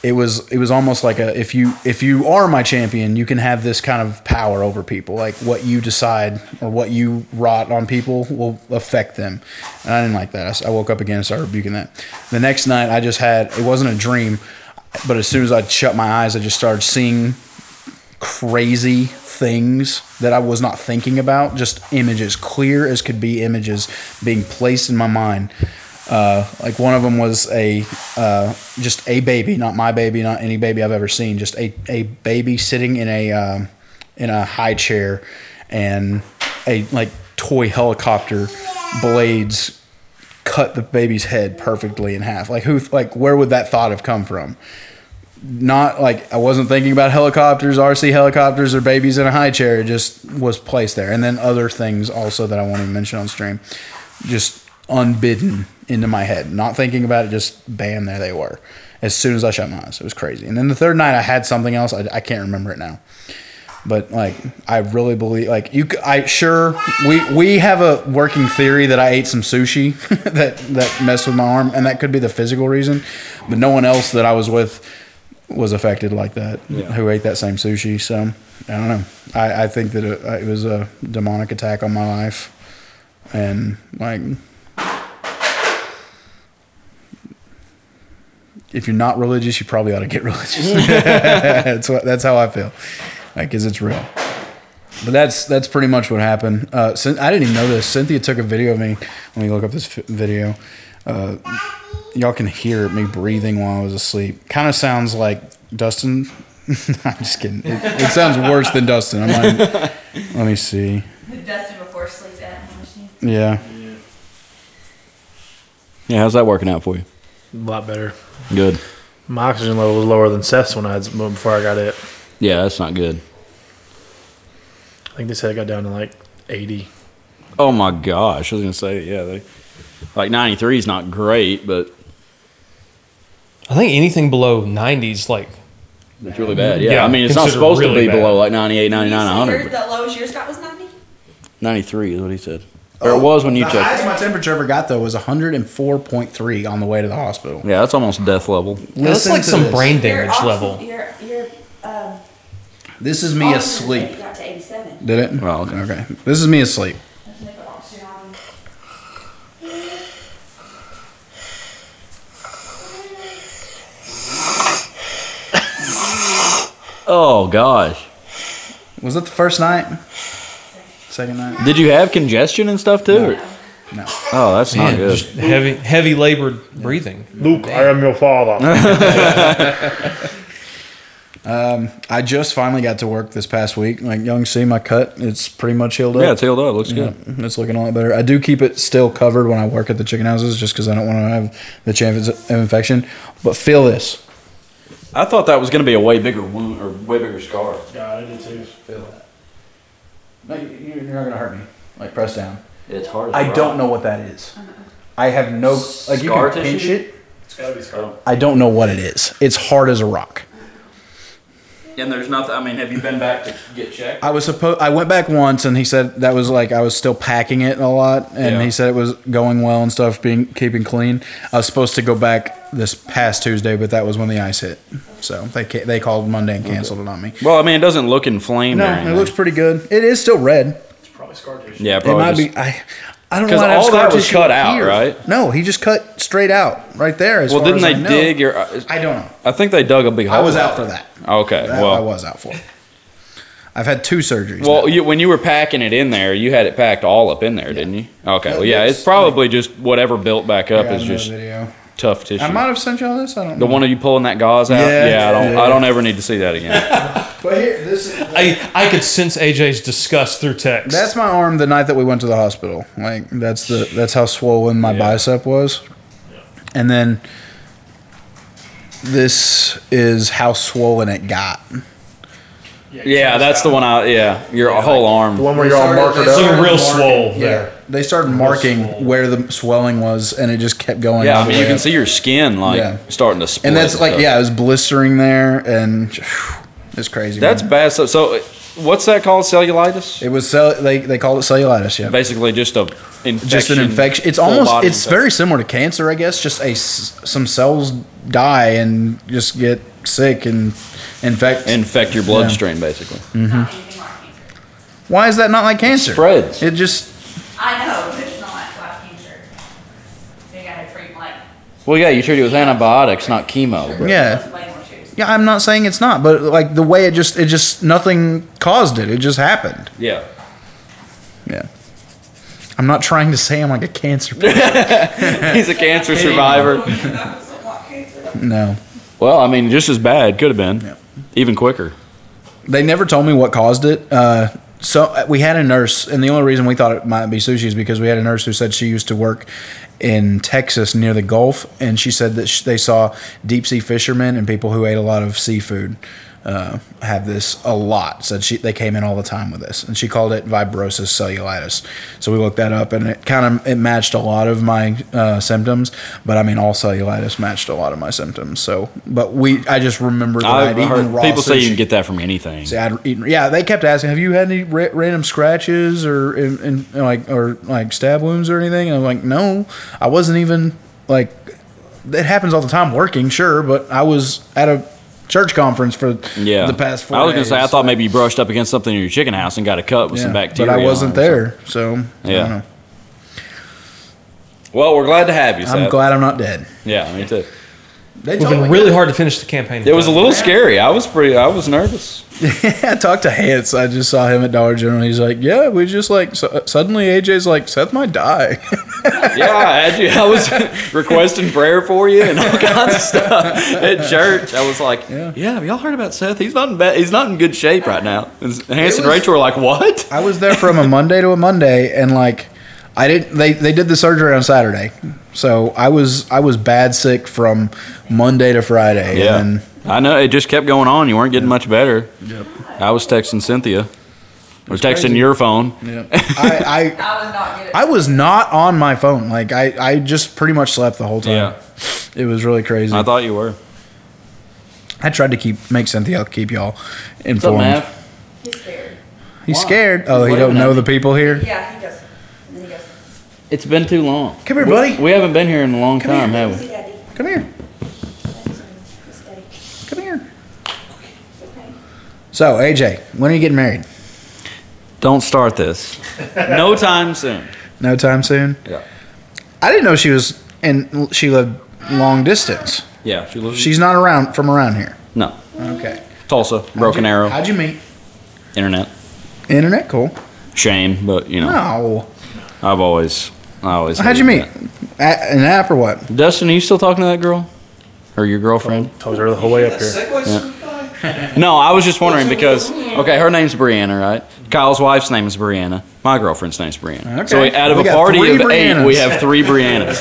K: it was it was almost like a if you if you are my champion you can have this kind of power over people like what you decide or what you rot on people will affect them and i didn't like that I s- i, woke up again and started rebuking that the next night i just had it wasn't a dream but as soon as i shut my eyes i just started seeing crazy things that I was not thinking about, just images, clear as could be images being placed in my mind. Uh, like one of them was a uh, just a baby, not my baby, not any baby I've ever seen, just a, a baby sitting in a um in a high chair, and a like toy helicopter blades cut the baby's head perfectly in half. Like who like where would that thought have come from? not like I wasn't thinking about helicopters, RC helicopters, or babies in a high chair. It just was placed there, and then other things also that I won't even mention on stream, just unbidden into my head, not thinking about it. Just bam, there they were. As soon as I shut my eyes, it was crazy. And then the third night, I had something else. I, I can't remember it now, but like I really believe, like you, c- I sure we we have a working theory that I ate some sushi that that messed with my arm, and that could be the physical reason. But no one else that I was with was affected like that who ate that same sushi so i don't know i, I think that it, it was a demonic attack on my life and like if you're not religious you probably ought to get religious that's what that's how i feel like because it's real but that's that's pretty much what happened uh Cyn- i didn't even know this cynthia took a video of me let me look up this fi- video uh y'all can hear me breathing while I was asleep. Kind of sounds like Dustin. I'm just kidding. It, it sounds worse than Dustin. I'm like, let me see.
M: Who dusted before sleep at home machine?
K: Yeah.
G: Yeah, how's that working out for you?
D: A lot better.
G: Good.
D: My oxygen level was lower than Seth's when I had before I got it.
G: Yeah, that's not good.
D: I think they said I got down to like eighty.
G: Oh my gosh, I was gonna say yeah, they like ninety three is not great, but
F: I think anything below 90s, like.
G: it's really bad. Yeah, I mean it's not
F: considered
G: supposed
F: really
G: to be
F: bad.
G: below like 98, 99,
M: Yours-
G: 100.
M: the lowest yours got was 90?
G: but 93 is what he said, or it was when you
K: Oh, the
G: checked.
K: highest my temperature ever got though was 104.3 on the way to the hospital.
G: Yeah, that's almost death level.
K: That's like some brain damage
M: Your oxy-
K: level.
M: Your, your, um,
K: This is me
M: oxygen
K: asleep.
M: rate Got to 87.
K: Did it? Well, okay. okay. This is me asleep.
M: That's never oxygen on.
G: Oh gosh,
K: was that the first night? Second night.
G: Did you have congestion and stuff too? or-
K: No.
G: Oh, that's
F: Man,
G: not good.
F: just heavy, heavy labored breathing.
D: Luke, I am your father.
K: Um, I just finally got to work this past week. Like y'all can see my cut, it's pretty much healed up.
G: Yeah, it's healed up. Looks
K: Yeah, It's looking a lot better. I do keep it still covered when I work at the chicken houses, just because I don't want to have the chance of infection. But feel this.
G: I thought that was going to be a way bigger wound or way bigger scar.
K: Yeah, I did too. Feel that. No, you- you're not gonna hurt me. Like press down.
G: It's hard.
K: I don't know what that is. I have no like you
G: Scar
K: can pinch
G: tissue?
K: it.
G: It's got to be scar.
K: I don't know what it is. It's hard as a rock.
G: And there's nothing. I mean, have you been back to get checked?
K: I was supposed. I went back once, and he said that was like I was still packing it a lot, and
G: Yeah.
K: he said it was going well and stuff, being keeping clean. I was supposed to go back this past Tuesday, but that was when the ice hit, so they ca- they called Monday and canceled it on me.
G: Well, I mean, it doesn't look inflamed. or
K: No,
G: anything.
K: it looks pretty good. It is still red.
G: Yeah,
K: It
G: probably. Oh,
K: might
G: just-
K: be. I, I don't know.
G: Because
K: why I have
G: all
K: scar
G: that was
K: tissue
G: cut out,
K: here.
G: right?
K: No, he just cut straight out right there. As
G: well,
K: far
G: didn't
K: as
G: they
K: I know.
G: dig your?
K: I don't know.
G: I think they dug a big hole.
K: I was out for that.
G: Okay,
K: That
G: well,
K: I was out for. I've had two surgeries.
G: Well, you, when you were packing it in there, you had it packed all up in there, didn't you? Okay. Well, yeah, it's probably just whatever built back up
K: I got
G: is
K: another
G: just
K: video.
G: tough tissue.
K: I might have sent y'all this. I don't
G: the
K: know.
G: one of you pulling that gauze out.
K: Yeah.
G: Yeah, I don't.
K: Yeah.
G: I don't ever need to see that again.
K: But here, this is.
F: I I could sense AJ's disgust through text.
K: That's my arm the night that we went to the hospital. Like that's the that's how swollen my bicep was. And then this is how swollen it got.
G: yeah, that's the one. I yeah, your whole arm. The
D: one
K: They started- they started marking-
G: swole.
K: Yeah. They started marking where the swelling was and it just kept going.
G: Yeah,
K: all
G: I
K: the
G: mean you
K: way
G: can
K: up.
G: see your skin like
K: Yeah.
G: starting to split.
K: And that's like
G: so.
K: yeah, it was blistering there and it's crazy.
G: That's
K: man.
G: bad. So, so what's that called? Cellulitis?
K: It was cell they they call it cellulitis, yeah.
G: Basically, just a infection.
K: just an infection. It's
G: full
K: almost
G: body
K: it's very similar to cancer, I guess. Just a s- some cells die and just get sick and infect
G: infect your bloodstream basically.
K: hmm Why is that not like cancer? It
G: spreads.
K: It just
M: I know, but it's not like cancer. They gotta treat like,
G: Well, yeah, you treat it with antibiotics, not chemo. bro.
K: yeah. Yeah, I'm not saying it's not, but like the way it just it just nothing caused it. It just happened.
G: Yeah.
K: Yeah. I'm not trying to say I'm like a cancer.
G: He's a cancer survivor.
K: No.
G: Well, I mean, just as bad. Could have been. Even quicker.
K: They never told me what caused it. Uh, so uh, we had a nurse, and the only reason we thought it might be sushi is because we had a nurse who said she used to work in Texas near the Gulf, and she said that sh- they saw deep sea fishermen and people who ate a lot of seafood uh, have this a lot. Said she they came in all the time with this, and she called it vibrosis cellulitis. So we looked that up, and it kind of it matched a lot of my uh, symptoms, but I mean all cellulitis matched a lot of my symptoms. So, but we I just remember that
G: I've
K: I'd
G: heard
K: eaten raw
G: people say
K: sushi.
G: you can get that from anything.
K: See, I'd eaten, yeah, they kept asking, "Have you had any ra- random scratches or and, and, like or like stab wounds or anything?" And I'm like, "No, I wasn't even like." It happens all the time working, sure, but I was at a church conference for
G: Yeah.
K: the past four.
G: I was gonna
K: days.
G: say I thought maybe you brushed up against something in your chicken house and got a cut with some
K: Yeah,
G: bacteria.
K: but I
G: on
K: wasn't
G: it.
K: there, so I
G: Yeah.
K: don't know.
G: Well, we're glad to have you.
K: I'm
G: Seth.
K: glad I'm not dead.
G: Yeah, me too.
K: They
F: It would have been really hard to finish the campaign.
G: It was a little scary. I was pretty. I was nervous.
K: I talked to Hans. I just saw him at Dollar General. He's like, "Yeah, we just like su- suddenly AJ's like Seth might die."
G: yeah, I had you. I was requesting prayer for you and all kinds of stuff at church. I was like, yeah, have y'all heard about Seth? He's not in bad. He's not in good shape right now. And Hanson and
K: was-
G: Rachel were like, what?
K: I was there from a Monday to a Monday, and like I didn't. They they did the surgery on Saturday, so I was I was bad sick from Monday to Friday.
G: Yeah,
K: and
G: I know. It just kept going on. You weren't getting much better. Yep. I was texting Cynthia. Or texting
K: crazy.
G: your phone.
K: then, I, I I was not on my phone. Like I I just pretty much slept the whole time. It was really crazy.
G: I thought you were.
K: I tried to keep make Cynthia keep y'all informed.
M: he's scared.
K: He's scared. Oh, he don't know the people here.
M: Yeah, he does. And then he goes,
G: It's been too long.
K: Come here,
G: We-
K: buddy.
G: We, haven't been here in a long time, have
M: see
G: we?
M: daddy,
K: Come here.
M: see daddy.
K: Come here. So AJ, when are you getting married?
G: Don't start this. no time soon.
K: No time soon.
G: Yeah.
K: I didn't know she was and she lived long distance.
G: Yeah, she lives.
K: She's not around from around here.
G: no
K: Okay.
G: Tulsa, Broken Arrow,
K: How'd you meet?
G: internet.
K: Internet, cool.
G: Shame, but you know,
K: No.
G: I've always, I always.
K: How'd you
G: hated
K: meet? A- an app or what?
G: that. Dustin? Are you still talking to that girl, or your girlfriend?
D: Told her the whole way up here.
G: Yeah. No, I was just wondering because okay, her name's Brianna, right? Kyle's wife's name is Brianna. My girlfriend's name's Brianna. So
K: Okay.
G: out of
K: We
G: a
K: got
G: party
K: three
G: of eight, we
K: Briannas.
G: have three Briannas.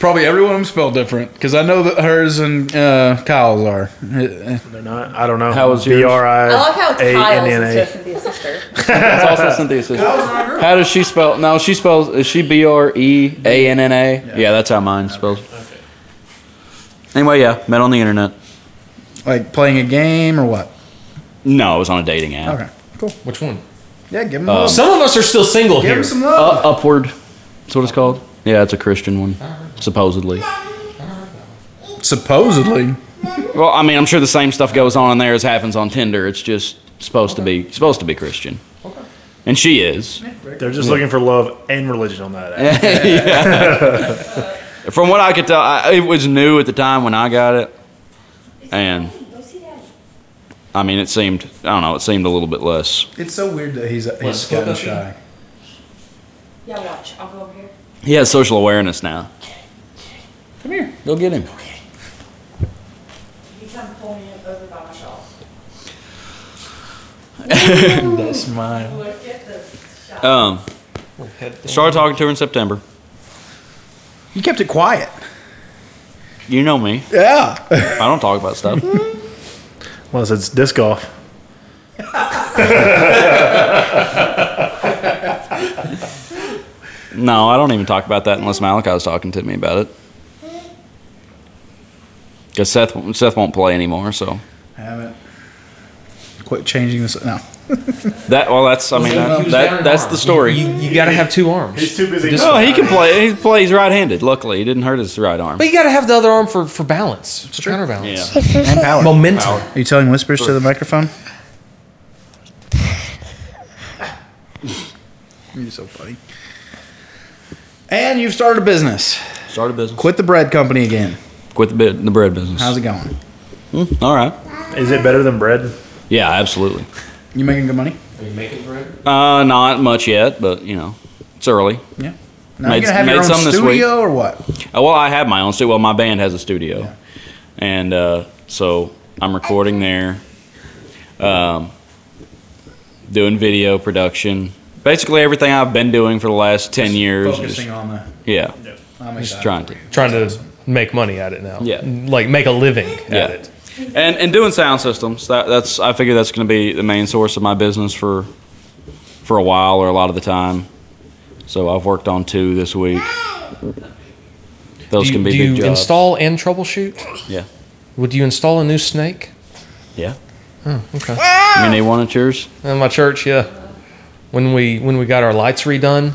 K: Probably every one of them spelled different because I know that hers and uh, Kyle's are. They're
D: not. I don't know.
K: How
D: was yours?
K: B-R-I-
N: I love how Kyle's
K: A-N-N-A.
N: is just Cynthia's sister.
G: That's also Cynthia's sister. How does she spell? No, she spells. Is she B R E A N N A? Yeah, that's how mine spells. Anyway, yeah, met on the internet.
K: Like playing a game or what?
G: No, it was on a dating app.
K: Okay, cool.
F: Which one?
K: Yeah, give them.
G: Um,
K: love.
G: Some of us are still single
K: Give
G: here.
K: them some love.
G: Uh, upward. That's what it's called. Yeah, it's a Christian one, supposedly.
K: Supposedly.
G: Well, I mean, I'm sure the same stuff goes on in there as happens on Tinder. It's just supposed to be supposed to be Christian. And she is.
D: They're just
G: Yeah.
D: looking for love and religion on that. app.
G: Yeah. From what I could tell, I, it was new at the time when I got it, and I mean, it seemed I don't know, it seemed a little bit less.
K: It's so weird that he's he's
F: fuck
K: kind of
F: up,
K: shy.
N: Yeah, watch. I'll go over here.
G: He has social awareness now.
N: Come here.
G: Go get him.
N: You come pull me over by my shawl.
K: that smile.
N: Look at this.
G: Um, started talking to her in September.
K: You kept it quiet.
G: You know me.
K: Yeah.
G: I don't talk about stuff.
D: Unless it's disc golf.
G: No, I don't even talk about that unless Malachi's talking to me about it. Because Seth, Seth won't play anymore, so
K: Haven't. Quit changing this. No.
G: that well, that's I mean that, that that's the story.
F: You, you gotta have two arms.
D: He's too busy.
G: No, he can play. He plays right-handed. Luckily, he didn't hurt his right arm.
F: But you gotta have the other arm for, for balance, for counterbalance. And power. Momentum.
K: Are you telling whispers to the microphone? You're so funny. And you've started a business.
G: Started a business.
K: Quit the bread company again.
G: Quit the bid, the bread business.
K: How's it going?
G: Mm, all right.
D: Is it better than bread?
G: Yeah, absolutely.
K: You making good money?
F: Are you making bread?
G: Uh, not much yet, but you know, it's early.
K: Yeah. Now you're gonna have your own
G: some this week.
K: studio or what?
G: Uh, well, I have my own studio. Well, my band has a studio, and uh, so I'm recording there, um, doing video production. Basically, everything I've been doing for the last ten years. is-
K: Focusing on that.
G: yeah,
K: I'm
G: just
K: excited.
G: trying to.
F: Trying to make money at it now.
G: Yeah.
F: Like make a living at Mm-hmm. it.
G: And and doing sound systems. That, that's I figure that's going to be the main source of my business for for a while or a lot of the time. So I've worked on two this week.
F: do
G: Those
F: you,
G: can be
F: do
G: big
F: you
G: jobs.
F: install and troubleshoot?
G: yeah,
F: Would you install a new snake?
G: yeah.
F: Oh, okay.
G: I mean, they wanted yours.
F: In my church, yeah. When we when we got our lights redone,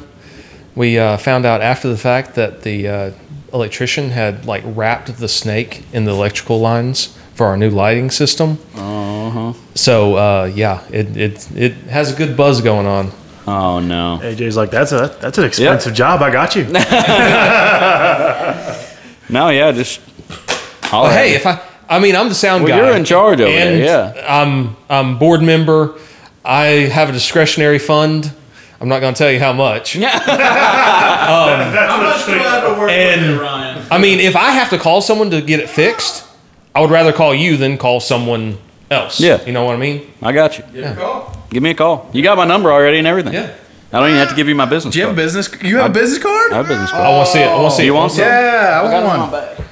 F: we uh, found out after the fact that the uh, electrician had like wrapped the snake in the electrical lines for our new lighting system.
G: Uh huh.
F: So uh, yeah, it, it it has a good buzz going on.
G: Oh no.
D: AJ's like, that's a that's an expensive job. I got you.
G: No, yeah, just. holler
F: Oh,
G: at
F: hey,
G: me.
F: if I I mean I'm the sound
G: Well,
F: guy.
G: you're in charge over there,
F: and
G: yeah.
F: I'm I'm board member. I have a discretionary fund. I'm not going to tell you how much. um,
E: How much do I have to work
F: And-
E: Ryan?
F: I mean, if I have to call someone to get it fixed, I would rather call you than call someone else.
G: Yeah.
F: You know what I mean?
G: I got you.
F: Yeah.
G: Give me a call. You got my number already and everything.
F: Yeah.
G: I don't even have to give you my business. Do you have
K: a business? You have a business card?
G: I have a business card.
F: I want to see it. I want to see
G: You
F: it.
G: want some?
K: Yeah, I
G: got
K: want
G: it
K: one.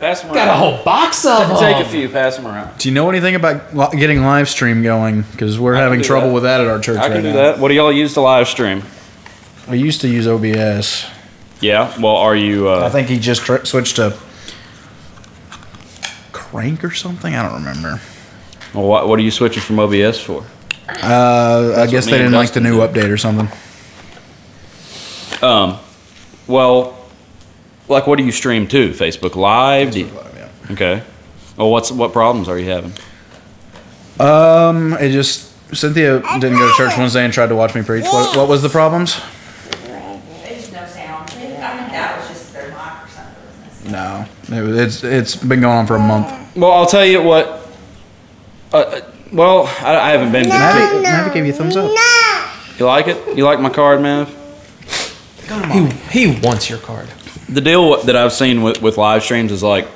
G: Pass them
F: Got a whole box of
G: Ta- Take
F: them.
G: a few. Pass them around.
K: Do you know anything about li- getting live stream going? Because we're having
G: do
K: trouble
G: that.
K: with that at our church
G: I can
K: right
G: do
K: now.
G: that. What do y'all use to live stream?
K: We used to use OBS.
G: Yeah. Well, are you?
K: I
G: Uh,
K: think he just tr- switched to crank or something. I don't remember.
G: well, what, what are you switching from OBS for?
K: Uh, I guess
G: me
K: they
G: and
K: didn't like the new update or something.
G: Um, well, like, what do you stream to? Facebook Live. Do you- Okay. Well, what's what problems are you having?
K: Um, it just Cynthia didn't go to church Wednesday and tried to watch me preach. What, what was the problems?
M: There's no sound. I mean, that was just their microphone.
K: No, it, was- it's it's been going on for a month.
G: Well, I'll tell you what. Uh, Uh, well, I, I haven't been.
K: Mavic, Mavic gave you a thumbs up.
G: You like it? You like my card, Mav?
F: He, he wants your card.
G: the deal that I've seen with, with live streams is like,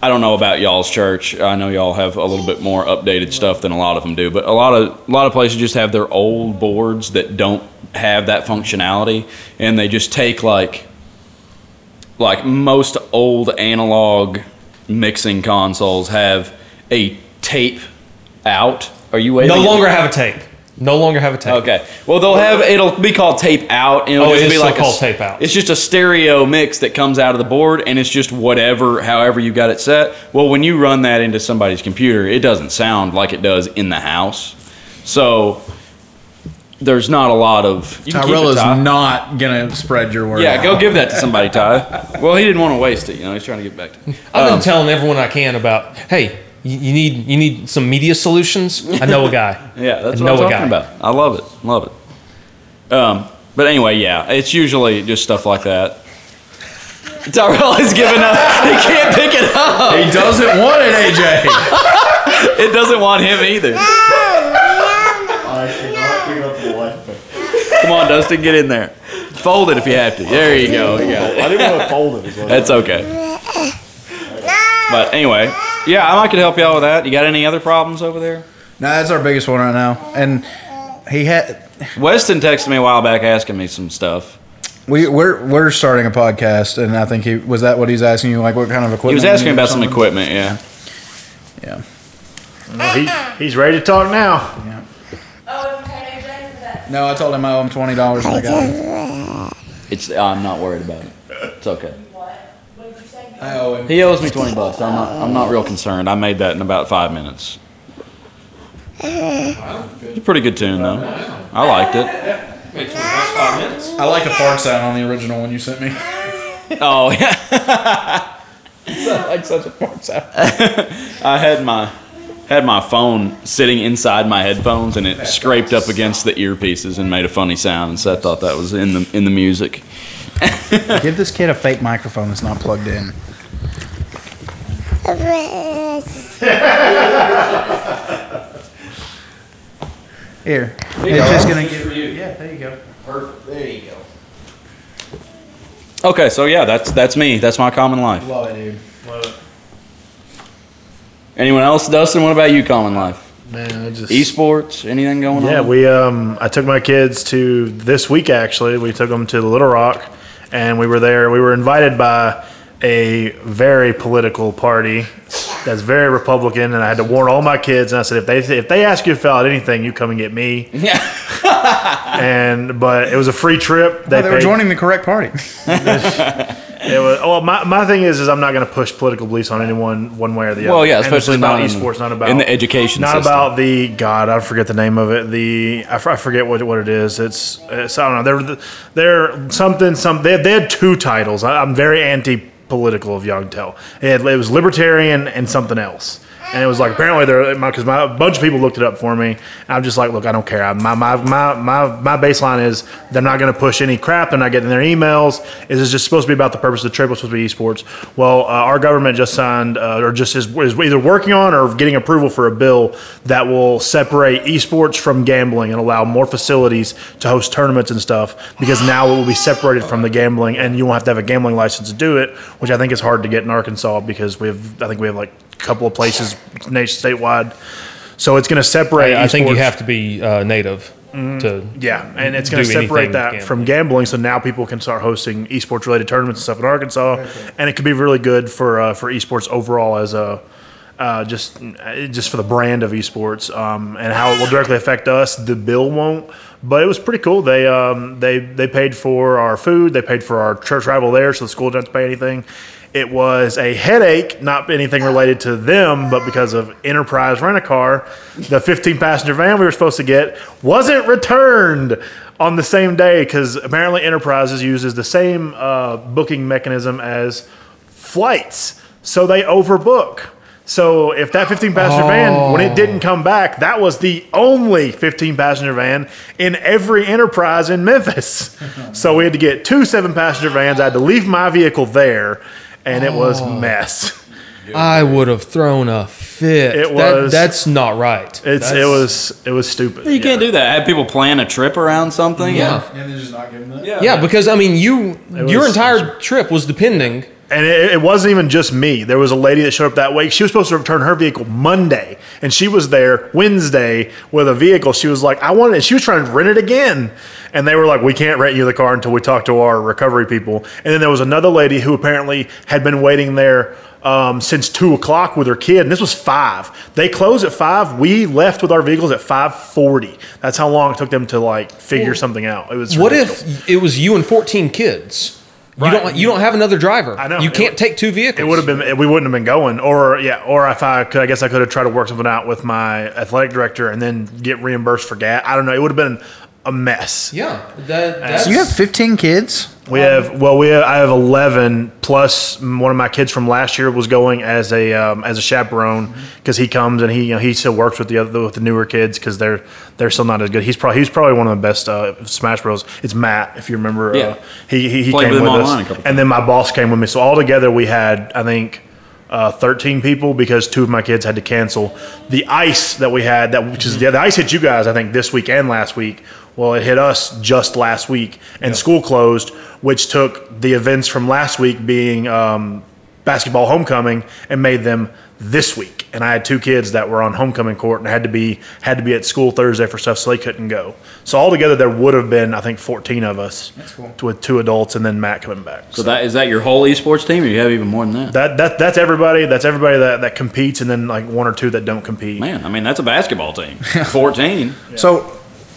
G: I don't know about y'all's church. I know y'all have a little bit more updated stuff than a lot of them do, but a lot of a lot of places just have their old boards that don't have that functionality, and they just take like like most old analog mixing consoles have a tape out. Are you waiting?
F: No longer have a tape. No longer have a tape.
G: Okay. Well, they'll have it'll be called tape out, and it'll
F: Oh, it
G: just
F: is
G: be
F: still
G: like a
F: called
G: s-
F: tape out.
G: It's just a stereo mix that comes out of the board, and it's just whatever, however you got it set. Well, when you run that into somebody's computer, it doesn't sound like it does in the house. So there's not a lot of you can keep it,
K: Tyrell is
G: Ty.
K: not gonna spread your word.
G: Yeah,
K: out.
G: go give that to somebody, Ty. Well, he didn't want to waste it. You know, he's trying to get back to.
F: I've been
G: Um,
F: telling everyone I can about, hey, you, you need you need some media solutions. I know a guy.
G: Yeah, that's
F: I
G: what
F: know
G: I'm
F: a
G: talking
F: guy.
G: about. I love it. Love it. Um, but anyway, yeah, it's usually just stuff like that. Tyrell has given up. He can't pick it up.
K: He doesn't want it, AJ.
G: it doesn't want him either. Come on, Dustin, get in there. Fold it if you have to. There you go. You got it.
H: I didn't want to fold it. is what I-
G: That's okay. But anyway, yeah, I might could help you out with that. You got any other problems over there?
K: No, that's our biggest one right now. And he had
G: Weston texted me a while back asking me some stuff.
K: we we're we're starting a podcast, and I think he was that what he's asking you, like what kind of
G: He
K: equipment?
G: was
K: you
G: asking
K: need or
G: about some
K: something?
G: equipment, yeah.
K: Yeah.
D: he, he's ready to talk now.
K: No, I told him I owe him twenty dollars. I got it.
G: It's I'm not worried about it. It's okay.
K: I owe him.
G: He owes me twenty bucks. I'm not I'm not real concerned. I made that in about five minutes. It's a pretty good tune though. I liked it.
K: I like the fart sound on the original one you sent me.
G: Oh yeah.
K: like such a fart sound.
G: I had my had my phone sitting inside my headphones and it scraped up against the earpieces and made a funny sound and so I thought that was in the in the music.
K: Give this kid a fake microphone that's not plugged in. Here, it's just gonna give you. Yeah, there you go. Perfect. There you go.
G: Okay, so yeah, that's that's me. That's my common life.
K: Love it, dude.
G: Anyone else, Dustin? What about you, common life?
D: Man, I just
G: Esports? Anything going
D: Yeah,
G: on?
D: we um, I took my kids to this week actually. We took them to Little Rock, and we were there. We were invited by a very political party that's very Republican, and I had to warn all my kids. And I said, if they if they ask you to fill out anything, you come and get me.
G: Yeah.
D: and but it was a free trip.
K: Oh, They, they were
D: paid-
K: joining the correct party.
D: it was, oh, my, my thing is, is I'm not going to push political beliefs on anyone one way or the other.
G: Well, yeah,
D: And it's
G: especially
D: about
G: not in-
D: esports, not about
G: in the education
D: not
G: system.
D: about the God. I forget the name of it. The I, f- I forget what, what it is. It's, it's I don't know. They're they're something some they, they had two titles. I, I'm very anti political of Youngtel. It, had- it was libertarian and something else. And it was like apparently they're because my, a bunch of people looked it up for me. I'm just like, look, I don't care. I, my, my my my my baseline is they're not going to push any crap. They're not getting their emails. This is just supposed to be about the purpose of the trip. It's supposed to be esports. Well, uh, our government just signed uh, or just is, is either working on or getting approval for a bill that will separate esports from gambling and allow more facilities to host tournaments and stuff because now it will be separated from the gambling and you won't have to have a gambling license to do it, which I think is hard to get in Arkansas because we have I think we have like a couple of places nation statewide. So it's going to separate.
F: I, I think you
D: esports. Mm-hmm.
F: have to be uh, native to
D: Yeah, and it's going to
F: do anything
D: separate
F: with
D: that
F: gambling.
D: from gambling. So now people can start hosting esports related tournaments and stuff in Arkansas, and it could be really good for uh, for esports overall as a. Uh, just, uh, just for the brand of esports um, and how it will directly affect us, the bill won't. But it was pretty cool. They um, they they paid for our food, they paid for our church travel there, so the school didn't have to pay anything. It was a headache, not anything related to them, but because of Enterprise Rent a Car, the 15 passenger van we were supposed to get wasn't returned on the same day because apparently Enterprises uses the same uh, booking mechanism as flights, so they overbook. So if that 15 passenger van, when it didn't come back, that was the only 15 passenger van in every enterprise in Memphis. so we had to get two seven passenger vans. I had to leave my vehicle there, and it was mess.
F: I would have thrown a fit.
D: It
F: That-
D: was-
F: that's not right.
D: It's it
F: That's-
D: was it was stupid.
G: You can't do that. Have people plan a trip around something.
F: Yeah.
K: And they're just not giving that.
F: Yeah, because I mean, you
D: It
F: your
D: was-
F: entire trip was depending.
D: And it, it wasn't even just me. There was a lady that showed up that week. She was supposed to return her vehicle Monday, and she was there Wednesday with a vehicle. She was like, "I want it." She was trying to rent it again, and they were like, "We can't rent you the car until we talk to our recovery people." And then there was another lady who apparently had been waiting there um, since two o'clock with her kid, and this was five. They closed at five. We left with our vehicles at five forty. That's how long it took them to like figure
F: Well,
D: something out. It was
F: What
D: ridiculous.
F: if it was you and fourteen kids? You don't you don't have another driver. I know you can't take two vehicles.
D: It would have been we wouldn't have been going, or yeah, or if I could, I guess I could have tried to work something out with my athletic director and then get reimbursed for gas. I don't know. It would have been a mess.
F: Yeah, that, that's,
K: So you have 15 kids?
D: We have well, we have, I have eleven plus one of my kids from last year was going as a um, as a chaperone
F: Mm-hmm.
D: because he comes and he you know he still works with the other with the newer kids because they're they're still not as good. He's probably he's probably one of the best uh, Smash Bros. It's Matt if you remember.
G: Yeah.
D: Uh, he he, he
G: Played
D: came
G: with
D: with,
G: him online a
D: us,
G: couple
D: and then my boss came with me. So altogether we had I think. Uh, 13 people because two of my kids had to cancel the ice that we had that which is
G: Mm-hmm.
D: the, the ice hit you guys i think this week and last week well it hit us just last week and school closed which took the events from last week being um, basketball homecoming and made them this week and i had two kids that were on homecoming court and had to be had to be at school thursday for stuff so they couldn't go so altogether there would have been i think 14 of us That's cool. with two adults and then matt coming back
G: So that is that your whole esports team, or you have even more than that?
D: that, that that's everybody. That's everybody that, that competes, and then like one or two that don't compete.
G: Man, I mean that's a basketball team. Fourteen.
K: So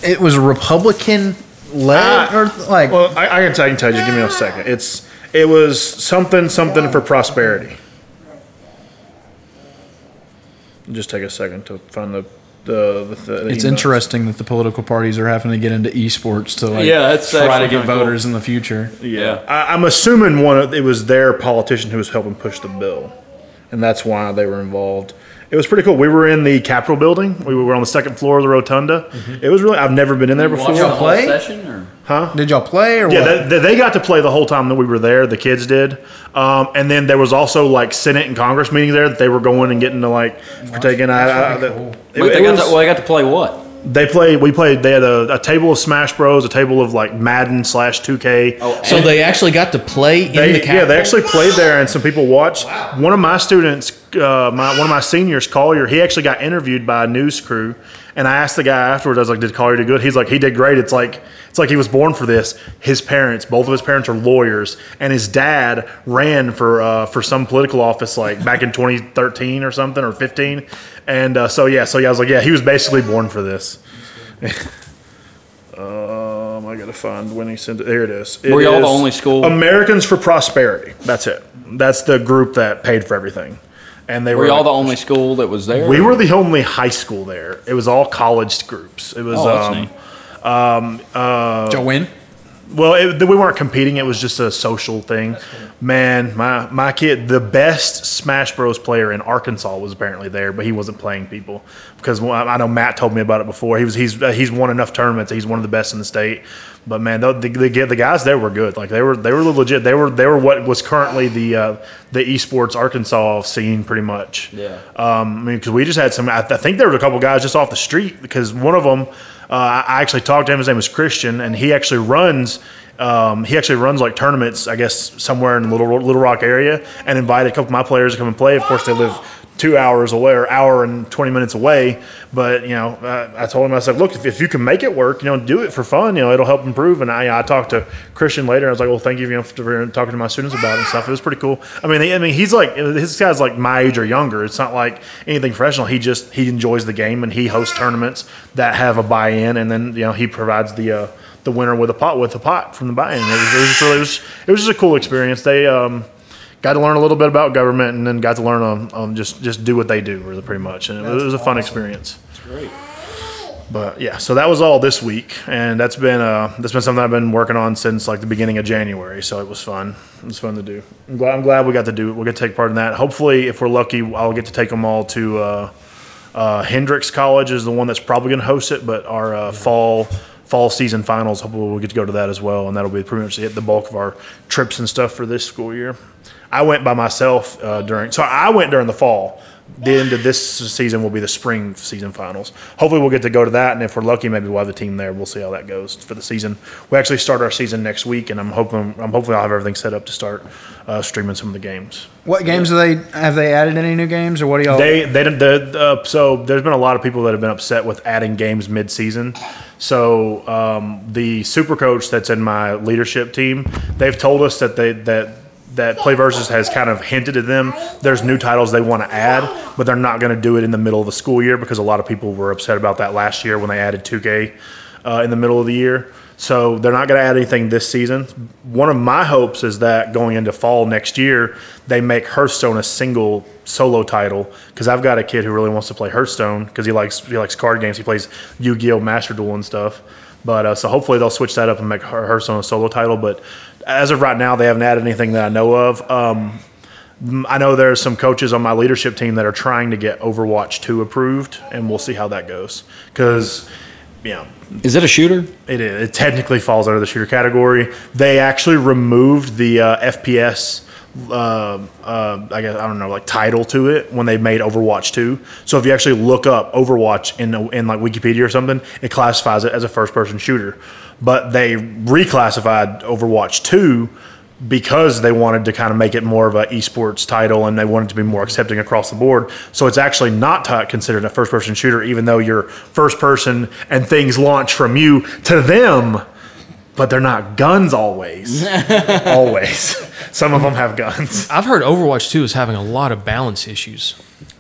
K: it was Republican led or like.
D: Ah. Well, I, I can tell I can tell you. Give me a second. It's it was something something for prosperity. Just take a second to find the the. the, the
K: It's
D: email.
K: interesting that the political parties are having to get into esports to like
D: Yeah, that's
K: try
D: actually
K: to get
D: kinda cool.
K: voters in the future.
D: Yeah, I, I'm assuming one. Of, it was their politician who was helping push the bill, and that's why they were involved. It was pretty cool. We were in the Capitol building. We were on the second floor of the rotunda.
G: Mm-hmm.
D: It was really. I've never been in there before.
G: session or?
D: Huh?
K: Did y'all play or
D: yeah,
K: what?
D: they, they got to play the whole time that we were there. The kids did, um, and then there was also like Senate and Congress meetings there that they were going and getting to like partaking. I, I, it-
G: Wait,
D: it
G: they, got
D: was-
G: to, well, they got to play what?
D: they played. We played. They had a, a table of Smash Bros, a table of like Madden slash Two K. Oh,
F: So they actually got to play in the
D: yeah, they
F: Capitol?
D: actually played there, and some people watched. One of my students, uh, my one of my seniors, Collier, he actually got interviewed by a news crew, and I asked the guy afterwards. I was like, "Did Collier do good?" He's like, "He did great. It's like it's like he was born for this." His parents, both of his parents, are lawyers, and his dad ran for uh, for some political office like back in 2013 or something or 15, and uh, so yeah, so yeah, I was like, yeah, he was basically born for this. Um, I gotta find when he sent it. Here it is. It
G: Were y'all the
D: is
G: only school-
D: Americans for Prosperity. That's it. That's the group that paid for everything, and they
G: Were,
D: were,
G: y'all the only school that was there?
D: We were the only high school there. It was all college groups. It was
G: Oh, that's
D: um, um uh.
K: Did y'all win?
D: Well, it, we weren't competing. It was just a social thing. Man, my my kid, the best Smash Bros. player in Arkansas was apparently there, but he wasn't playing people because well, I I know Matt told me about it before. He was he's uh, he's won enough tournaments. He's one of the best in the state. But man, the the, the, the guys there were good. Like they were they were legit. They were they were what was currently the uh, the esports Arkansas scene pretty much.
G: Yeah.
D: Um, I mean, because we just had some. I, I think there were a couple guys just off the street because one of them, uh, I I actually talked to him. His name was Christian, and he actually runs. Um, he actually runs like tournaments, I guess, somewhere in Little Little Rock area, and invited a couple of my players to come and play. Of course, they live two hours away or hour and 20 minutes away but you know uh, i told him i said look if, if you can make it work you know do it for fun you know it'll help improve and i, I talked to christian later and i was like well thank you, you know, for talking to my students about it and stuff it was pretty cool i mean i mean he's like this guy's like my age or younger it's not like anything professional he just he enjoys the game and he hosts tournaments that have a buy-in and then you know he provides the uh the winner with a pot with a pot from the buy-in it was, it was just really it was, it was just a cool experience they um got to learn a little bit about government and then got to learn um, um just just do what they do really pretty much and it, was- it was a fun experience
G: Great.
D: but yeah so that was all this week and that's been uh that's been something i've been working on since like the beginning of january so it was fun it was fun to do i'm glad, I'm glad we got to do it we'll get to take part in that hopefully if we're lucky i'll get to take them all to uh uh, Hendrix College is the one that's probably going to host it, but our uh, fall fall season finals. Hopefully, we'll get to go to that as well, and that'll be pretty much it, the bulk of our trips and stuff for this school year. I went by myself uh, during, so I went during the fall. The end of this season will be the spring season finals. Hopefully, we'll get to go to that, and if we're lucky, maybe we'll have the team there. We'll see how that goes for the season. We actually start our season next week, and I'm hoping, I'm hopefully, I'll have everything set up to start uh, streaming some of the games.
K: What games are they? Have they added any new games, or what do y'all?
D: They they didn't- the, uh, so there's been a lot of people that have been upset with adding games mid-season. So um, the super coach that's in my leadership team, they've told us that they that that play versus has kind of hinted at them there's new titles they want to add but they're not going to do it in the middle of the school year because a lot of people were upset about that last year when they added 2k uh, in the middle of the year so they're not going to add anything this season. One of my hopes is that going into fall next year, they make Hearthstone a single solo title because I've got a kid who really wants to play Hearthstone because he likes he likes card games. He plays Yu-Gi-Oh, Master Duel, and stuff. But uh, so hopefully they'll switch that up and make Hear- Hearthstone a solo title. But as of right now, they haven't added anything that I know of. Um, m- I know there's some coaches on my leadership team that are trying to get Overwatch 2 approved, and we'll see how that goes. Because, yeah,
G: Is it a shooter?
D: it is. It technically falls under the shooter category. They actually removed the uh, FPS. Uh, uh, I guess I don't know, like title to it when they made Overwatch 2. So if you actually look up Overwatch in in like Wikipedia or something, it classifies it as a first-person shooter. But they reclassified Overwatch 2 because they wanted to kind of make it more of a esports title and they wanted to be more accepting across the board. So it's actually not ti- considered a first person shooter, even though you're first person and things launch from you to them, but they're not guns always. always. Some of them have guns.
F: I've heard Overwatch 2 is having a lot of balance issues.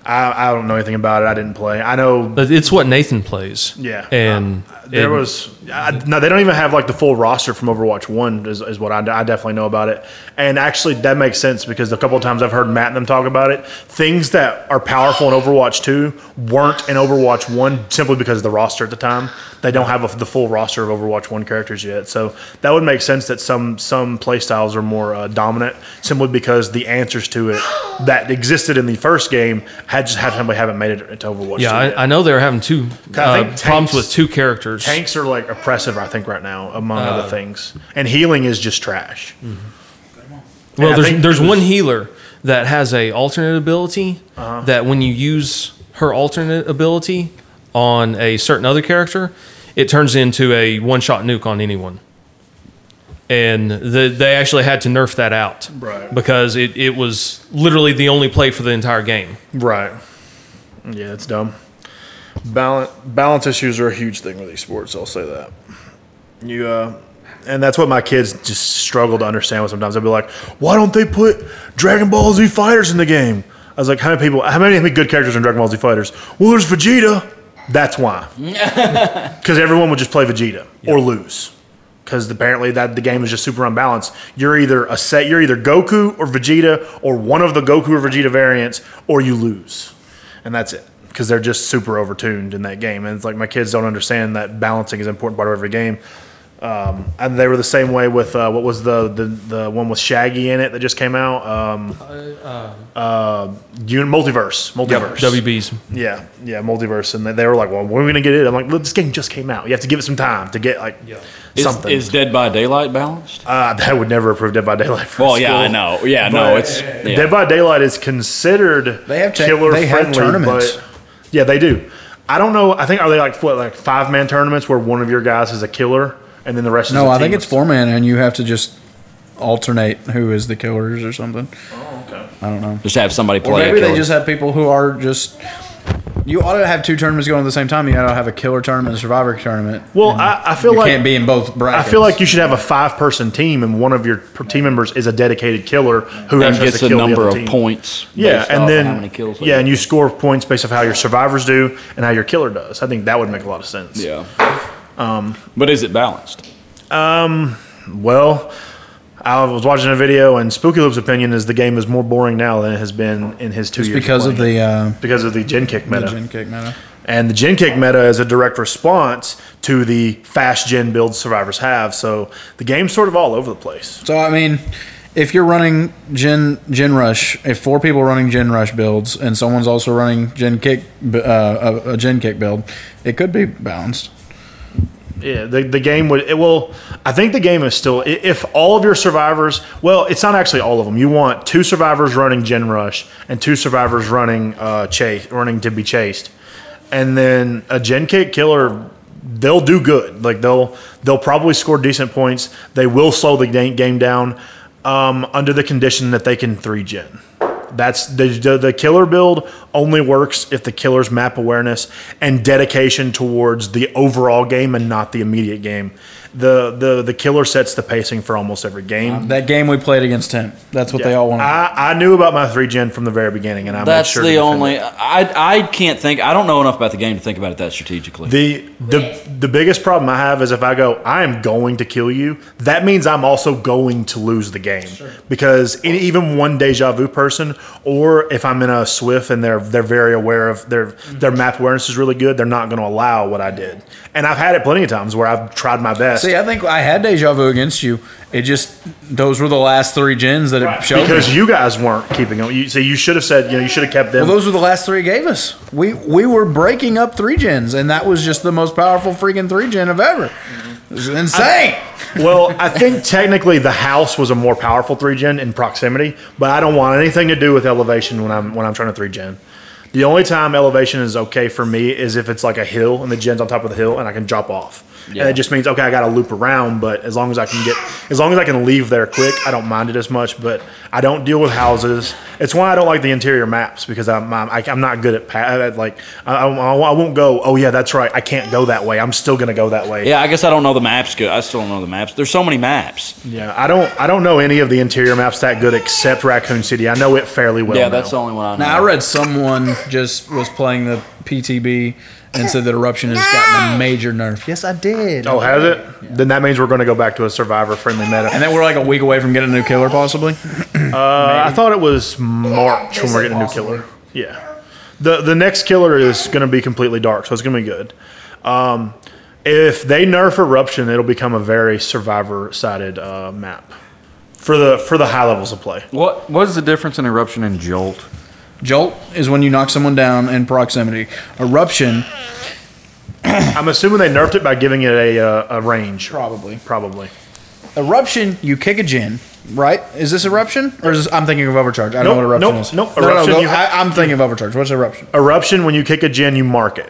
D: I, I don't know anything about it. I didn't play. I know.
F: But it's what Nathan plays.
D: Yeah.
F: And
D: There
F: and-
D: was I, no. They don't even have like the full roster from Overwatch One. Is, is what I, I definitely know about it. And actually, that makes sense because a couple of times I've heard Matt and them talk about it. Things that are powerful in Overwatch Two weren't in Overwatch One simply because of the roster at the time. They don't have a, the full roster of Overwatch One characters yet. So that would make sense that some some play styles are more uh, dominant simply because the answers to it that existed in the first game had just have somebody haven't made it into Overwatch.
F: yeah,
D: 2 yet.
F: I, I know they're having
D: I
F: two uh,
D: think tanks-
F: problems with two characters.
D: Tanks are like oppressive, I think, right now, among
F: Uh,
D: other things. And healing is just trash.
F: Well,
D: And I
F: there's
D: think
F: there's
D: it was-
F: one healer that has a alternate ability
D: Uh-huh.
F: that when you use her alternate ability on a certain other character, it turns into a one shot nuke on anyone. And the, they actually had to nerf that out
D: Right.
F: because it, it was literally the only play for the entire game.
D: Right. Yeah, it's dumb. Balance balance issues are a huge thing with esports. I'll say that. You uh, and that's what my kids just struggle to understand. With sometimes they'll be like, "Why don't they put Dragon Ball Z fighters in the game?" I was like, "How many people? How many, how many good characters in Dragon Ball Z fighters?" Well, there's Vegeta. That's why. because everyone would just play Vegeta or lose. Because apparently that the game is just super unbalanced. You're either a set, you're either Goku or Vegeta or one of the Goku or Vegeta variants, or you lose, and that's it. Because they're just super overtuned in that game, and it's like my kids don't understand that balancing is an important part of every game. Um, and they were the same way with uh, what was the, the the one with Shaggy in it that just came out. Um, uh, un- multiverse, multiverse,
F: WBs.
D: yeah, yeah, multiverse, and they, they were like, "Well, when are we gonna get it?" I'm like, "Look, "This game just came out. You have to give it some time to get like
G: Is,
D: something."
G: is Dead by Daylight balanced?
D: uh, that would never approve Dead by Daylight. For
G: Well, yeah,
D: school.
G: I know. Yeah, no,
D: But
G: it's- yeah.
D: Dead by Daylight is considered
K: They have ta-
D: killer
K: they have
D: friendly,
K: tournaments.
D: but yeah, they do. I don't know. I think are they like what like five man tournaments where one of your guys is a killer and then the rest. is
K: No,
D: a
K: I think
D: team?
K: it's four man, and you have to just alternate who is the killers or something.
D: Oh, okay.
K: I don't know.
G: Just have somebody
K: Or
G: play a
K: maybe they
G: killer.
K: just have people who are just. You ought to have two tournaments going at the same time. You ought to have a killer tournament, and a survivor tournament.
D: Well, I, I feel
K: you
D: like
K: can't be in both brackets.
D: I feel like you should have a five person team, and one of your per- team members is a dedicated killer who
G: And
D: actually has
G: gets
D: to
G: a
D: kill the
G: number
D: other
G: of
D: team.
G: points
D: Yeah,
G: based off
D: and
G: of
D: then
G: how many kills they
D: yeah, and you score points based off how your survivors do and how your killer does. I think that would make a lot of sense.
G: Yeah. Um, but is it balanced?
D: Um, well, I was watching a video, and Spooky Loop's opinion is the game is more boring now than it has been in his two
K: It's
D: years.
K: because of
D: playing
K: the
D: it.
K: uh,
D: because of the gen kick
K: the
D: meta.
K: gen kick meta.
D: And the gen kick meta is a direct response to the fast gen build survivors have. So the game's sort of all over the place.
K: So I mean, if you're running Gen Gen Rush, if four people are running Gen Rush builds, and someone's also running Gen Kick uh, a, a Gen Kick build, it could be balanced.
D: Yeah, the, the game would. It, well, I think the game is still. i- If all of your survivors, well, it's not actually all of them. You want two survivors running Gen Rush and two survivors running uh, chase, running to be chased, and then a Gen Kick killer. They'll do good. Like they'll they'll probably score decent points. They will slow the game game down um, under the condition that they can three gen. That's the, the the killer build only works if the killer's map awareness and dedication towards the overall game and not the immediate game. The the the killer sets the pacing for almost every game.
K: That game we played against him. That's what they all wanted.
D: I, I knew about my three gen from the very beginning, and I
G: That's
D: made sure to
G: the
D: defend
G: only. I I can't think. I don't know enough about the game to think about it that strategically.
D: The the the biggest problem I have is if I go, I am going to kill you. That means I'm also going to lose the game because in, even one deja vu person, or if I'm in a swift and they're they're very aware of their their map awareness is really good, they're not going to allow what I did. And I've had it plenty of times where I've tried my best.
K: See, I think I had deja vu against you. It just those were the last three gens that it showed
D: because
K: me.
D: you guys weren't keeping them. You, so you should have said, you know, you should have kept them.
K: well, those were the last three it gave us. We we were breaking up three gens, and that was just the most powerful freaking three gen of ever. It was insane.
D: well, I think technically the house was a more powerful three gen in proximity, but I don't want anything to do with elevation when I'm when I'm trying to three gen. The only time elevation is okay for me is if it's like a hill and the gen's on top of the hill and I can drop off. And
G: Yeah.
D: it just means okay, I got to loop around, but as long as I can get, as long as I can leave there quick, I don't mind it as much. But I don't deal with houses. It's why I don't like the interior maps because I'm I'm, I, I'm not good at pa- at, like I, I, I won't go. Oh yeah, that's right. I can't go that way. I'm still gonna go that way.
G: Yeah, I guess I don't know the maps good. I still don't know the maps. There's so many maps.
D: Yeah, I don't I don't know any of the interior maps that good except Raccoon City. I know it fairly well. now.
G: only one I
K: Now I read someone just was playing the PTB and said that eruption has gotten a major nerf. Yes, I did.
D: Oh, has it? Then that means we're going to go back to a survivor friendly meta.
K: And then we're like a week away from getting a new killer, possibly.
D: Uh, I thought it was March when we're getting a new killer. Yeah. The the next killer is going to be completely dark, so it's going to be good. Um, if they nerf eruption, it'll become a very survivor sided uh, map for the for the high levels of play.
G: What what is the difference in eruption and jolt?
K: Jolt is when you knock someone down in proximity. Eruption
D: I'm assuming they nerfed it by giving it a uh, a range. Probably. Probably.
K: Eruption, you kick a gin, right? Is this eruption? Or is this, I'm thinking of overcharge. I don't know what
D: Nope,
K: eruption
D: nope, nope.
K: is. No, no, no,
D: Eruption,
K: go-
D: you ha-
K: I, am thinking of overcharge. What's eruption?
D: Eruption, when you kick a gen, you mark it.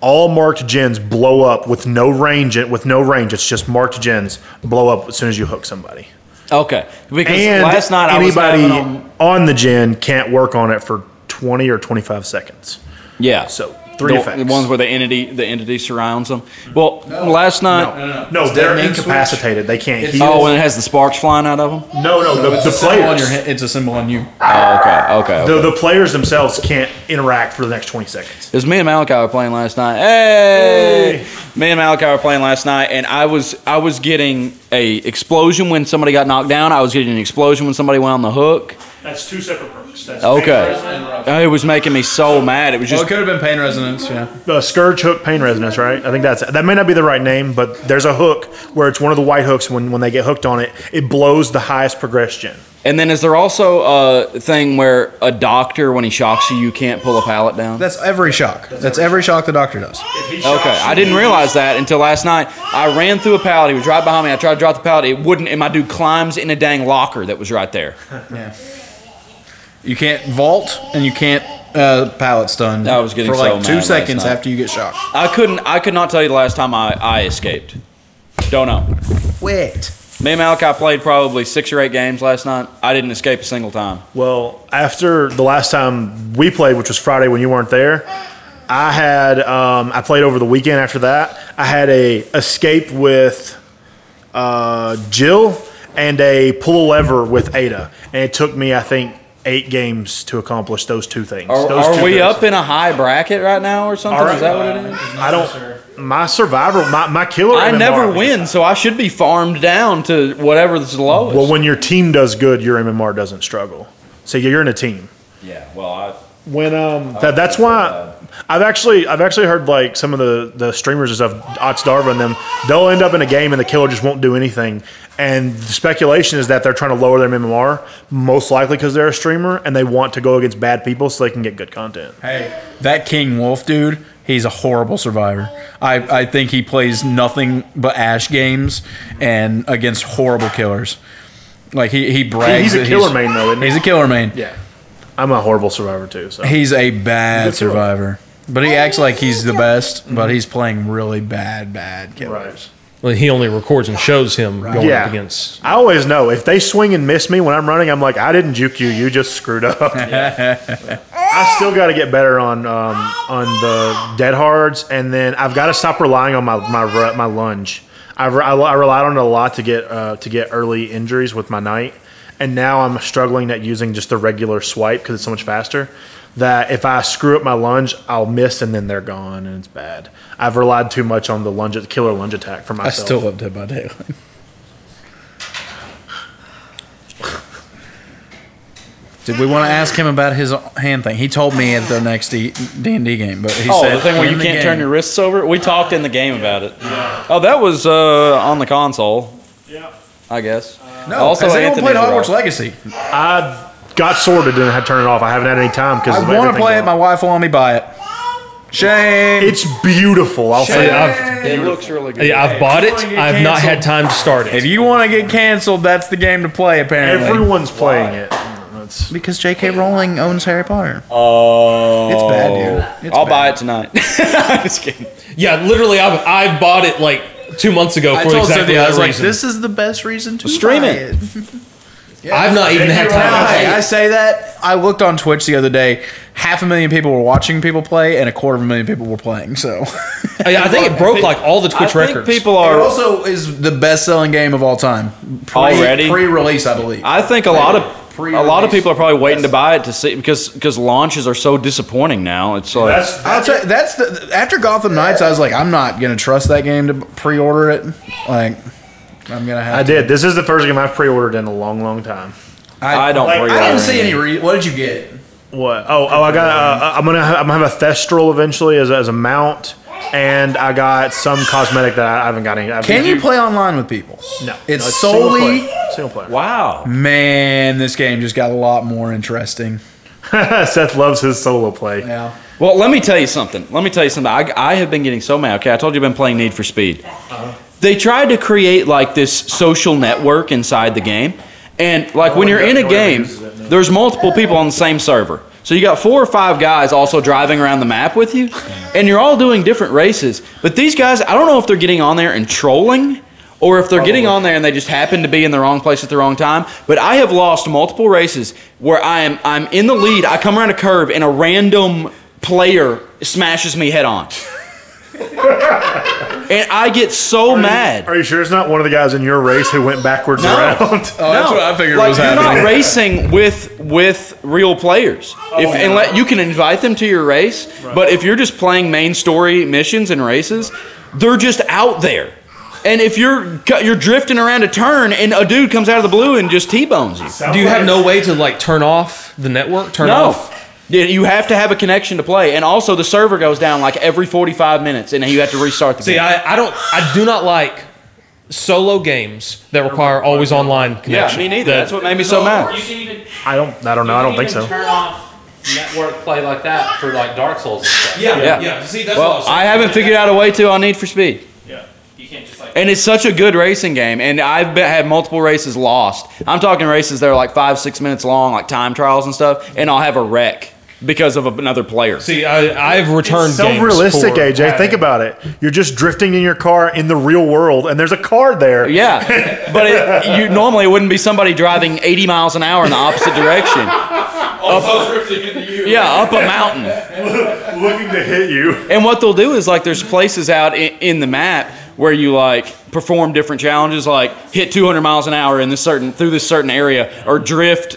D: All marked gens blow up with no range. With no range, it's just marked gens blow up as soon as you hook somebody.
G: Okay, because
D: and
G: last night I was
D: anybody
G: having on-
D: on the gen can't work on it for twenty or twenty-five seconds.
G: yeah.
D: So three
G: the,
D: effects.
G: The ones where the entity the entity surrounds them. Well, last night.
D: No, no, they're incapacitated. They can't heal.
G: Oh, and it has the sparks flying out of them.
D: no, no, the, the players.
K: it's a symbol on you.
G: Oh, okay, okay. okay.
D: The, the players themselves can't interact for the next twenty seconds.
G: It was me and Malachi were playing last night. Hey! Me and Malachi were playing last night, and I was I was getting a explosion when somebody got knocked down. I was getting an explosion when somebody went on the hook.
D: That's two separate perks. That's
G: Okay. Oh, It was making me so mad. It was just.
K: Oh, could have been pain resonance, yeah.
D: The scourge hook pain resonance, right? I think that's that may not be the right name, but there's a hook where it's one of the white hooks. When when they get hooked on it, it blows the highest progression.
G: And then is there also a thing where a doctor, when he shocks you, you can't pull a pallet down?
K: That's every shock. That's every shock the doctor does.
G: Okay, I didn't realize that until last night. I ran through a pallet. He was right behind me. I tried to drop the pallet. It wouldn't, and my dude climbs in a dang locker that was right there.
K: Yeah. You can't vault and you can't uh, pallet stun.
G: I was getting
K: for
G: so
K: like
G: mad
K: two
G: last
K: seconds
G: night.
K: after you get shocked.
G: I couldn't. I could not tell you the last time I, I escaped. Don't know.
K: Wait.
G: Me and Malachi played probably six or eight games last night. I didn't escape a single time.
D: Well, after the last time we played, which was Friday when you weren't there, I had um, I played over the weekend. After that, I had a escape with uh, Jill and a pull a lever with Ada, and it took me I think eight games to accomplish those two things.
G: Are,
D: Those
G: are
D: two
G: we
D: things.
G: up in a high bracket right now or something?
D: All right.
G: Is that what it is?
D: I don't. My survival, my, my killer.
G: I
D: MMR
G: never win, so I should be farmed down to whatever is the lowest.
D: Well, when your team does good, your MMR doesn't struggle. So you're in a team.
G: yeah, well, I.
D: When um, that, that's why I've actually I've actually heard like some of the the streamers and stuff, Ox Darva and them, they'll end up in a game and the killer just won't do anything. And the speculation is that they're trying to lower their MMR, most likely because they're a streamer and they want to go against bad people so they can get good content.
K: Hey, that King Wolf dude, He's a horrible survivor. I, I think he plays nothing but ash games and against horrible killers. Like he he brags.
D: he's a
K: that
D: killer main, though, isn't he?
K: He's a killer main.
D: Yeah. I'm a horrible survivor too. So
K: He's a
D: He's
K: bad
D: a killer.
K: survivor, but he acts like he's the best. But he's playing really bad, bad killers.
F: Well, he only records and shows him going
D: yeah.
F: up against.
D: I always know if they swing and miss me when I'm running, I'm like, I didn't juke you. You just screwed up. I still got to get better on um, on the dead hards, and then I've got to stop relying on my my ru- my lunge. I've, re- I, li- I relied on it a lot to get uh, to get early injuries with my knight, and now I'm struggling at using just the regular swipe because it's so much faster. That if I screw up my lunge, I'll miss, and then they're gone, and it's bad. I've relied too much on the lunge, killer lunge attack for myself.
K: I still love Dead by Daylight. Did we want to ask him about his hand thing? He told me at the next D and D game, but he
G: oh,
K: said
G: the thing where
K: in
G: you
K: the
G: can't
K: game-
G: turn your wrists over. We talked in the game about it. Oh, that was uh, on the console. Yeah. I guess.
K: No, has anyone played Hogwarts
G: Legacy?
K: Legacy?
D: I got sorted and had to turn it off. I haven't had any time because
K: I want to play it. My wife will let me buy it. Shame.
D: It's beautiful. I'll say that.
G: It looks really good.
F: Yeah, I've bought it. I've not had time to start it.
K: If you want to get canceled, that's the game to play. Apparently,
D: Everyone's playing it.
K: because J.K. Rowling owns Harry Potter.
G: Oh,
K: It's bad, dude. It's
G: I'll buy it tonight. Just kidding.
F: Yeah, literally, I, I bought it like two months ago
K: I
F: for
K: told
F: exactly
K: Cynthia,
F: that
K: I was like,
F: reason.
K: "This is the best reason to
F: Stream
K: buy
F: it. I've not even had time. to play
K: Hey, I
F: it.
K: say that. I looked on Twitch the other day. Half a million people were watching people play, and a quarter of a million people were playing. So,
F: I, I think it broke like all the Twitch records.
K: It also is the best-selling game of all time. Pre,
G: Already?
K: pre-release, I believe.
G: I think a lot of a lot of
K: Pre-release.
G: people are probably waiting to buy it to see because because launches are so disappointing now. It's like
K: I'll tell you, that's the after Gotham Knights, I was like, I'm not gonna trust that game to pre-order it. Like, I'm gonna have.
D: I
K: to.
D: did. This is the first game I've pre-ordered in a long, long time.
K: I,
G: don't
K: Like, I
D: pre-order
K: didn't see any.
D: anything.
K: Re- what did you get?
D: What? Oh, oh, I got. Uh, I'm gonna. Have, I'm gonna have a Thestral eventually as a, as a mount, and I got some cosmetic that I haven't got any. I haven't-
K: Can you play online with people?
D: No,
K: It's
D: No,
K: solely-
D: single player. single player.
G: Wow.
K: Man, this game just got a lot more interesting.
D: Seth loves his solo play.
K: Yeah.
G: Well, let me tell you something. Let me tell you something. I, I have been getting so mad. Okay, I told you I've been playing Need for Speed. They tried to create like this social network inside the game. And like
D: Oh,
G: when you're in a game, there's multiple people on the same server. So you got four or five guys also driving around the map with you, and you're all doing different races. But these guys, I don't know if they're getting on there and trolling or if they're getting on there and they just happen to be in the wrong place at the wrong time. But I have lost multiple races where I am I'm in the lead, I come around a curve, and a random player smashes me head on. and I get so mad.
D: Are you sure it's not one of the guys in your race who went backwards
G: No.
D: around? Oh,
G: No, like, You're not racing with with real players. if and let, you can invite them to your race, but if you're just playing main story missions and races, they're just out there. And if you're cu- you're drifting around a turn and a dude comes out of the blue and just t-bones you,
F: Do you have no way to like turn off the network? Turn
G: no.
F: off.
G: Yeah, You have to have a connection to play, and also the server goes down like every 45 minutes, and you have to restart the
F: See,
G: game.
F: I, I don't. I do not like solo games that require always online connection.
G: me neither. That's what made me so mad.
O: You can even,
D: I don't. I don't know. I don't think so.
O: turn off network play like that for like Dark Souls and stuff. Yeah,
G: well, I, haven't figured out a way to on Need for Speed.
O: You can't just like.
G: And it's such a good racing game, and I've been, had multiple races lost. I'm talking races that are like five, six minutes long, like time trials and stuff, and I'll have a wreck because of a- another player.
F: See, I, I've returned
D: So
F: games
D: realistic,
F: for-
D: AJ. Think about it. You're just drifting in your car in the real world, and there's a car there.
G: Yeah, but it, you normally it wouldn't be somebody driving 80 miles an hour in the opposite direction. Yeah, up a mountain.
D: Looking to hit you.
G: And what they'll do is like there's places out in, in the map where you like perform different challenges, like hit 200 miles an hour in this certain through this certain area, or drift,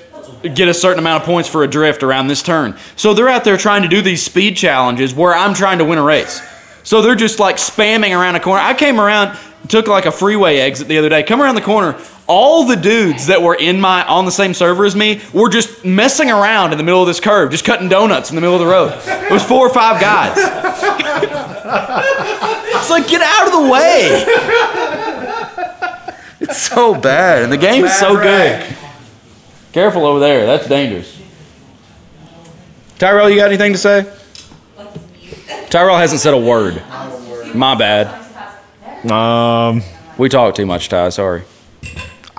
G: get a certain amount of points for a drift around this turn. So they're out there trying to do these speed challenges where I'm trying to win a race. So they're just like spamming around a corner. I came around, took like a freeway exit the other day. Come around the corner, all the dudes that were in my on the same server as me were just messing around in the middle of this curve, just cutting donuts in the middle of the road. It was four or five guys. It's like get out of the way. it's so bad, and the game is so good. Careful over there. That's dangerous. Tyrell, you got anything to say? Tyrell hasn't said a word. My bad.
H: Um,
G: we talk too much, Ty. Sorry.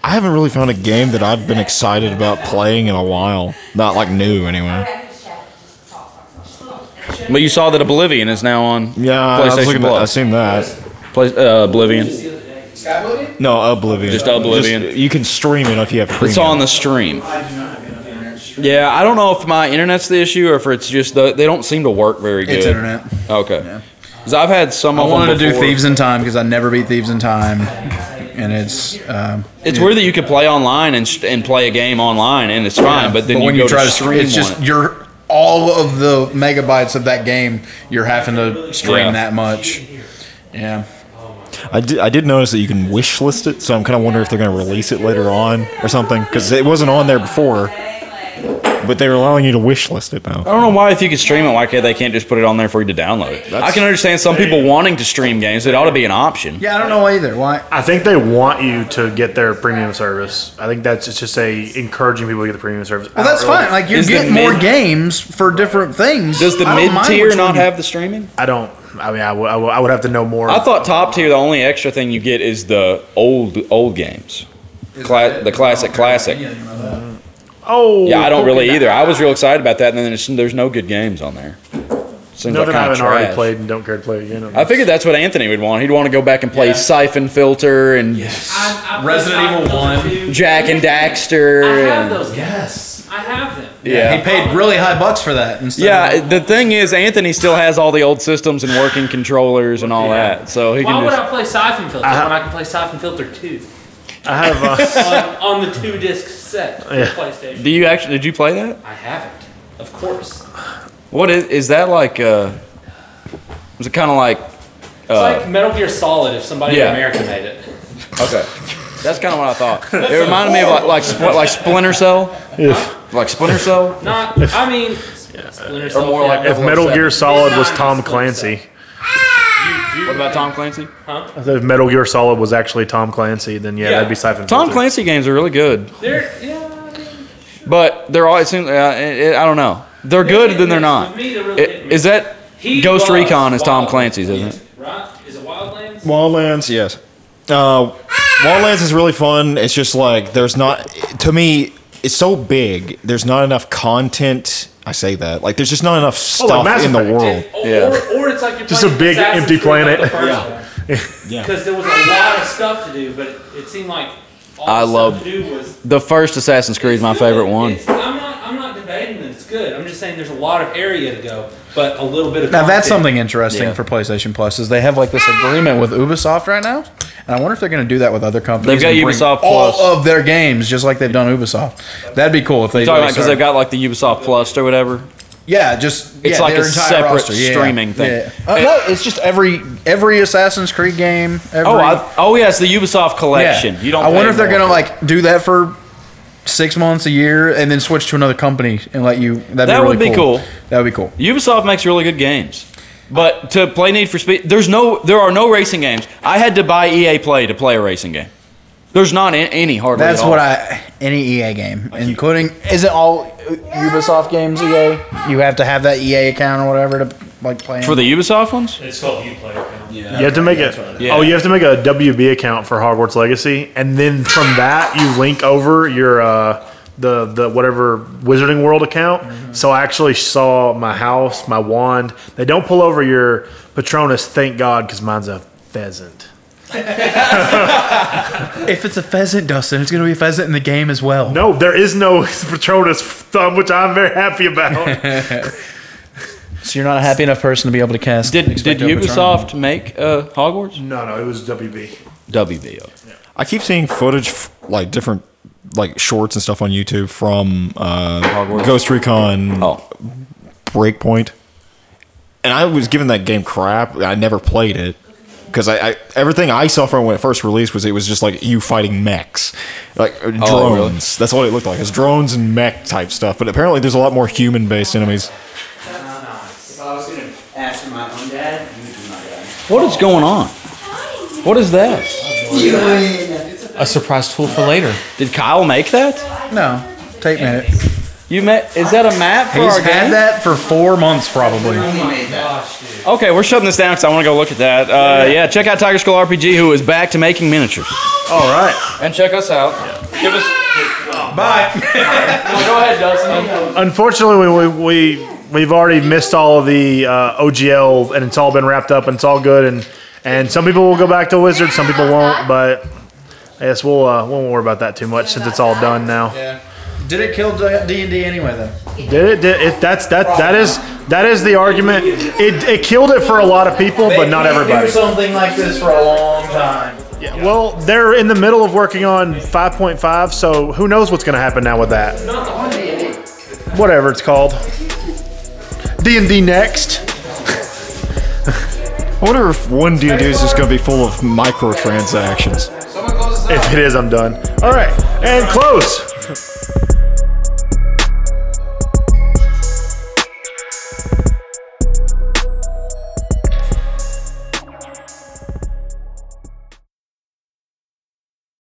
H: I haven't really found a game that I've been excited about playing in a while. Not like new, anyway.
G: But you saw that Oblivion is now on.
H: Yeah, I was looking at- I seen that.
G: Play, uh, Oblivion.
H: No, Oblivion.
G: Just Oblivion.
H: you can stream it if you have.
G: It's
H: premium.
G: on the stream. Yeah, I don't know if my internet's the issue or if it's just the, they don't seem to work very good.
K: It's internet.
G: Okay. Because I've had some
K: I
G: of
K: wanted
G: them
K: to do
G: before.
K: Thieves in Time because I never beat Thieves in Time, and it's um,
G: It's weird that you could play online and, sh- and play a game online and it's fine, Ah, but then you
K: when
G: go
K: you try
G: to
K: to
G: stream
K: stream, it's just
G: one.
K: you're all of the megabytes of that game you're having to stream
H: Yeah.
K: that much. Yeah,
H: I did, I did notice that you can wish list it, so I'm kind of wondering if they're going to release it later on or something because it wasn't on there before, but they're allowing you to wish list it now.
G: I don't know why if you could stream it, why can't they can't just put it on there for you to download it? I can understand some people wanting to stream games. It ought to be an option.
K: yeah, I don't know either. Why?
D: I think they want you to get their premium service. I think that's it's just a encouraging people to get the premium service.
K: Well, that's fine. Like you're getting more games for different things.
D: Does the
K: I don't mind
D: mid-tier
K: which
D: not
K: one
G: have the streaming?
D: I don't. I mean, I would- I would- I would have to know more.
G: I thought top tier, the only extra thing you get is the old old games, Cla- the classic classic.
D: Oh,
G: Yeah, I don't really
D: Pokemon.
G: either. I was real excited about that, and then it's, there's no good games on there. Seems
D: No,
G: like
D: that I
G: kind of
D: haven't already
G: trash.
D: played and don't care to play again.
G: I figured that's what Anthony would want. He'd want to go back and play Siphon Filter and
F: Resident Evil One.
G: Jack and Daxter. and-
F: Yes, I have them.
G: Yeah.
K: He paid really high bucks for that. Instead
G: Yeah, the thing is, Anthony still has all the old systems and working controllers and all
B: Yeah.
G: that, so he
B: Why
G: can
B: would
G: just.
B: I play Siphon Filter
G: I ha-
B: when I can play Siphon Filter 2?
D: I have, uh,
B: on, on the two disc set for
G: Yeah.
B: PlayStation.
G: Do you actually? Did you play that?
B: I haven't, of course.
G: What is is that like? Uh, is it kind of like?
B: It's
G: Uh,
B: like Metal Gear Solid if somebody
G: yeah.
B: in America made it.
G: okay, that's kind of what I thought. It reminded me of like like, spl- like Splinter Cell. Like Splinter Cell.
B: Not, I mean, Splinter Cell.
G: more like
D: if Metal Gear Solid was Tom Clancy,
G: What about Tom Clancy? Huh?
D: if Metal Gear Solid was actually Tom Clancy, then yeah, that'd be Siphon.
G: Tom Clancy games are really good,
B: They're, yeah.
G: but they're all. It seems. Uh, it, I don't know. They're good, then they're not. It- Is that
B: He
G: Ghost
B: was
G: Recon? Is Tom
B: wild.
G: Clancy's? Isn't it?
H: Wildlands, yes. Uh, Wildlands is really fun. It's just like there's not to me. It's so big. There's not enough content. I say that like there's just not enough
D: Oh, like
H: stuff
D: Mass
H: in the
D: Effect.
H: world.
B: Or, or it's like you're
D: Just
B: playing
D: a big,
B: Assassin's
D: empty
B: Creed like the
D: planet.
B: first one.
H: Yeah.
B: Because there was a lot of stuff to do, but it, it seemed like all
G: I
B: the
G: love
B: stuff to do was.
G: the first Assassin's Creed. is My favorite one.
B: It's, I'm not. I'm not debating that it's good. I'm just saying there's a lot of area to go, but a little bit of.
K: Now
B: content.
K: that's something interesting
B: Yeah.
K: for PlayStation Plus is they have like this agreement with Ubisoft right now, and I wonder if they're going to do that with other companies.
G: They've got
K: and bring
G: Ubisoft
K: all
G: Plus.
K: of their games just like they've done Ubisoft. That'd be cool if they.
G: You talking
K: really
G: about because
K: started-
G: they've got like the Ubisoft Plus or whatever.
K: yeah, just
G: It's
K: yeah,
G: like
K: their
G: a
K: entire
G: separate
K: roster. Yeah,
G: streaming thing.
K: yeah. Uh, no, it's just every every Assassin's Creed game. Every,
G: Oh, I, oh yes, the Ubisoft collection.
K: Yeah.
G: You don't.
K: I wonder
G: pay
K: if they're
G: more.
K: gonna like do that for six months a year and then switch to another company and let you. That'd
G: That
K: be really
G: would be cool.
K: That would be cool.
G: Ubisoft makes really good games, but to play Need for Speed, there's no, there are no racing games. I had to buy EA Play to play a racing game. There's not a- any hardly.
K: That's
G: at all.
K: what I any EA game, including is it all Ubisoft games EA? You have to have that EA account or whatever to like play
G: for the Ubisoft ones.
B: It's called Uplay.
D: You have to make it.
G: Yeah.
D: Oh, you have to make a WB account for Hogwarts Legacy, and then from that you link over your uh, the the whatever Wizarding World account.
G: Mm-hmm.
D: So I actually saw my house, my wand. They don't pull over your Patronus, thank God, because mine's a pheasant.
K: If it's a pheasant, Dustin, it's gonna be a pheasant in the game as well.
D: No, there is no Patronus thumb, which I'm very happy about.
K: So you're not a happy enough person to be able to cast.
G: Did did
K: Expecto Patronum.
G: Ubisoft make uh, Hogwarts?
D: No, no, it was WB.
G: WBO.
H: I keep seeing footage f- like different like shorts and stuff on YouTube from uh, Ghost Recon
G: Oh.
H: Breakpoint, and I was giving that game crap. I never played it because I, I everything I saw from when it first released was it was just like you fighting mechs, like uh, drones.
G: Oh, really?
H: That's what it looked like. It's drones and mech type stuff. But apparently, there's a lot more human based enemies.
C: If I was gonna ask my own dad, you would be my dad.
G: What is going on? What is that? A surprise tool for later. Did Kyle make that?
K: No, tape made it.
G: You met? Is that a map for
K: He's
G: our
K: had
G: game?
K: that for four months probably.
G: Okay, we're shutting this down because I want to go look at that. Uh, yeah, check out Tiger Skull RPG, who is back to making miniatures. All right, and check us out. Give us.
D: Bye.
G: go ahead, Dustin.
D: Unfortunately, we, we we've already missed all of the uh, OGL, and it's all been wrapped up, and it's all good, and and some people will go back to Wizard, some people won't, but I guess we'll uh, we won't worry about that too much since it's all done now.
K: Did it kill D and D anyway though?
D: Did it? Did it that's that that is that is the argument. It it killed it for a lot of people, but not everybody.
K: something like this for a long time.
D: Yeah, well, they're in the middle of working on 5.5, so who knows what's going to happen now with that? Whatever it's called. D and D next.
H: I wonder if one D and D is just going to be full of microtransactions.
D: If it is, I'm done. All right, and close.